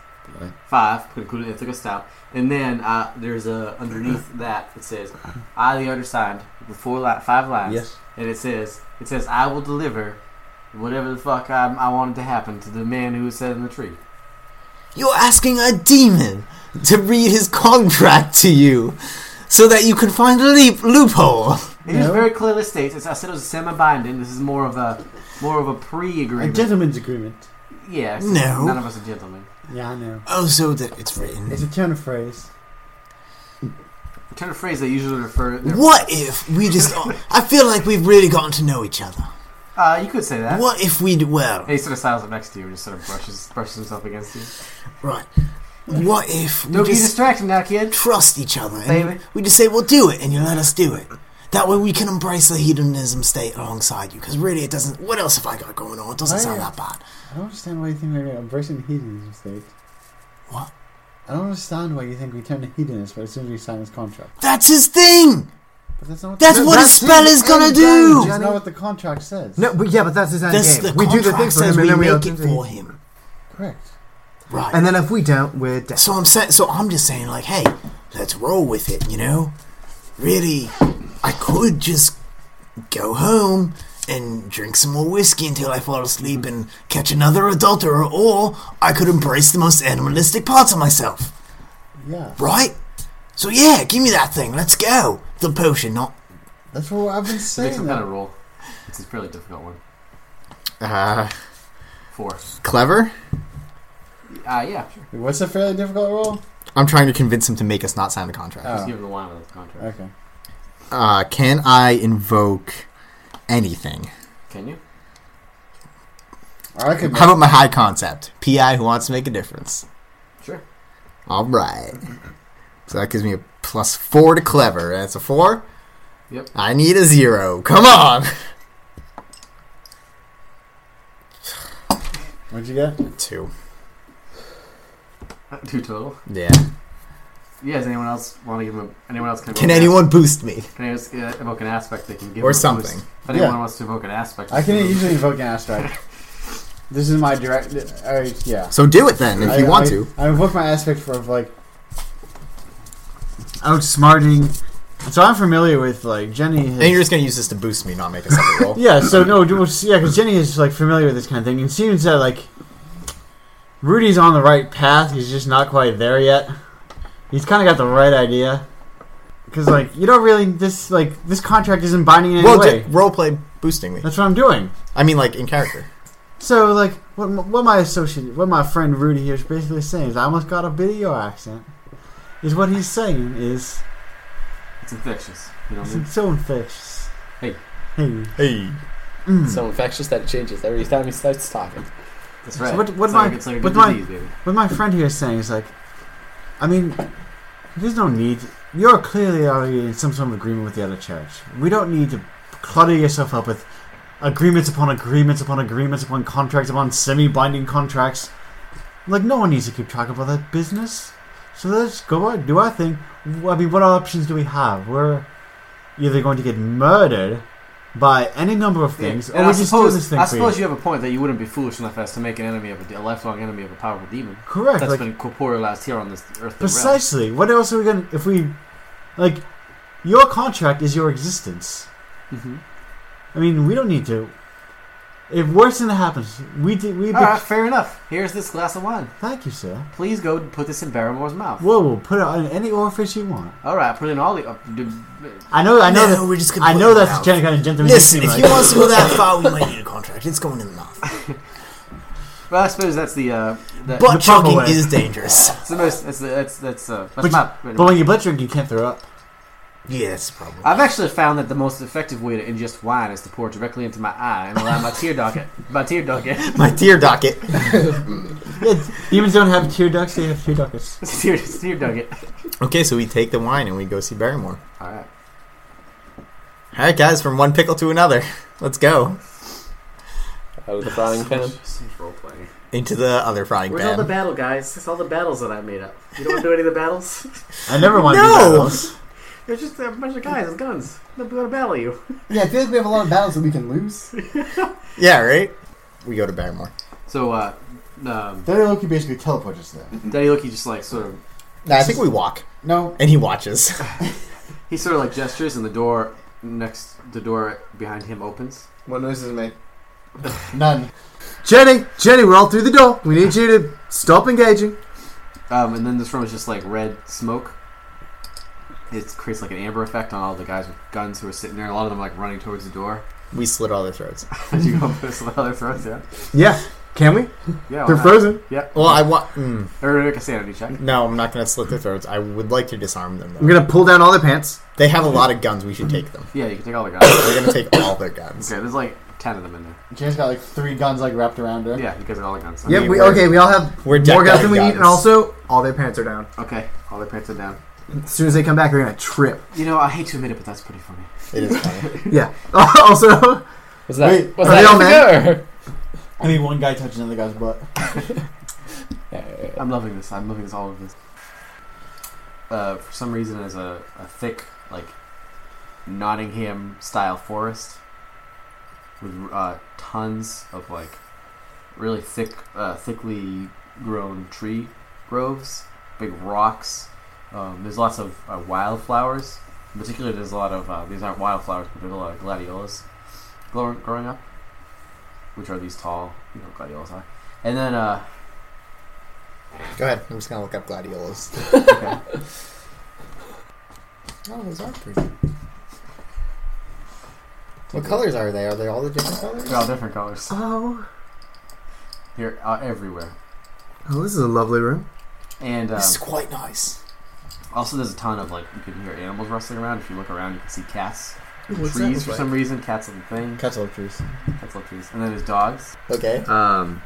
Speaker 12: Five, including if they stop. And then uh, there's a underneath that it says, I, the undersigned, with four li- five lines.
Speaker 4: Yes.
Speaker 12: and it says it says I will deliver whatever the fuck I, I wanted to happen to the man who was set in the tree.
Speaker 5: You're asking a demon to read his contract to you so that you can find a leap loophole.
Speaker 12: It just very clearly states. It's, I said it was semi-binding. This is more of a more of a
Speaker 4: A
Speaker 12: pre-agreement.
Speaker 4: gentleman's agreement.
Speaker 12: yeah, it's-
Speaker 5: No.
Speaker 12: none of us are gentlemen.
Speaker 4: Yeah, I know.
Speaker 5: Oh, so that it's written.
Speaker 4: It's a turn of phrase.
Speaker 12: A turn of phrase they usually refer. they're-
Speaker 5: What if we just. I feel like we've really gotten to know each other.
Speaker 12: Uh, you could say that.
Speaker 5: What if we. Well,
Speaker 12: And he sort of sidles up next to you and just sort of brushes brushes himself against you.
Speaker 5: right. What if we
Speaker 12: Don't be
Speaker 5: just
Speaker 12: distracted now, kid.
Speaker 5: trust each other
Speaker 12: Baby.
Speaker 5: and we just say, well, do it, and you let us do it? That way we can embrace the hedonism state alongside you, because really it doesn't. What else have I got going on? It doesn't sound that bad.
Speaker 4: I don't understand why you think we're embracing hedonism state.
Speaker 5: What?
Speaker 4: I don't understand why you think we turn to hedonist as soon as we sign this contract.
Speaker 5: That's his thing!
Speaker 4: But that's not what
Speaker 5: That's
Speaker 4: the,
Speaker 5: what his spell is gonna do!
Speaker 4: That's not what the contract says.
Speaker 3: No, but yeah, but that's his end
Speaker 5: That's the
Speaker 3: game. we do the thing
Speaker 5: contract
Speaker 3: for him,
Speaker 5: says
Speaker 3: and
Speaker 5: we
Speaker 3: then we
Speaker 5: make
Speaker 3: are-
Speaker 5: it for him.
Speaker 4: Correct.
Speaker 5: Right.
Speaker 3: And then if we don't, we're dead.
Speaker 5: so I'm saying, so I'm just saying, like, hey, let's let's roll with it, you know? Really, I could just go home and drink some more whiskey until I fall asleep and catch another adulterer, or I could embrace the most animalistic parts of myself.
Speaker 4: Yeah.
Speaker 5: Right? So, yeah, give me that thing. Let's go. The potion, not.
Speaker 4: That's what I've been
Speaker 6: Make some
Speaker 4: saying.
Speaker 6: kind of roll. It's a fairly difficult one.
Speaker 7: Uh,
Speaker 6: Four.
Speaker 7: clever?
Speaker 6: Ah, yeah, sure.
Speaker 4: What's a fairly difficult role?
Speaker 7: I'm trying to convince him to make us not sign the contract.
Speaker 6: Just
Speaker 4: Oh.
Speaker 6: give him the line without the contract.
Speaker 4: Okay.
Speaker 7: Uh, can I invoke anything?
Speaker 6: Can you?
Speaker 4: I could.
Speaker 7: How about my high concept? PI who wants to make a difference.
Speaker 6: Sure.
Speaker 7: All right. So that gives me a plus four to clever. That's a four.
Speaker 6: Yep.
Speaker 7: I need a zero. Come on.
Speaker 4: What'd you get?
Speaker 7: Two.
Speaker 6: Uh, Two total.
Speaker 7: Yeah.
Speaker 6: Yeah. Does anyone else want to give him? A, anyone else can?
Speaker 7: Can
Speaker 6: evoke an-
Speaker 7: anyone boost me
Speaker 6: Can I just uh, evoke an aspect they can give?
Speaker 7: or
Speaker 6: him a boost?
Speaker 7: something?
Speaker 6: If anyone
Speaker 4: Yeah.
Speaker 6: wants to evoke an aspect,
Speaker 4: I can
Speaker 6: just-
Speaker 4: easily invoke an aspect. This is my direct. Uh, yeah.
Speaker 7: So do it then if
Speaker 4: I,
Speaker 7: you want
Speaker 4: I,
Speaker 7: to.
Speaker 4: I invoke my aspect for of, like outsmarting. So I'm familiar with like Jenny. Has,
Speaker 7: And you're just gonna use this to boost me, not make a separate roll.
Speaker 4: Yeah, so no, do- well, yeah, because Jenny is like familiar with this kind of thing. It seems that like Rudy's on the right path. He's just not quite there yet. He's kind of got the right idea. Because like you don't really this like this contract isn't binding in any
Speaker 7: Well,
Speaker 4: way.
Speaker 7: just roleplay boosting me.
Speaker 4: That's what I'm doing.
Speaker 7: I mean, like in character.
Speaker 4: So like what m- what my associate, what my friend Rudy here is basically saying is I almost got a bit of your accent. Is what he's saying is
Speaker 6: It's infectious. You know what I mean?
Speaker 4: it's so infectious.
Speaker 6: Hey.
Speaker 4: hey.
Speaker 7: Hey.
Speaker 4: Mm.
Speaker 13: So infectious that it changes every time he starts talking.
Speaker 6: That's right.
Speaker 4: what- what
Speaker 6: it's
Speaker 4: am
Speaker 6: like,
Speaker 4: I-
Speaker 6: it's like a
Speaker 4: what
Speaker 6: good
Speaker 4: am I-
Speaker 6: disease, baby.
Speaker 4: what my friend here is saying is like, I mean, there's no need. You're clearly already in some sort of agreement with the other church. We don't need to clutter yourself up with agreements upon agreements upon agreements upon contracts upon semi-binding contracts. Like no one needs to keep track of all that business. So let's go out, do our thing. I mean, what options do we have? We're either going to get murdered by any number of
Speaker 6: Yeah,
Speaker 4: things,
Speaker 6: and
Speaker 4: or
Speaker 6: I
Speaker 4: we just do
Speaker 6: suppose,
Speaker 4: this thing
Speaker 6: I
Speaker 4: for
Speaker 6: suppose
Speaker 4: you.
Speaker 6: you have a point that you wouldn't be foolish enough as to make an enemy of a, a lifelong enemy of a powerful demon.
Speaker 4: Correct.
Speaker 6: That's
Speaker 4: like,
Speaker 6: been corporealized here on this earth.
Speaker 4: Precisely. What else are we gonna if we like your contract is your existence.
Speaker 6: Mm-hmm.
Speaker 4: I mean, we don't need to. If worse than that happens, we did. We
Speaker 6: All right, fair enough. Here's this glass of wine.
Speaker 4: thank you, sir.
Speaker 6: Please go and put this in Barrymore's mouth.
Speaker 4: Whoa, whoa, put it on any orifice you want.
Speaker 6: All right, put it in all the. Uh, d-
Speaker 4: I know, I know, that,
Speaker 5: we're just gonna
Speaker 4: I
Speaker 5: put
Speaker 4: know
Speaker 5: it
Speaker 4: that's
Speaker 5: out.
Speaker 4: the gen- kind of gentleman.
Speaker 5: Listen,
Speaker 4: you
Speaker 5: if
Speaker 4: seem
Speaker 5: you
Speaker 4: like.
Speaker 5: want us to go that far, we might need a contract. It's going in the mouth.
Speaker 6: well, I suppose that's the. Uh, that,
Speaker 4: proper
Speaker 5: Butt chugging
Speaker 4: way.
Speaker 5: is dangerous.
Speaker 6: that's the most. That's the, that's that's uh, that's
Speaker 4: But-
Speaker 6: not.
Speaker 4: but when you butt drink, you can't throw up.
Speaker 5: Yeah, that's the problem.
Speaker 6: I've actually found that the most effective way to ingest wine is to pour it directly into my eye and allow my tear docket, my tear docket,
Speaker 7: My tear docket.
Speaker 4: Yeah, demons don't have tear ducts; they have tear ducts.
Speaker 6: tear, tear docket.
Speaker 7: Okay, so we take the wine and we go see Barrymore.
Speaker 6: All right.
Speaker 7: All right, guys, from one pickle to another. Let's go
Speaker 13: Out of the frying pan.
Speaker 6: role playing.
Speaker 7: into the other frying
Speaker 6: Where's all
Speaker 7: pan.
Speaker 6: the battle, guys? It's all the battles that I made up. You don't want to do any of the battles?
Speaker 4: I never want to do
Speaker 7: No!
Speaker 4: battles.
Speaker 6: There's just a bunch of guys with guns. Nobody want to battle you.
Speaker 8: Yeah, I feel like we have a lot of battles that we can lose.
Speaker 7: yeah, right. We go to Barrymore.
Speaker 6: So, uh, um,
Speaker 4: Daddy Loki basically teleports us there.
Speaker 6: Daddy Loki just like sort of,
Speaker 7: Nah, I think we walk,
Speaker 4: No,
Speaker 7: and he watches.
Speaker 6: he sort of like gestures, and the door next, the door behind him opens.
Speaker 8: What noise does it make?
Speaker 4: none.
Speaker 8: Jenny, Jenny, we're all through the door. We need you to stop engaging.
Speaker 6: Um, and then this room is just like red smoke. It creates like an amber effect on all the guys with guns who are sitting there. A lot of them like running towards the door.
Speaker 7: we slit all their throats.
Speaker 6: As you go up to some other throats, yeah.
Speaker 8: Yeah, can we?
Speaker 6: Yeah, why
Speaker 8: They're
Speaker 6: not?
Speaker 8: frozen.
Speaker 7: Well, I want. Mm,
Speaker 6: Everybody make a sanity check.
Speaker 7: no, I'm not gonna slit their throats. I would like to disarm them. Though.
Speaker 8: I'm gonna pull down all their pants.
Speaker 7: They have a lot of guns. We should take them.
Speaker 6: Yeah, you can take all the guys.
Speaker 7: We're gonna take all their guns.
Speaker 6: okay, there's like ten of them in there.
Speaker 4: Jen's got like three guns like wrapped around her.
Speaker 6: Yeah, you guys are all the guns.
Speaker 8: Yep.
Speaker 7: mean,
Speaker 8: We
Speaker 7: we're-
Speaker 8: okay. We all have
Speaker 7: We're
Speaker 8: more
Speaker 7: decked
Speaker 8: guns
Speaker 7: out
Speaker 8: than we
Speaker 7: in
Speaker 8: need, and
Speaker 7: guns.
Speaker 8: also all their pants are down.
Speaker 6: Okay, all their pants are down.
Speaker 8: As soon as they come back, they're gonna trip.
Speaker 6: You know, I hate to admit it, but that's pretty funny.
Speaker 7: It is funny.
Speaker 8: Yeah. also,
Speaker 13: Was that?
Speaker 4: Wait,
Speaker 13: was
Speaker 8: are they all
Speaker 13: that all
Speaker 4: I mean, one guy touched another guy's butt.
Speaker 6: I'm loving this. I'm loving this. All of this. Uh, for some reason, there's a, a thick, like, Nottingham style forest with uh, tons of like really thick, uh, thickly grown tree groves, big rocks, Um, there's lots of uh, wildflowers. In particular, there's a lot of uh, these aren't wildflowers, but there's a lot of gladiolas grow- growing up, which are these tall, you know, gladiolas are. And then uh,
Speaker 5: Go ahead. I'm just gonna look up gladiolas.
Speaker 6: okay.
Speaker 5: Oh, those are pretty. What colors are they? Are they all the different colors?
Speaker 6: they're all different colors.
Speaker 3: Oh.
Speaker 6: They're uh, everywhere.
Speaker 3: Oh, this is a lovely room.
Speaker 6: And um,
Speaker 5: This is quite nice.
Speaker 6: also, there's a ton of like you can hear animals rustling around. If you look around, you can see cats, in
Speaker 5: What's that
Speaker 6: trees
Speaker 5: look
Speaker 6: for
Speaker 5: like?
Speaker 6: some reason. Cats on the thing.
Speaker 5: Catch all the trees.
Speaker 6: Cats love trees. And then there's dogs.
Speaker 5: Okay.
Speaker 6: Um,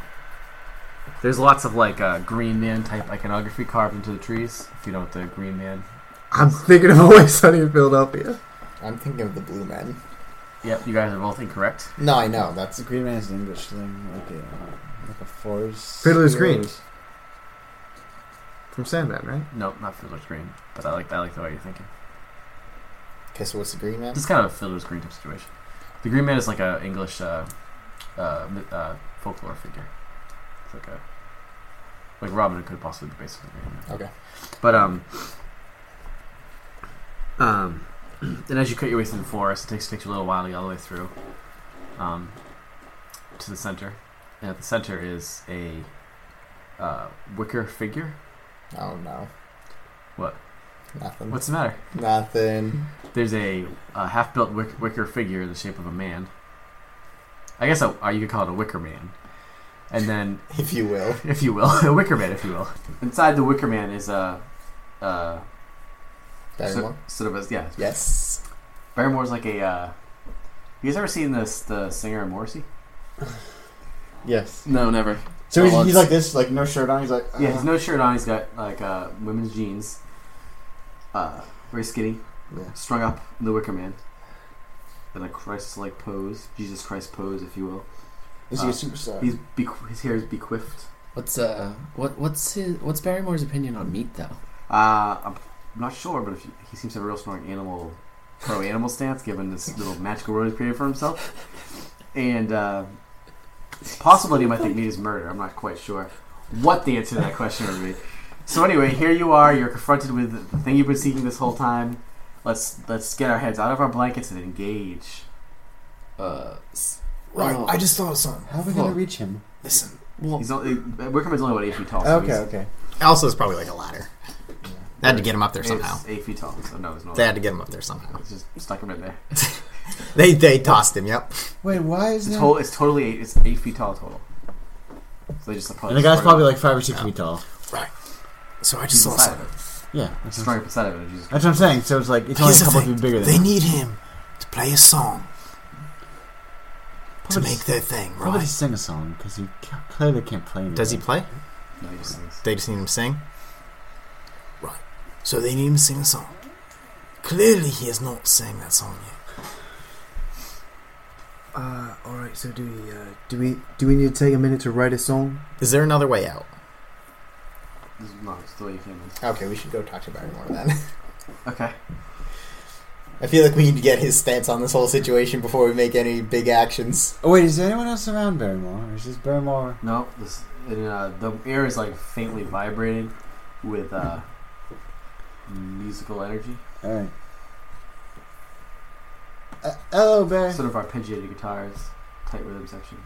Speaker 6: there's lots of like uh, Green Man type iconography carved into the trees. If you know what the Green Man.
Speaker 3: I'm thinking of always sunny in Philadelphia.
Speaker 5: I'm thinking of the blue men.
Speaker 6: Yep, you guys are both incorrect.
Speaker 5: No, I know. That's
Speaker 4: The Green Man is an English thing, like a, like a forest.
Speaker 3: Fiddler's Green. From Sandman, right?
Speaker 6: No, not Fiddler's Green, but I like I like the way you're thinking.
Speaker 5: okay. So what's the green man?
Speaker 6: It's kind of a Fiddler's Green type situation. The Green Man is like a English uh, uh, myth- uh, folklore figure. It's like a like Robin Hood could possibly be based on the Green Man.
Speaker 5: Okay.
Speaker 6: But um, um, and as you cut your way through the forest, it takes takes you a little while to get all the way through, um, to the center. And at the center is a uh, wicker figure.
Speaker 5: Oh no.
Speaker 6: What?
Speaker 5: Nothing.
Speaker 6: What's the matter?
Speaker 5: Nothing.
Speaker 6: There's a, a half-built wick, wicker figure in the shape of a man. I guess a, uh, you could call it a wicker man. And then,
Speaker 5: If you will.
Speaker 6: if you will, a wicker man, if you will. Inside the wicker man is a, uh,
Speaker 5: Barrymore.
Speaker 6: sort of a yeah,
Speaker 5: Yes.
Speaker 6: Barrymore's like a. Uh, you guys ever seen this the singer in Morrissey?
Speaker 14: Yes.
Speaker 2: No, never.
Speaker 4: So he's, he's
Speaker 14: Dogs.
Speaker 4: like this, like no shirt on. He's like, uh-huh.
Speaker 6: Yeah, he's no shirt on. He's got like uh, women's jeans. Uh, very skinny,
Speaker 3: Yeah.
Speaker 6: strung up in the Wicker Man, in a Christ-like pose, Jesus Christ pose, if you will. Uh,
Speaker 4: is he a superstar?
Speaker 6: He's bequ- his hair is bequiffed.
Speaker 2: What's uh what what's his what's Barrymore's opinion on meat though?
Speaker 6: Uh, I'm not sure, but if you, he seems to have a real strong animal, pro animal stance, given this little magical road he's created for himself. And uh, possibly he might think meat is murder. I'm not quite sure what the answer to that question would be. So anyway, here you are. You're confronted with the thing you've been seeking this whole time. Let's let's get our heads out of our blankets and engage.
Speaker 2: Uh s-
Speaker 1: Right,
Speaker 2: oh,
Speaker 1: I just thought of something.
Speaker 4: How are we gonna reach him?
Speaker 1: Listen,
Speaker 2: well,
Speaker 6: He's only Wickerman's only about eight feet tall. So
Speaker 4: Okay,
Speaker 6: he's,
Speaker 4: okay.
Speaker 5: Also, it's probably like a ladder. They had to get him up there
Speaker 6: it's
Speaker 5: somehow.
Speaker 6: eight feet tall. So no, there's no.
Speaker 5: They had to get him up there somehow.
Speaker 6: It's just stuck him in there.
Speaker 5: They they tossed him. Yep.
Speaker 4: Wait, why is
Speaker 6: It's,
Speaker 4: there?
Speaker 6: to- it's totally eight. It's eight feet tall total. So they just probably
Speaker 4: And the guy's
Speaker 6: strung
Speaker 4: probably
Speaker 6: up-
Speaker 4: like five or six
Speaker 5: Yeah.
Speaker 4: feet tall.
Speaker 1: so I just
Speaker 6: Jesus
Speaker 1: saw
Speaker 6: inside
Speaker 1: something.
Speaker 6: of it.
Speaker 4: Yeah, that's
Speaker 6: Strung up inside of it. Jesus.
Speaker 4: That's what I'm saying. So it's like it's only
Speaker 1: Here's
Speaker 4: a
Speaker 1: the
Speaker 4: couple
Speaker 1: thing.
Speaker 4: feet bigger
Speaker 1: They
Speaker 4: than.
Speaker 1: need him to play a song to
Speaker 4: Probably-
Speaker 1: make their thing,
Speaker 4: Probably
Speaker 1: right?
Speaker 4: sing a song because he ca- clearly can't play. Anything.
Speaker 5: Does he play?
Speaker 6: No, he just sings.
Speaker 5: They just need him to sing.
Speaker 1: So they need him to sing a song. Clearly, he has not sang that song yet.
Speaker 3: Uh, all right. So do we uh, do we do we need to take a minute to write a song?
Speaker 5: Is there another way out?
Speaker 6: This is- No, it's the way you came
Speaker 5: Okay, we should go talk to Barrymore then.
Speaker 6: in. Okay.
Speaker 5: I feel like we need to get his stance on this whole situation before we make any big actions.
Speaker 4: Oh wait, is there anyone else around Barrymore? Or is this Barrymore?
Speaker 6: No, this and, uh, the air is like faintly vibrating with uh, musical energy,
Speaker 4: All right. Uh, hello, Barry.
Speaker 6: sort of arpeggiated guitars, tight rhythm section.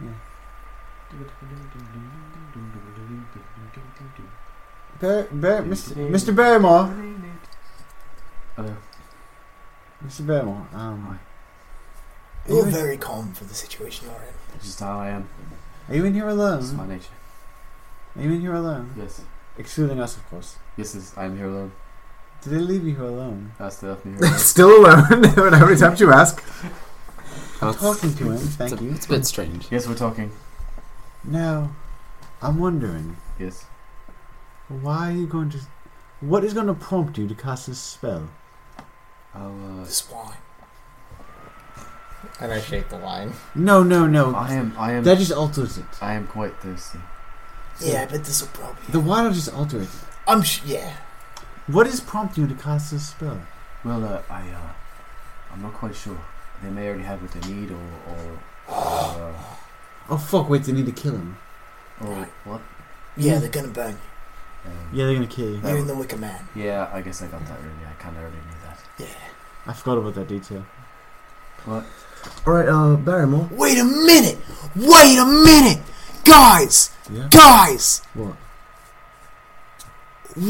Speaker 4: Bar- Bar- Mr. Mr. Barrymore.
Speaker 6: Hello.
Speaker 4: Mr. Barrymore. Um, are you,
Speaker 1: You're
Speaker 4: in,
Speaker 1: very calm for the situation you're in.
Speaker 6: It's just how I am.
Speaker 4: are you in here
Speaker 6: It's
Speaker 4: alone?
Speaker 6: my nature.
Speaker 4: Are you in here alone?
Speaker 6: Yes.
Speaker 4: Excluding us, of course.
Speaker 6: Yes, is I'm here alone.
Speaker 4: Did they leave you here alone?
Speaker 6: That's the left me here alone.
Speaker 3: Still alone. Every time you ask.
Speaker 2: that's-
Speaker 4: Talking to him.
Speaker 2: it's
Speaker 4: Thank
Speaker 2: a,
Speaker 4: you.
Speaker 2: It's a bit strange.
Speaker 6: yes, we're talking.
Speaker 4: Now, I'm wondering
Speaker 6: Yes.
Speaker 4: why are you going to? What is going to prompt you to cast this spell?
Speaker 6: I'll, uh,
Speaker 1: This is why.
Speaker 5: And I shake the line.
Speaker 4: No, no, no.
Speaker 6: I am. I am.
Speaker 4: That just alters it.
Speaker 6: I am quite thirsty.
Speaker 1: Yeah, but this will probably.
Speaker 4: The water just alter it.
Speaker 1: I'm sh- yeah.
Speaker 4: What is prompting you to cast this spell?
Speaker 6: Well, uh, I, uh, I'm not quite sure. They may already have what they need, or, or, or, uh,
Speaker 4: Oh fuck! Wait, they need to kill him.
Speaker 6: or what?
Speaker 5: Hmm.
Speaker 1: Yeah, they're gonna burn you.
Speaker 4: Yeah, they're gonna kill you.
Speaker 5: You're the Wicker Man.
Speaker 6: Yeah, I guess I got that early. I kind of already knew that.
Speaker 4: I forgot about that detail.
Speaker 6: What?
Speaker 3: Alright, uh, Barrymore.
Speaker 5: Wait a minute! Wait a minute! Guys!
Speaker 4: Yeah.
Speaker 5: Guys!
Speaker 4: What?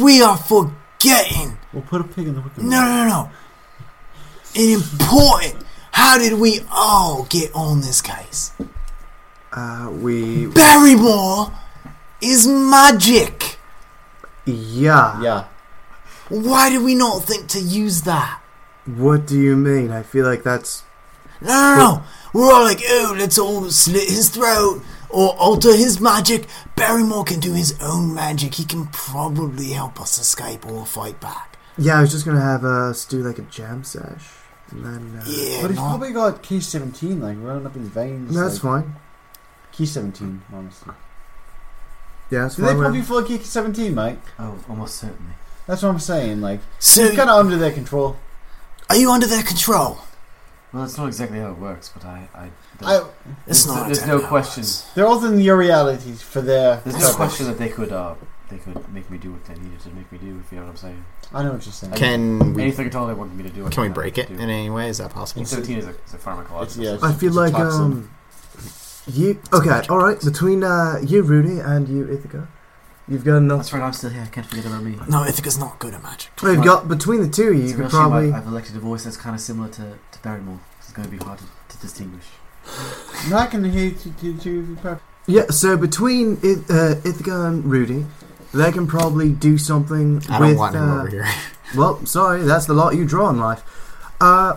Speaker 5: We are forgetting!
Speaker 4: We'll put a pig in the wicker.
Speaker 5: No, no, no! An important! How did we all get on this case?
Speaker 1: Uh, we.
Speaker 5: Barrymore is magic!
Speaker 1: Yeah.
Speaker 15: Yeah.
Speaker 5: Why did we not think to use that?
Speaker 1: What do you mean? I feel like that's.
Speaker 5: No, no, no. We're all like, oh, let's all slit his throat or alter his magic. Barrymore can do his own magic. He can probably help us escape or fight back.
Speaker 1: Yeah, I was just gonna have us do like a jam sesh, and then. Uh,
Speaker 5: Yeah,
Speaker 4: But he's
Speaker 5: no.
Speaker 4: probably got key seventeen, like running up his veins.
Speaker 1: No, that's
Speaker 4: like,
Speaker 1: fine.
Speaker 4: Key seventeen, honestly.
Speaker 1: Yeah, that's
Speaker 4: Do they
Speaker 1: fine.
Speaker 4: probably full key seventeen, Mike?
Speaker 6: Oh, almost certainly.
Speaker 4: That's what I'm saying. Like
Speaker 5: So,
Speaker 4: he's kind of under their control.
Speaker 5: are you under their control?
Speaker 6: Well, that's not exactly how it works, but I, I, there's,
Speaker 4: I,
Speaker 5: It's
Speaker 6: There's-
Speaker 5: not.
Speaker 6: there's
Speaker 5: exactly
Speaker 6: no
Speaker 5: how it
Speaker 6: question.
Speaker 5: works.
Speaker 4: they're all in your realities for their.
Speaker 6: there's no
Speaker 4: purpose.
Speaker 6: question that they could, uh, they could make me do what they needed to make me do. If you know what I'm saying.
Speaker 4: I know what you're saying.
Speaker 2: Can we
Speaker 6: Anything at all they wanted me to do. I
Speaker 2: can we
Speaker 6: could
Speaker 2: break it
Speaker 6: do.
Speaker 2: in any way? Is that possible?
Speaker 6: Key seventeen is a, is a
Speaker 4: It's-
Speaker 6: pharmacological.
Speaker 4: yeah,
Speaker 1: I feel
Speaker 4: it's a
Speaker 1: like
Speaker 4: toxin.
Speaker 1: um, you okay? All right, between uh, you, Rudy, and you, Ithaca, you've got enough.
Speaker 6: That's right. I'm still here. I can't forget about me.
Speaker 5: No, Ithaca's not good at magic.
Speaker 1: We've got between the two of you,
Speaker 6: It's
Speaker 1: you
Speaker 6: a real
Speaker 1: could
Speaker 6: shame I-
Speaker 1: probably.
Speaker 6: I've elected a voice that's kind of similar to, to Barrymore. It's going to be hard to, to distinguish.
Speaker 4: No, I can hear you- you- you- you-
Speaker 1: Yeah, so between I- uh, Ithaca and Rudy, they can probably do something.
Speaker 2: I don't
Speaker 1: with,
Speaker 2: want him
Speaker 1: uh,
Speaker 2: over here.
Speaker 1: Well, sorry, that's the lot you draw in life. Uh,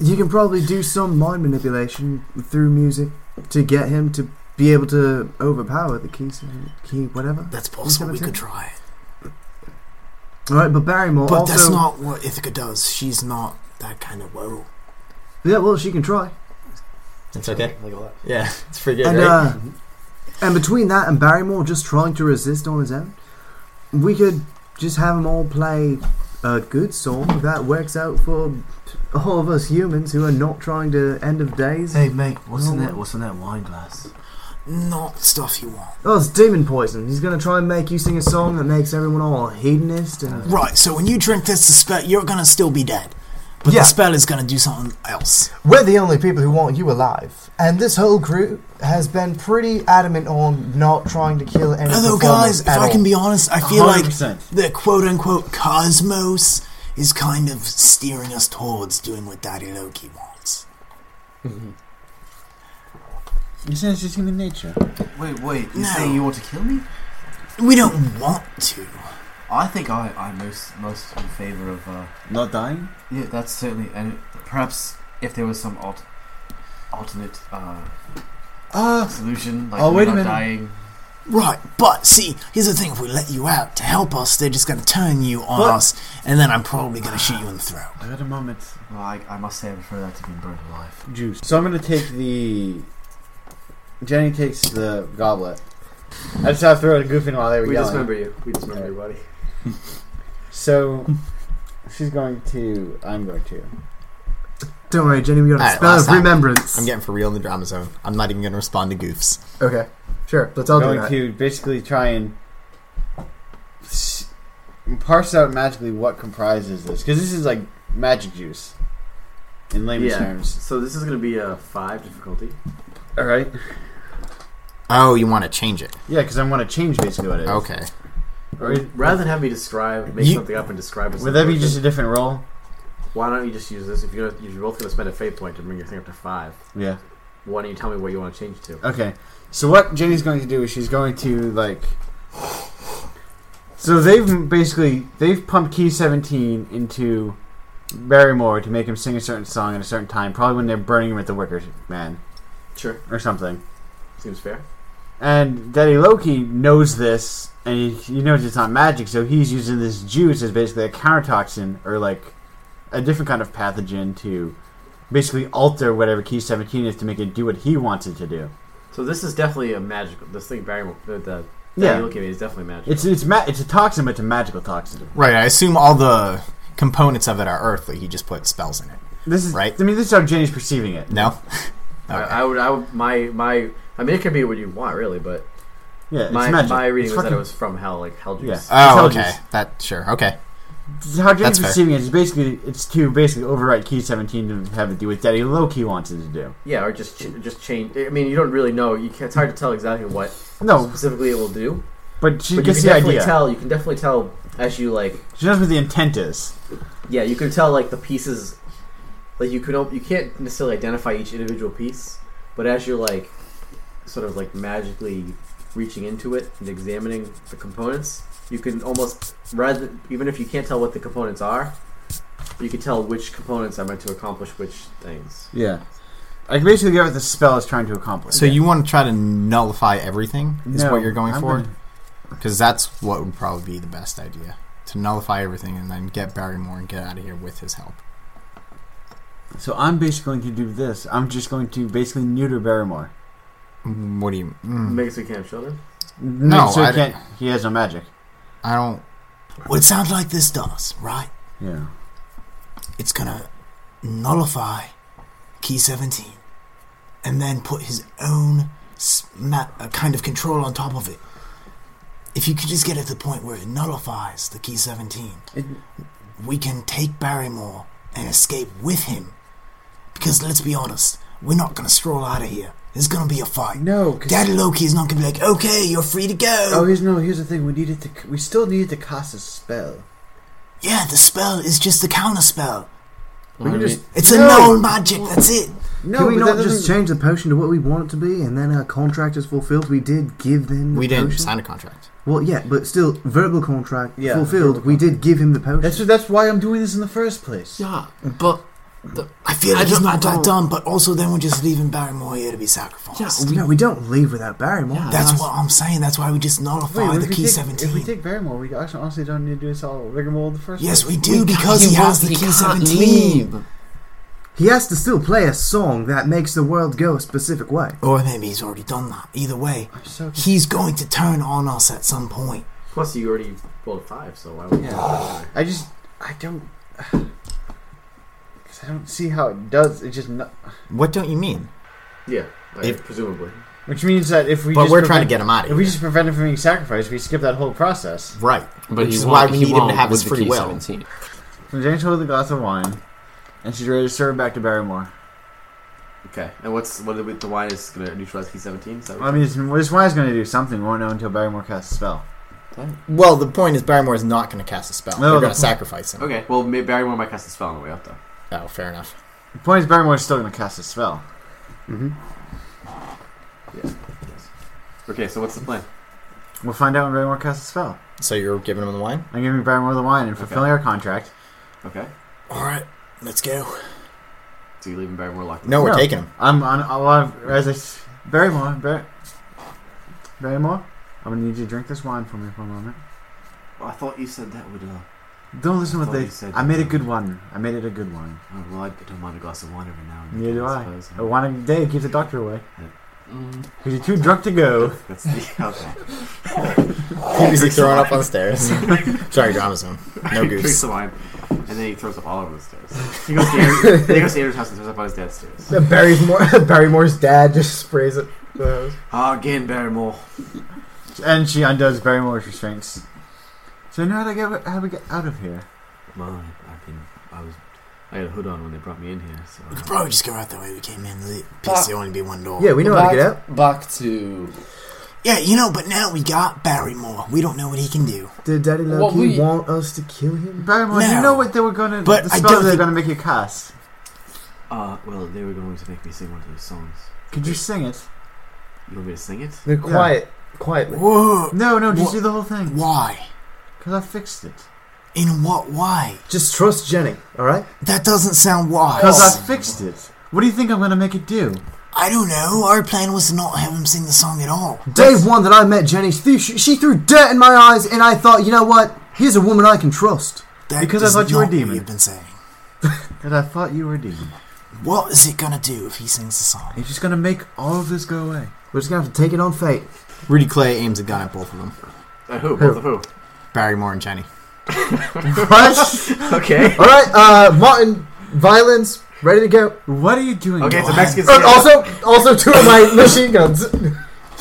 Speaker 1: you can probably do some mind manipulation through music to get him to be able to overpower the key, key whatever.
Speaker 5: That's possible. We could try it.
Speaker 1: All right, but Barrymore
Speaker 5: But
Speaker 1: also.
Speaker 5: that's not what Ithaca does. She's not that kind of woe.
Speaker 1: Yeah, well, she can try.
Speaker 2: It's okay.
Speaker 6: Look at that.
Speaker 2: Yeah, it's pretty good,
Speaker 1: and
Speaker 2: right?
Speaker 1: uh, and between that and Barrymore just trying to resist on his own, we could just have them all play a good song that works out for all of us humans who are not trying to end of days.
Speaker 6: Hey, mate, what's in
Speaker 1: No.
Speaker 6: that? What's in that wine glass?
Speaker 5: Not stuff you want.
Speaker 1: Oh, it's demon poison. He's gonna try and make you sing a song that makes everyone all hedonist and
Speaker 5: Right. So when you drink this, the spell you're gonna still be dead, but
Speaker 3: Yeah.
Speaker 5: the spell is gonna do something else.
Speaker 3: We're the only people who want you alive, and this whole group has been pretty adamant on not trying to kill any
Speaker 5: Although, guys, if I can be honest, I feel like
Speaker 4: 100%.
Speaker 5: the quote unquote cosmos is kind of steering us towards doing what Daddy Loki wants.
Speaker 4: You're saying it's just human nature.
Speaker 6: Wait, wait, you're
Speaker 5: No.
Speaker 6: saying you want to kill me?
Speaker 5: We don't want to.
Speaker 6: I think I, I'm most, most in favor of, uh,
Speaker 4: Not dying.
Speaker 6: yeah, that's certainly, and perhaps if there was some alt, alternate, uh,
Speaker 4: Uh,
Speaker 6: solution, like
Speaker 4: Oh,
Speaker 6: we're
Speaker 4: wait a
Speaker 6: not
Speaker 4: minute.
Speaker 6: dying.
Speaker 5: Right, but see, here's the thing if we let you out to help us, they're just going to turn you on
Speaker 4: But-
Speaker 5: us, and then I'm probably going to shoot you in the throat.
Speaker 4: I got a moment.
Speaker 6: Well, I, I must say I prefer that to being burned alive.
Speaker 4: Juice. So I'm gonna take the. Jenny takes the goblet. I just have to throw it a goof in while they were
Speaker 16: We
Speaker 4: yelling.
Speaker 16: dismember you. We dismember you, buddy.
Speaker 4: So she's going to. I'm going to.
Speaker 1: Don't worry, Jenny, we got a
Speaker 2: Alright,
Speaker 1: spell
Speaker 2: last
Speaker 1: of
Speaker 2: time.
Speaker 1: remembrance.
Speaker 2: I'm getting for real in the drama zone. I'm not even going to respond to goofs.
Speaker 1: okay, sure, let's all do
Speaker 4: going
Speaker 1: that.
Speaker 4: to basically try and s- parse out magically what comprises this because this is like magic juice in layman's
Speaker 16: Yeah.
Speaker 4: terms.
Speaker 16: So this is going to be a five difficulty.
Speaker 4: All right.
Speaker 2: Oh, you want to change it?
Speaker 4: Yeah, because I want to change basically what it is.
Speaker 2: Okay.
Speaker 4: Or is-
Speaker 16: Rather than have me describe, make
Speaker 5: You-
Speaker 16: something up and describe it.
Speaker 4: Would that be just a different roll?
Speaker 16: Why don't you just use this? If you're, gonna, if you're both going to spend a fate point to bring your thing up to five,
Speaker 4: Yeah.
Speaker 16: why don't you tell me what you want to change it to?
Speaker 4: Okay. So what Jenny's going to do is she's going to like. So they've basically they've pumped Key Seventeen into Barrymore to make him sing a certain song at a certain time, probably when they're burning him at the Wicker Man
Speaker 16: Sure.
Speaker 4: or something.
Speaker 16: Seems fair.
Speaker 4: And Daddy Loki knows this, and he, he knows it's not magic, so he's using this juice as basically a countertoxin or like a different kind of pathogen to basically alter whatever Key Seventeen is to make it do what he wants it to do.
Speaker 16: So this is definitely a magical. This thing Barrymore, the, the
Speaker 4: Yeah.
Speaker 16: yeah. you look at it is definitely magical.
Speaker 4: It's it's ma- it's a toxin, but it's a magical toxin.
Speaker 2: Right. I assume all the components of it are earthly. He just put spells in it.
Speaker 4: This is
Speaker 2: Right.
Speaker 4: I mean, this is how Jenny's perceiving it.
Speaker 2: No.
Speaker 16: I, I would. I would. My my. I mean, it could be what you want, really, but
Speaker 4: Yeah, it's
Speaker 6: my,
Speaker 4: magic.
Speaker 6: my reading
Speaker 4: It's
Speaker 6: was that
Speaker 4: fucking-
Speaker 6: it was from hell, like hell
Speaker 4: Yeah.
Speaker 6: juice.
Speaker 5: Oh,
Speaker 4: Intelligence.
Speaker 5: okay. That sure. Okay.
Speaker 4: How James
Speaker 5: That's fair.
Speaker 4: receiving it is basically it's to basically overwrite key seventeen to have it do what Daddy Loki wanted to do.
Speaker 6: Yeah, or just ch- just change. I mean, you don't really know. You can, it's hard to tell exactly what
Speaker 4: No,
Speaker 6: specifically it will do.
Speaker 4: but she
Speaker 6: But you
Speaker 4: gets
Speaker 6: can
Speaker 4: the
Speaker 6: definitely
Speaker 4: idea.
Speaker 6: tell. You can definitely tell as you like.
Speaker 4: She knows what the intent is.
Speaker 6: Yeah, you can tell like the pieces. Like you can op- you can't necessarily identify each individual piece, but as you're like sort of like magically reaching into it and examining the components, you can almost rather even if you can't tell what the components are, you can tell which components are meant to accomplish which things.
Speaker 4: Yeah, I can basically get what the spell is trying to accomplish.
Speaker 5: So you want to try to nullify everything? Is
Speaker 4: No,
Speaker 5: what you're going
Speaker 4: I'm
Speaker 5: for?
Speaker 4: gonna-
Speaker 5: Because that's what would probably be the best idea to nullify everything and then get Barrymore and get out of here with his help.
Speaker 4: so I'm basically going to do this. I'm just going to basically neuter Barrymore.
Speaker 5: Mm, What do you? Mm,
Speaker 6: Makes we can't have children.
Speaker 4: No, so
Speaker 5: I
Speaker 4: he can't. He has no magic.
Speaker 5: I don't.
Speaker 8: What sound like this does, right?
Speaker 4: Yeah.
Speaker 8: It's gonna nullify key 17 and then put his own s- ma- uh, kind of control on top of it. If you could just get it to the point where it nullifies the key 17, we can take Barrymore and escape with him. Because let's be honest, we're not gonna stroll out of here. There's gonna be a fight.
Speaker 17: No, 'cause-
Speaker 8: Daddy Loki is not gonna be like, okay, you're free to go.
Speaker 17: oh, here's no. Here's the thing. We needed to. c- We still needed to cast a spell.
Speaker 8: Yeah, the spell is just a counter spell.
Speaker 17: We can just
Speaker 8: It's a
Speaker 17: No.
Speaker 8: known magic, that's it.
Speaker 17: no.
Speaker 3: Can we
Speaker 17: but
Speaker 3: not
Speaker 17: that
Speaker 3: just
Speaker 17: doesn't-
Speaker 3: change the potion to what we want it to be, and then our contract is fulfilled? We did give them. The
Speaker 5: We didn't
Speaker 3: potion.
Speaker 5: sign a contract.
Speaker 3: Well, yeah, but still, verbal contract
Speaker 17: Yeah,
Speaker 3: fulfilled.
Speaker 17: verbal
Speaker 3: we did give him the potion.
Speaker 17: That's that's why I'm doing this in the first place.
Speaker 2: Yeah, but
Speaker 8: I feel
Speaker 2: I
Speaker 8: like it's
Speaker 2: don't-
Speaker 8: not
Speaker 2: I
Speaker 8: that
Speaker 2: don't-
Speaker 8: dumb, but also then we're just leaving Barrymore here to be
Speaker 2: yeah,
Speaker 8: sacrificed.
Speaker 2: we,
Speaker 3: no, we don't leave without Barrymore.
Speaker 2: Yeah.
Speaker 8: That's
Speaker 2: that's-
Speaker 8: what I'm saying. That's why we just
Speaker 17: Wait,
Speaker 8: nullify
Speaker 17: what
Speaker 8: the
Speaker 17: if we
Speaker 8: key
Speaker 17: take- If we
Speaker 8: 17.
Speaker 17: take Barrymore, we actually honestly don't need to do this all rigmarole in the first.
Speaker 8: yes,
Speaker 17: place.
Speaker 8: we do because he has the
Speaker 2: he
Speaker 8: key
Speaker 2: can't
Speaker 8: 17.
Speaker 2: leave.
Speaker 3: He has to still play a song that makes the world go a specific way.
Speaker 8: Or maybe he's already done that. Either way,
Speaker 17: I'm so
Speaker 8: he's going to turn on us at some point.
Speaker 6: Plus, you already rolled five, so why would
Speaker 17: Yeah. I just I don't because I don't see how it does. It just not,
Speaker 5: What don't you mean?
Speaker 6: you? Yeah, like,
Speaker 5: If-
Speaker 6: presumably.
Speaker 4: Which means that if we
Speaker 5: but
Speaker 4: just
Speaker 5: we're trying to
Speaker 4: prevent-
Speaker 5: get him out
Speaker 4: if
Speaker 5: of
Speaker 4: we
Speaker 5: here.
Speaker 4: just prevent him from being sacrificed, we skip that whole process.
Speaker 5: Right.
Speaker 2: But
Speaker 5: Which
Speaker 2: he
Speaker 5: is
Speaker 2: won't-
Speaker 5: why we
Speaker 2: he
Speaker 5: need him to
Speaker 2: won't
Speaker 5: have his
Speaker 2: with the
Speaker 5: free
Speaker 2: key
Speaker 5: will.
Speaker 2: 17.
Speaker 4: So James holds a glass of wine, and she's ready to serve back to Barrymore.
Speaker 6: Okay, and what's what are the, the wine is going to neutralize key seventeen? Is that what
Speaker 4: I mean, it's, this wine's going to do something. We won't know until Barrymore casts a spell.
Speaker 5: Well, the point is Barrymore is not going to cast a spell.
Speaker 4: No,
Speaker 5: They're
Speaker 4: the
Speaker 5: going
Speaker 4: point-
Speaker 5: to sacrifice him.
Speaker 6: Uh, Okay, well, maybe Barrymore might cast a spell on the way up, though.
Speaker 5: Oh, fair enough.
Speaker 4: The point is, Barrymore's still going to cast a spell.
Speaker 6: Okay, so what's the plan?
Speaker 4: We'll find out when Barrymore casts a spell.
Speaker 5: So you're giving him the wine?
Speaker 4: I'm giving Barrymore the wine and fulfilling our contract.
Speaker 6: Okay,
Speaker 8: Alright, let's go.
Speaker 6: so you're leaving Barrymore locked.
Speaker 5: No, we're
Speaker 4: No.
Speaker 5: taking him.
Speaker 4: I'm on a lot of as I s- Barrymore, Bar- Barrymore. I'm gonna need you to drink this wine for me for a moment.
Speaker 6: Well, I thought you said that would. Uh,
Speaker 4: Don't listen to
Speaker 6: I
Speaker 4: what
Speaker 6: thought
Speaker 4: they
Speaker 6: you said
Speaker 4: I made a
Speaker 6: that.
Speaker 4: good one. I made it a good one.
Speaker 6: oh, well, I don't mind a glass of wine every now and then.
Speaker 4: Neither do I.
Speaker 6: suppose.
Speaker 4: A wine a day keeps the doctor away.
Speaker 2: Mm.
Speaker 4: Cause you're too drunk to go.
Speaker 6: That's the, okay.
Speaker 5: He's like throwing up on the stairs. Sorry, drama zone. No
Speaker 6: he drinks
Speaker 5: goose.
Speaker 6: the wine, and then he throws up all over the stairs. He goes to Andrew, then he goes to Andrew's house and throws up on his dad's stairs.
Speaker 5: Barrymore, Barrymore's dad just sprays it.
Speaker 6: Ah, again, Barrymore.
Speaker 4: And she undoes Barrymore's restraints. So now how do I get how do we get out of here?
Speaker 6: Mine. I've been. I was. I had a hood on when they brought me in here, so. uh,
Speaker 8: We could probably just go out the way we came in. The-
Speaker 5: Ah.
Speaker 8: Because there only be one door.
Speaker 17: yeah, we know how to get out.
Speaker 2: Back to
Speaker 8: Yeah, you know, but now we got Barrymore. We don't know what he can do.
Speaker 17: Did Daddy
Speaker 2: Well,
Speaker 17: Loki
Speaker 2: we-
Speaker 17: want us to kill him?
Speaker 4: Barrymore, you
Speaker 8: No.
Speaker 4: know what they were gonna
Speaker 8: But
Speaker 4: the
Speaker 8: I
Speaker 4: spell
Speaker 8: don't
Speaker 4: they were
Speaker 8: think-
Speaker 4: gonna make you cast.
Speaker 6: Uh, well, they were going to make me sing one of those songs.
Speaker 4: Could you sing it?
Speaker 6: You want me to sing it?
Speaker 17: No, quiet, quietly.
Speaker 8: Whoa.
Speaker 4: No, no, just
Speaker 8: Wha-
Speaker 4: do the whole thing.
Speaker 8: Why?
Speaker 4: Cause I fixed it.
Speaker 8: In what way?
Speaker 17: Just trust Jenny. All right.
Speaker 8: That doesn't sound wise.
Speaker 4: Cause I fixed it. What do you think I'm gonna make it do?
Speaker 8: I don't know. Our plan was to not have him sing the song at all.
Speaker 3: Day one that I met Jenny, she, she threw dirt in my eyes, and I thought, you know what? Here's a woman I can trust.
Speaker 8: That
Speaker 4: Because I
Speaker 8: is
Speaker 4: thought you were a
Speaker 8: not what
Speaker 4: demon.
Speaker 8: You've been saying.
Speaker 4: Cause I thought you were a demon.
Speaker 8: What is it gonna do if he sings the song?
Speaker 4: He's just gonna make all of this go away.
Speaker 3: We're just gonna have to take it on fate.
Speaker 5: Rudy Clay aims a gun at both of them.
Speaker 6: Uh, who? Both of who?
Speaker 5: Barrymore and Jenny.
Speaker 17: What?
Speaker 6: Okay.
Speaker 17: all right. Uh, Martin, violins, ready to go.
Speaker 3: Er,
Speaker 4: What are you doing?
Speaker 2: Uh,
Speaker 6: Okay, it's a
Speaker 4: Noah?
Speaker 6: Mexican.
Speaker 17: And
Speaker 6: standoff.
Speaker 17: also, also two of my machine guns.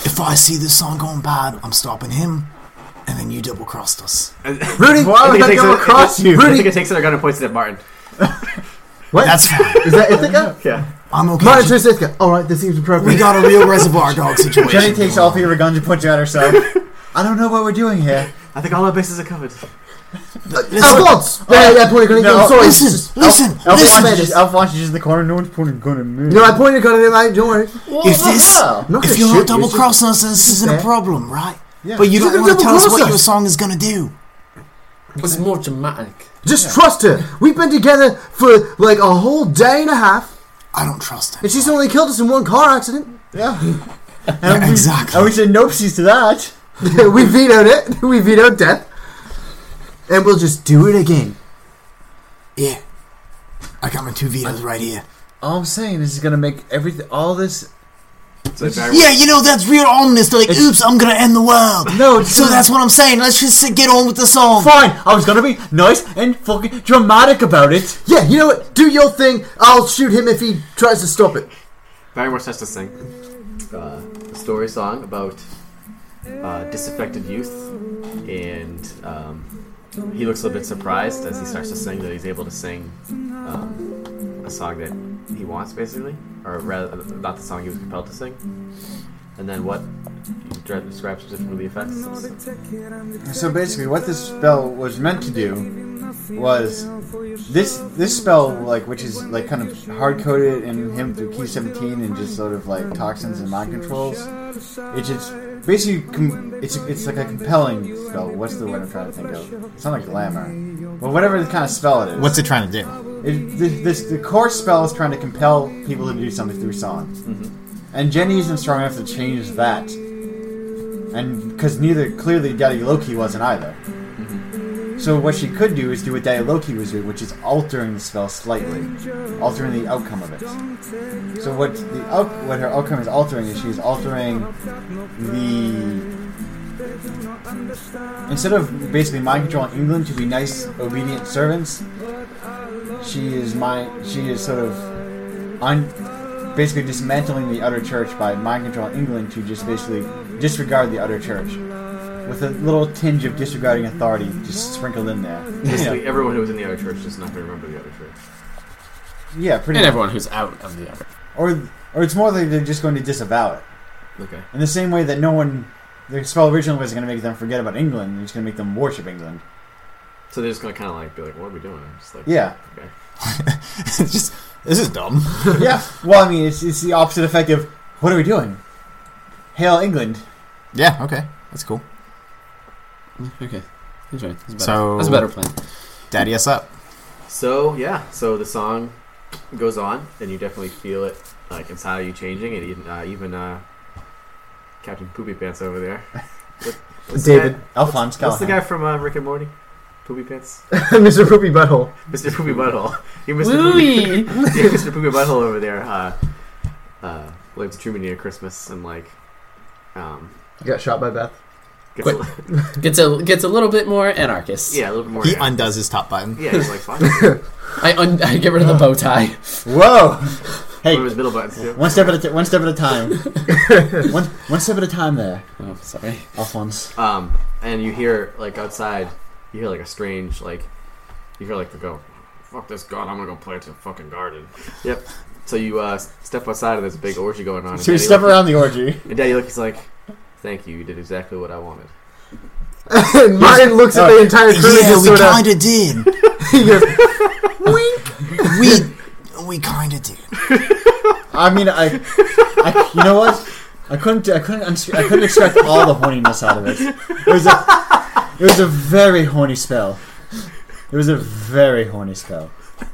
Speaker 8: If I see this song going bad, I'm stopping him, and then you double crossed us.
Speaker 3: Rudy, why
Speaker 6: I think
Speaker 3: would
Speaker 6: it
Speaker 3: that
Speaker 6: takes
Speaker 3: go
Speaker 6: it-
Speaker 3: across
Speaker 6: it-
Speaker 3: you?
Speaker 6: I think
Speaker 3: Rudy,
Speaker 6: it takes it a gun and points it at Martin.
Speaker 3: what?
Speaker 8: That's fine.
Speaker 3: Is that Ithaca?
Speaker 6: Yeah.
Speaker 8: I'm okay.
Speaker 3: Mine is Ithaca. All right, this seems appropriate.
Speaker 8: we got a real reservoir dog situation.
Speaker 4: Jenny takes off her guns and puts you at herself. I don't know what we're doing here.
Speaker 6: I think all our bases are covered.
Speaker 3: Oh, gods! Yeah, yeah, pointing gun.
Speaker 4: No.
Speaker 3: I'm sorry.
Speaker 8: Listen,
Speaker 3: Listen.
Speaker 8: listen,
Speaker 4: Elf
Speaker 8: listen.
Speaker 4: watches, just, Elf watches just in the corner. No one's pointing a gun at me.
Speaker 3: No, I pointed a gun at him. I, don't worry.
Speaker 8: If this,
Speaker 3: I'm not
Speaker 8: if
Speaker 3: gonna
Speaker 8: you're
Speaker 3: shoot you,
Speaker 8: not double
Speaker 3: it's
Speaker 8: crossing us, then this isn't a
Speaker 3: fair.
Speaker 8: problem, right? But
Speaker 3: You're
Speaker 8: you don't
Speaker 3: gonna
Speaker 8: want to tell us
Speaker 3: double-cross
Speaker 8: what your
Speaker 3: us.
Speaker 8: song is gonna do.
Speaker 2: It's more dramatic.
Speaker 3: Just trust her. We've been together for like a whole day and a half,
Speaker 8: I don't trust him.
Speaker 3: and she's only killed us in one car accident.
Speaker 8: Yeah, exactly.
Speaker 4: I would say nopesies to that.
Speaker 3: we vetoed it. We vetoed death, and we'll just do it again.
Speaker 8: Yeah. I got my two vetoes right here.
Speaker 4: All I'm saying is it's gonna make everything. Oh, All this.
Speaker 6: So Barry-
Speaker 8: Yeah, you know, that's real ominous. They're like, oops, I'm gonna end the world.
Speaker 4: No, it's
Speaker 8: So
Speaker 4: gonna-
Speaker 8: that's what I'm saying. Let's just sit- get on with the song.
Speaker 4: Fine. I was gonna be nice and fucking dramatic about it.
Speaker 3: Yeah, you know what? Do your thing. I'll shoot him if he tries to stop it.
Speaker 6: Barrymore starts to sing uh, a story song about uh, disaffected youth, and um, he looks a bit surprised as he starts to sing that he's able to sing um, a song that he wants, basically, or rather, not the song he was compelled to sing. And then what he dre- describes specifically the effects.
Speaker 4: So basically, what this spell was meant to do was this this spell, like which is like kind of hard coded in him through key seventeen and just sort of like toxins and mind controls. It's just basically com- it's it's like a compelling spell. What's the word I'm trying to think of? It's not like glamour, but whatever the kind of spell it is.
Speaker 5: What's it trying to do?
Speaker 4: It, th this, the core spell is trying to compel people to do something through song, and Jenny isn't strong enough to change that, and because neither clearly Daddy Loki wasn't either. So what she could do is do what Daddy Loki was doing, which is altering the spell slightly, altering the outcome of it. So what the out- what her outcome is altering is she's altering the instead of basically mind controlling England to be nice, obedient servants, she is my she is sort of un, basically dismantling the outer church by mind control in England to just basically disregard the outer church with a little tinge of disregarding authority just sprinkled in there.
Speaker 6: Basically,
Speaker 4: yeah,
Speaker 6: everyone who was in the other church is not going to remember the other church.
Speaker 4: yeah, pretty
Speaker 2: And
Speaker 4: much.
Speaker 2: everyone who's out of the other.
Speaker 4: Or or it's more like they're just going to disavow it
Speaker 6: Okay.
Speaker 4: in the same way that no one the spell originally was going to make them forget about England. It's going to make them worship England.
Speaker 6: So they're just going to kind of like be like, what are we doing? I'm just like,
Speaker 4: Yeah,
Speaker 6: Okay.
Speaker 5: It's just this is dumb.
Speaker 4: yeah. Well, I mean, it's it's the opposite effect of what are we doing? Hail England!
Speaker 5: Yeah. Okay. That's cool.
Speaker 2: Okay. That's right. That's better.
Speaker 5: So-
Speaker 2: That's a better plan.
Speaker 5: Daddy us up.
Speaker 6: So yeah, so the song goes on, and you definitely feel it like inside of you changing, and even uh, even uh, Captain Poopy Pants over there, What- what's the
Speaker 3: David.
Speaker 6: guy-
Speaker 4: Alphonse
Speaker 6: what's the
Speaker 4: Callahan.
Speaker 6: guy from uh, Rick and Morty? Poopy Pants,
Speaker 3: Mr. Poopy Butthole.
Speaker 6: Mr. Poopy Butthole. You Mr. Poopy,
Speaker 2: Wooey!
Speaker 6: you Mr. Poopy Butthole over there. Uh, uh, like the Truman near Christmas, and like um,
Speaker 3: He got shot by Beth.
Speaker 6: gets a,
Speaker 2: Quick.
Speaker 6: li-
Speaker 2: gets a gets a little bit more anarchist.
Speaker 6: yeah, a little bit
Speaker 8: Oh,
Speaker 6: more.
Speaker 5: He
Speaker 6: yeah.
Speaker 5: undoes his top button.
Speaker 6: yeah, he's like fuck.
Speaker 2: I, un- I get rid of the bow tie.
Speaker 4: Whoa!
Speaker 6: One
Speaker 4: Hey,
Speaker 6: of his middle buttons too.
Speaker 4: One step at a t- one step at a time. one one step at a time. There,
Speaker 2: Oh, sorry.
Speaker 4: Alphonse.
Speaker 6: Um, and you hear like outside, you hear like a strange like, you hear like the go, fuck this god, I'm gonna go plant a fucking garden. Yep. So you uh, s- step outside of this big orgy going on.
Speaker 4: So we
Speaker 6: and, Daddy
Speaker 4: step
Speaker 6: look,
Speaker 4: around the orgy.
Speaker 6: and Daddy looks like, thank you, you did exactly what I wanted.
Speaker 3: and Martin looks at the entire crew and
Speaker 5: Yeah,
Speaker 3: just
Speaker 5: we
Speaker 3: sort of.
Speaker 5: kind of did.
Speaker 3: He goes,
Speaker 5: We we kind of did.
Speaker 4: I mean, I, I you know what? I couldn't I couldn't unst- I couldn't extract all the horniness out of it. It was a it was a very horny spell. It was a very horny spell.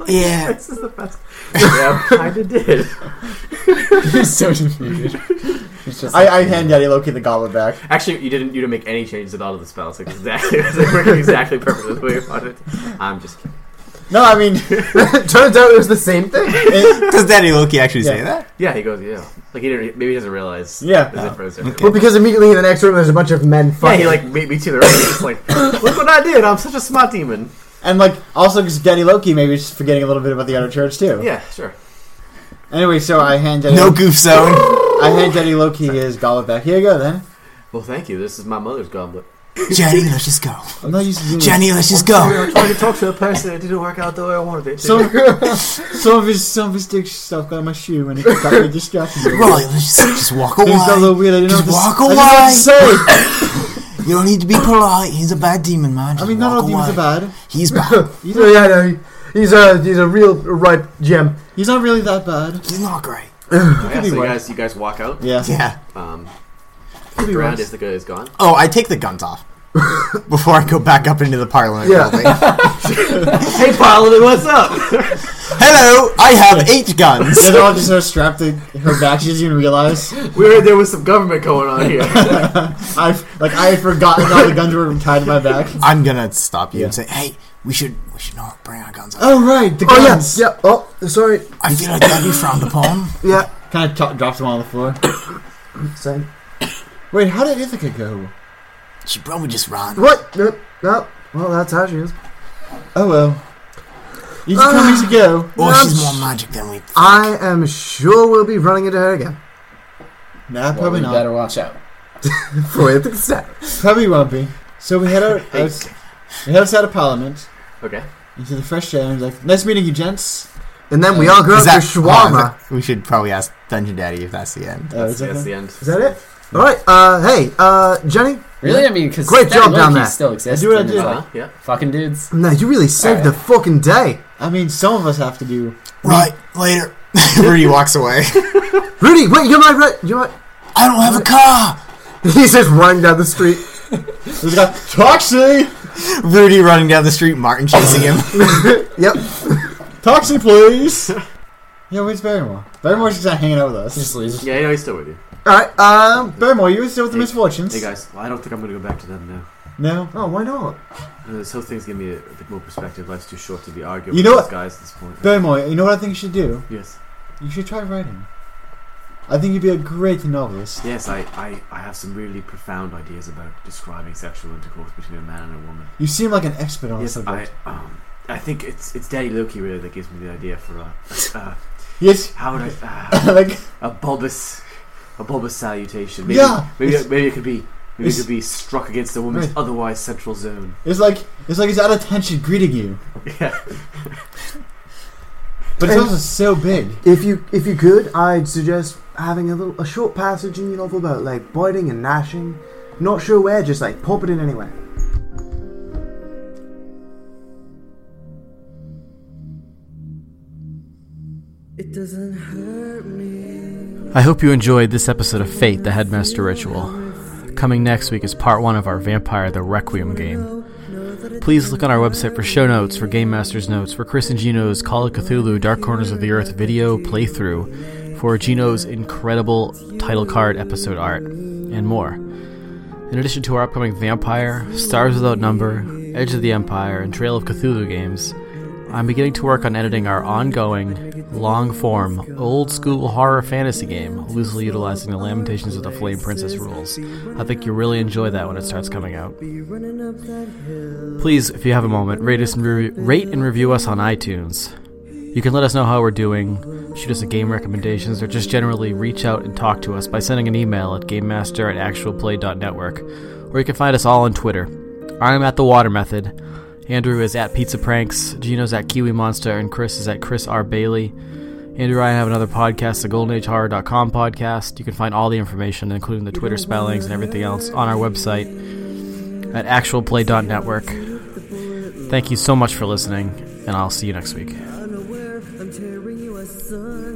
Speaker 5: Yeah.
Speaker 6: This is the best. yeah, I kinda did.
Speaker 2: He's so defeated. He's just
Speaker 4: I, I hand Daddy Loki the goblet back.
Speaker 6: Actually, you didn't. You didn't make any changes at all to the spell. It's exactly, it's working exactly perfectly the way you wanted. I'm just kidding.
Speaker 4: No, I mean,
Speaker 3: turns out it was the same thing.
Speaker 4: it,
Speaker 5: Does Daddy Loki actually say
Speaker 4: Yeah.
Speaker 5: that?
Speaker 6: Yeah, he goes, yeah. Like he didn't. Maybe he doesn't realize.
Speaker 4: Yeah.
Speaker 6: the difference.
Speaker 3: Well, because immediately in the next room there's a bunch of men
Speaker 6: Yeah,
Speaker 3: fighting.
Speaker 6: he like beat me to the right. He's just like, look what I did. I'm such a smart demon.
Speaker 4: and like also because Daddy Loki maybe is forgetting a little bit about the other church too.
Speaker 6: Yeah, sure.
Speaker 4: Anyway, so I hand Daddy
Speaker 5: No goof zone.
Speaker 4: I hand Daddy Loki his goblet back. Here you go, then.
Speaker 18: Well, thank you. This is my mother's goblet.
Speaker 8: Jenny, let's just go.
Speaker 4: I'm not used to doing
Speaker 8: Jenny, let's just go.
Speaker 18: I'm trying to talk to a person that didn't work out the way I wanted it. to.
Speaker 4: Some, some of his some of his dick stuff got on my shoe and it got me distracted.
Speaker 8: Rolly, let's just, just walk
Speaker 4: Things got a
Speaker 8: away.
Speaker 4: little weird. I didn't know
Speaker 8: Just
Speaker 4: what to,
Speaker 8: walk
Speaker 4: I didn't know what to say.
Speaker 8: You don't need to be polite. He's a bad demon, man.
Speaker 4: I
Speaker 8: Just
Speaker 4: mean, not
Speaker 8: walk
Speaker 4: all demons
Speaker 8: away.
Speaker 4: are bad.
Speaker 8: He's bad.
Speaker 4: He's
Speaker 3: So
Speaker 4: not,
Speaker 3: yeah, no, he's a he's a real ripe gem.
Speaker 4: he's not really that bad.
Speaker 8: He's not great.
Speaker 18: Oh, yeah, so you guys, you guys walk out.
Speaker 4: Yeah.
Speaker 8: Yeah.
Speaker 18: Um,
Speaker 4: be
Speaker 18: ground is
Speaker 4: worse.
Speaker 18: the is gone.
Speaker 5: Oh, I take the guns off before I go back up into the parliament
Speaker 3: Yeah.
Speaker 5: building.
Speaker 18: Hey, Paladin, what's up?
Speaker 5: Hello, I have eight guns.
Speaker 4: Yeah, they're all just sort of strapped to her back. She doesn't even realize.
Speaker 18: We heard there was some government going on here.
Speaker 4: I like I had forgotten all the guns were tied to my back.
Speaker 5: I'm gonna stop you
Speaker 4: Yeah.
Speaker 5: and say, "Hey, we should we should not bring our guns up."
Speaker 4: Oh right, the
Speaker 3: Oh
Speaker 4: guns.
Speaker 3: yeah, yeah. Oh, sorry.
Speaker 5: I feel like that'd be frowned upon.
Speaker 3: Yeah,
Speaker 4: Kind of t- dropped them on the floor.
Speaker 3: same.
Speaker 4: Wait, how did Ithaca go?
Speaker 5: She probably just ran.
Speaker 3: What? No, no. Well, that's how she is.
Speaker 4: Oh well. Easy come, easy go.
Speaker 8: Oh,
Speaker 5: Or
Speaker 3: I'm
Speaker 5: she's
Speaker 3: s-
Speaker 5: more magic than we.
Speaker 3: Um, I am sure we'll be running into her again.
Speaker 4: Nah,
Speaker 2: Well,
Speaker 4: probably
Speaker 2: we
Speaker 4: not.
Speaker 2: better watch out.
Speaker 3: For it, it's sad.
Speaker 4: Probably won't be. So we head out. out we head outside of Parliament
Speaker 18: Okay.
Speaker 4: into the fresh air. And like, nice meeting you, gents.
Speaker 3: And then we all go
Speaker 5: Is
Speaker 3: up to
Speaker 5: that-
Speaker 3: shawarma.
Speaker 5: oh, we should probably ask Dungeon Daddy if that's the end.
Speaker 4: Oh, is that
Speaker 18: That's
Speaker 4: the-
Speaker 18: the end.
Speaker 3: Is that it? All right. Uh, hey, uh, Jenny.
Speaker 2: Really? I mean, because
Speaker 3: Great job down there.
Speaker 2: Still exists.
Speaker 4: I do what I
Speaker 2: and it's
Speaker 4: do.
Speaker 2: like,
Speaker 18: Uh,
Speaker 6: Uh-huh,
Speaker 18: yeah.
Speaker 2: Fucking dudes.
Speaker 3: No, you really saved the fucking day.
Speaker 4: I mean, some of us have to do.
Speaker 5: Right later. Rudy walks away.
Speaker 3: Rudy, wait, you're my right. You're my.
Speaker 5: I don't have a car.
Speaker 3: He's just running down the street.
Speaker 4: There's a guy, Toxie!
Speaker 5: Rudy running down the street, Martin chasing him.
Speaker 3: Yep.
Speaker 4: Toxie, please! yeah, where's Barrymore? Barrymore's just not hanging out with us.
Speaker 2: Just leaves.
Speaker 18: Yeah, no, he's still with you.
Speaker 3: All right. Um.
Speaker 4: Barrymore, you were still with the
Speaker 18: Hey-
Speaker 4: misfortunes.
Speaker 18: Hey guys, well, I don't think I'm gonna go back to them now.
Speaker 4: No?
Speaker 3: Oh, why not?
Speaker 18: Uh, This whole thing's giving me a, a bit more perspective. Life's too short to be arguing
Speaker 4: You
Speaker 18: with
Speaker 4: know
Speaker 18: these
Speaker 4: what?
Speaker 18: guys at this point.
Speaker 4: Barrymore, you know what I think you should do?
Speaker 18: yes.
Speaker 4: You should try writing. I think you'd be a great novelist.
Speaker 18: Yes, I, I, I have some really profound ideas about describing sexual intercourse between a man and a woman.
Speaker 4: You seem like an expert on the
Speaker 18: yes, I
Speaker 4: subject.
Speaker 18: um, I think it's it's Daddy Loki really that gives me the idea for a, uh,
Speaker 4: Yes,
Speaker 18: how would I uh,
Speaker 4: like,
Speaker 18: a bulbous a bulbous salutation. Maybe,
Speaker 4: Yeah,
Speaker 18: maybe
Speaker 4: it's-
Speaker 18: maybe it could be maybe it
Speaker 4: it's-
Speaker 18: could be struck against a woman's
Speaker 4: Right.
Speaker 18: otherwise central zone.
Speaker 4: it's like, it's like he's out of tension greeting you.
Speaker 18: Yeah.
Speaker 4: But it's
Speaker 3: And-
Speaker 4: also so big.
Speaker 3: If you if you could, I'd suggest having a little a short passage in your novel about like biting and gnashing. Not sure where, just like pop it in anywhere.
Speaker 19: It doesn't hurt me.
Speaker 6: I hope you enjoyed this episode of Fate, the Headmaster Ritual. Coming next week is part one of our Vampire the Requiem game. Please look on our website for show notes, for Game Master's notes, for Chris and Gino's Call of Cthulhu Dark Corners of the Earth video playthrough, for Gino's incredible title card episode art, and more. In addition to our upcoming Vampire, Stars Without Number, Edge of the Empire, and Trail of Cthulhu games, I'm beginning to work on editing our ongoing, long form, old school horror fantasy game, loosely utilizing the Lamentations of the Flame Princess rules. I think you'll really enjoy that when it starts coming out. Please, if you have a moment, rate, us and re- rate and review us on iTunes. You can let us know how we're doing, shoot us a game recommendations, or just generally reach out and talk to us by sending an email at gamemaster at actualplay.network, or you can find us all on Twitter. I'm at the Water Method. Andrew is at Pizza Pranks, Gino's at Kiwi Monster, and Chris is at Chris R. Bailey. Andrew and I have another podcast, the GoldenAgeHorror.com podcast. You can find all the information, including the Twitter spellings and everything else, on our website at actualplay.network. Thank you so much for listening, and I'll see you next week.
Speaker 19: Unaware, I'm tearing you asunder.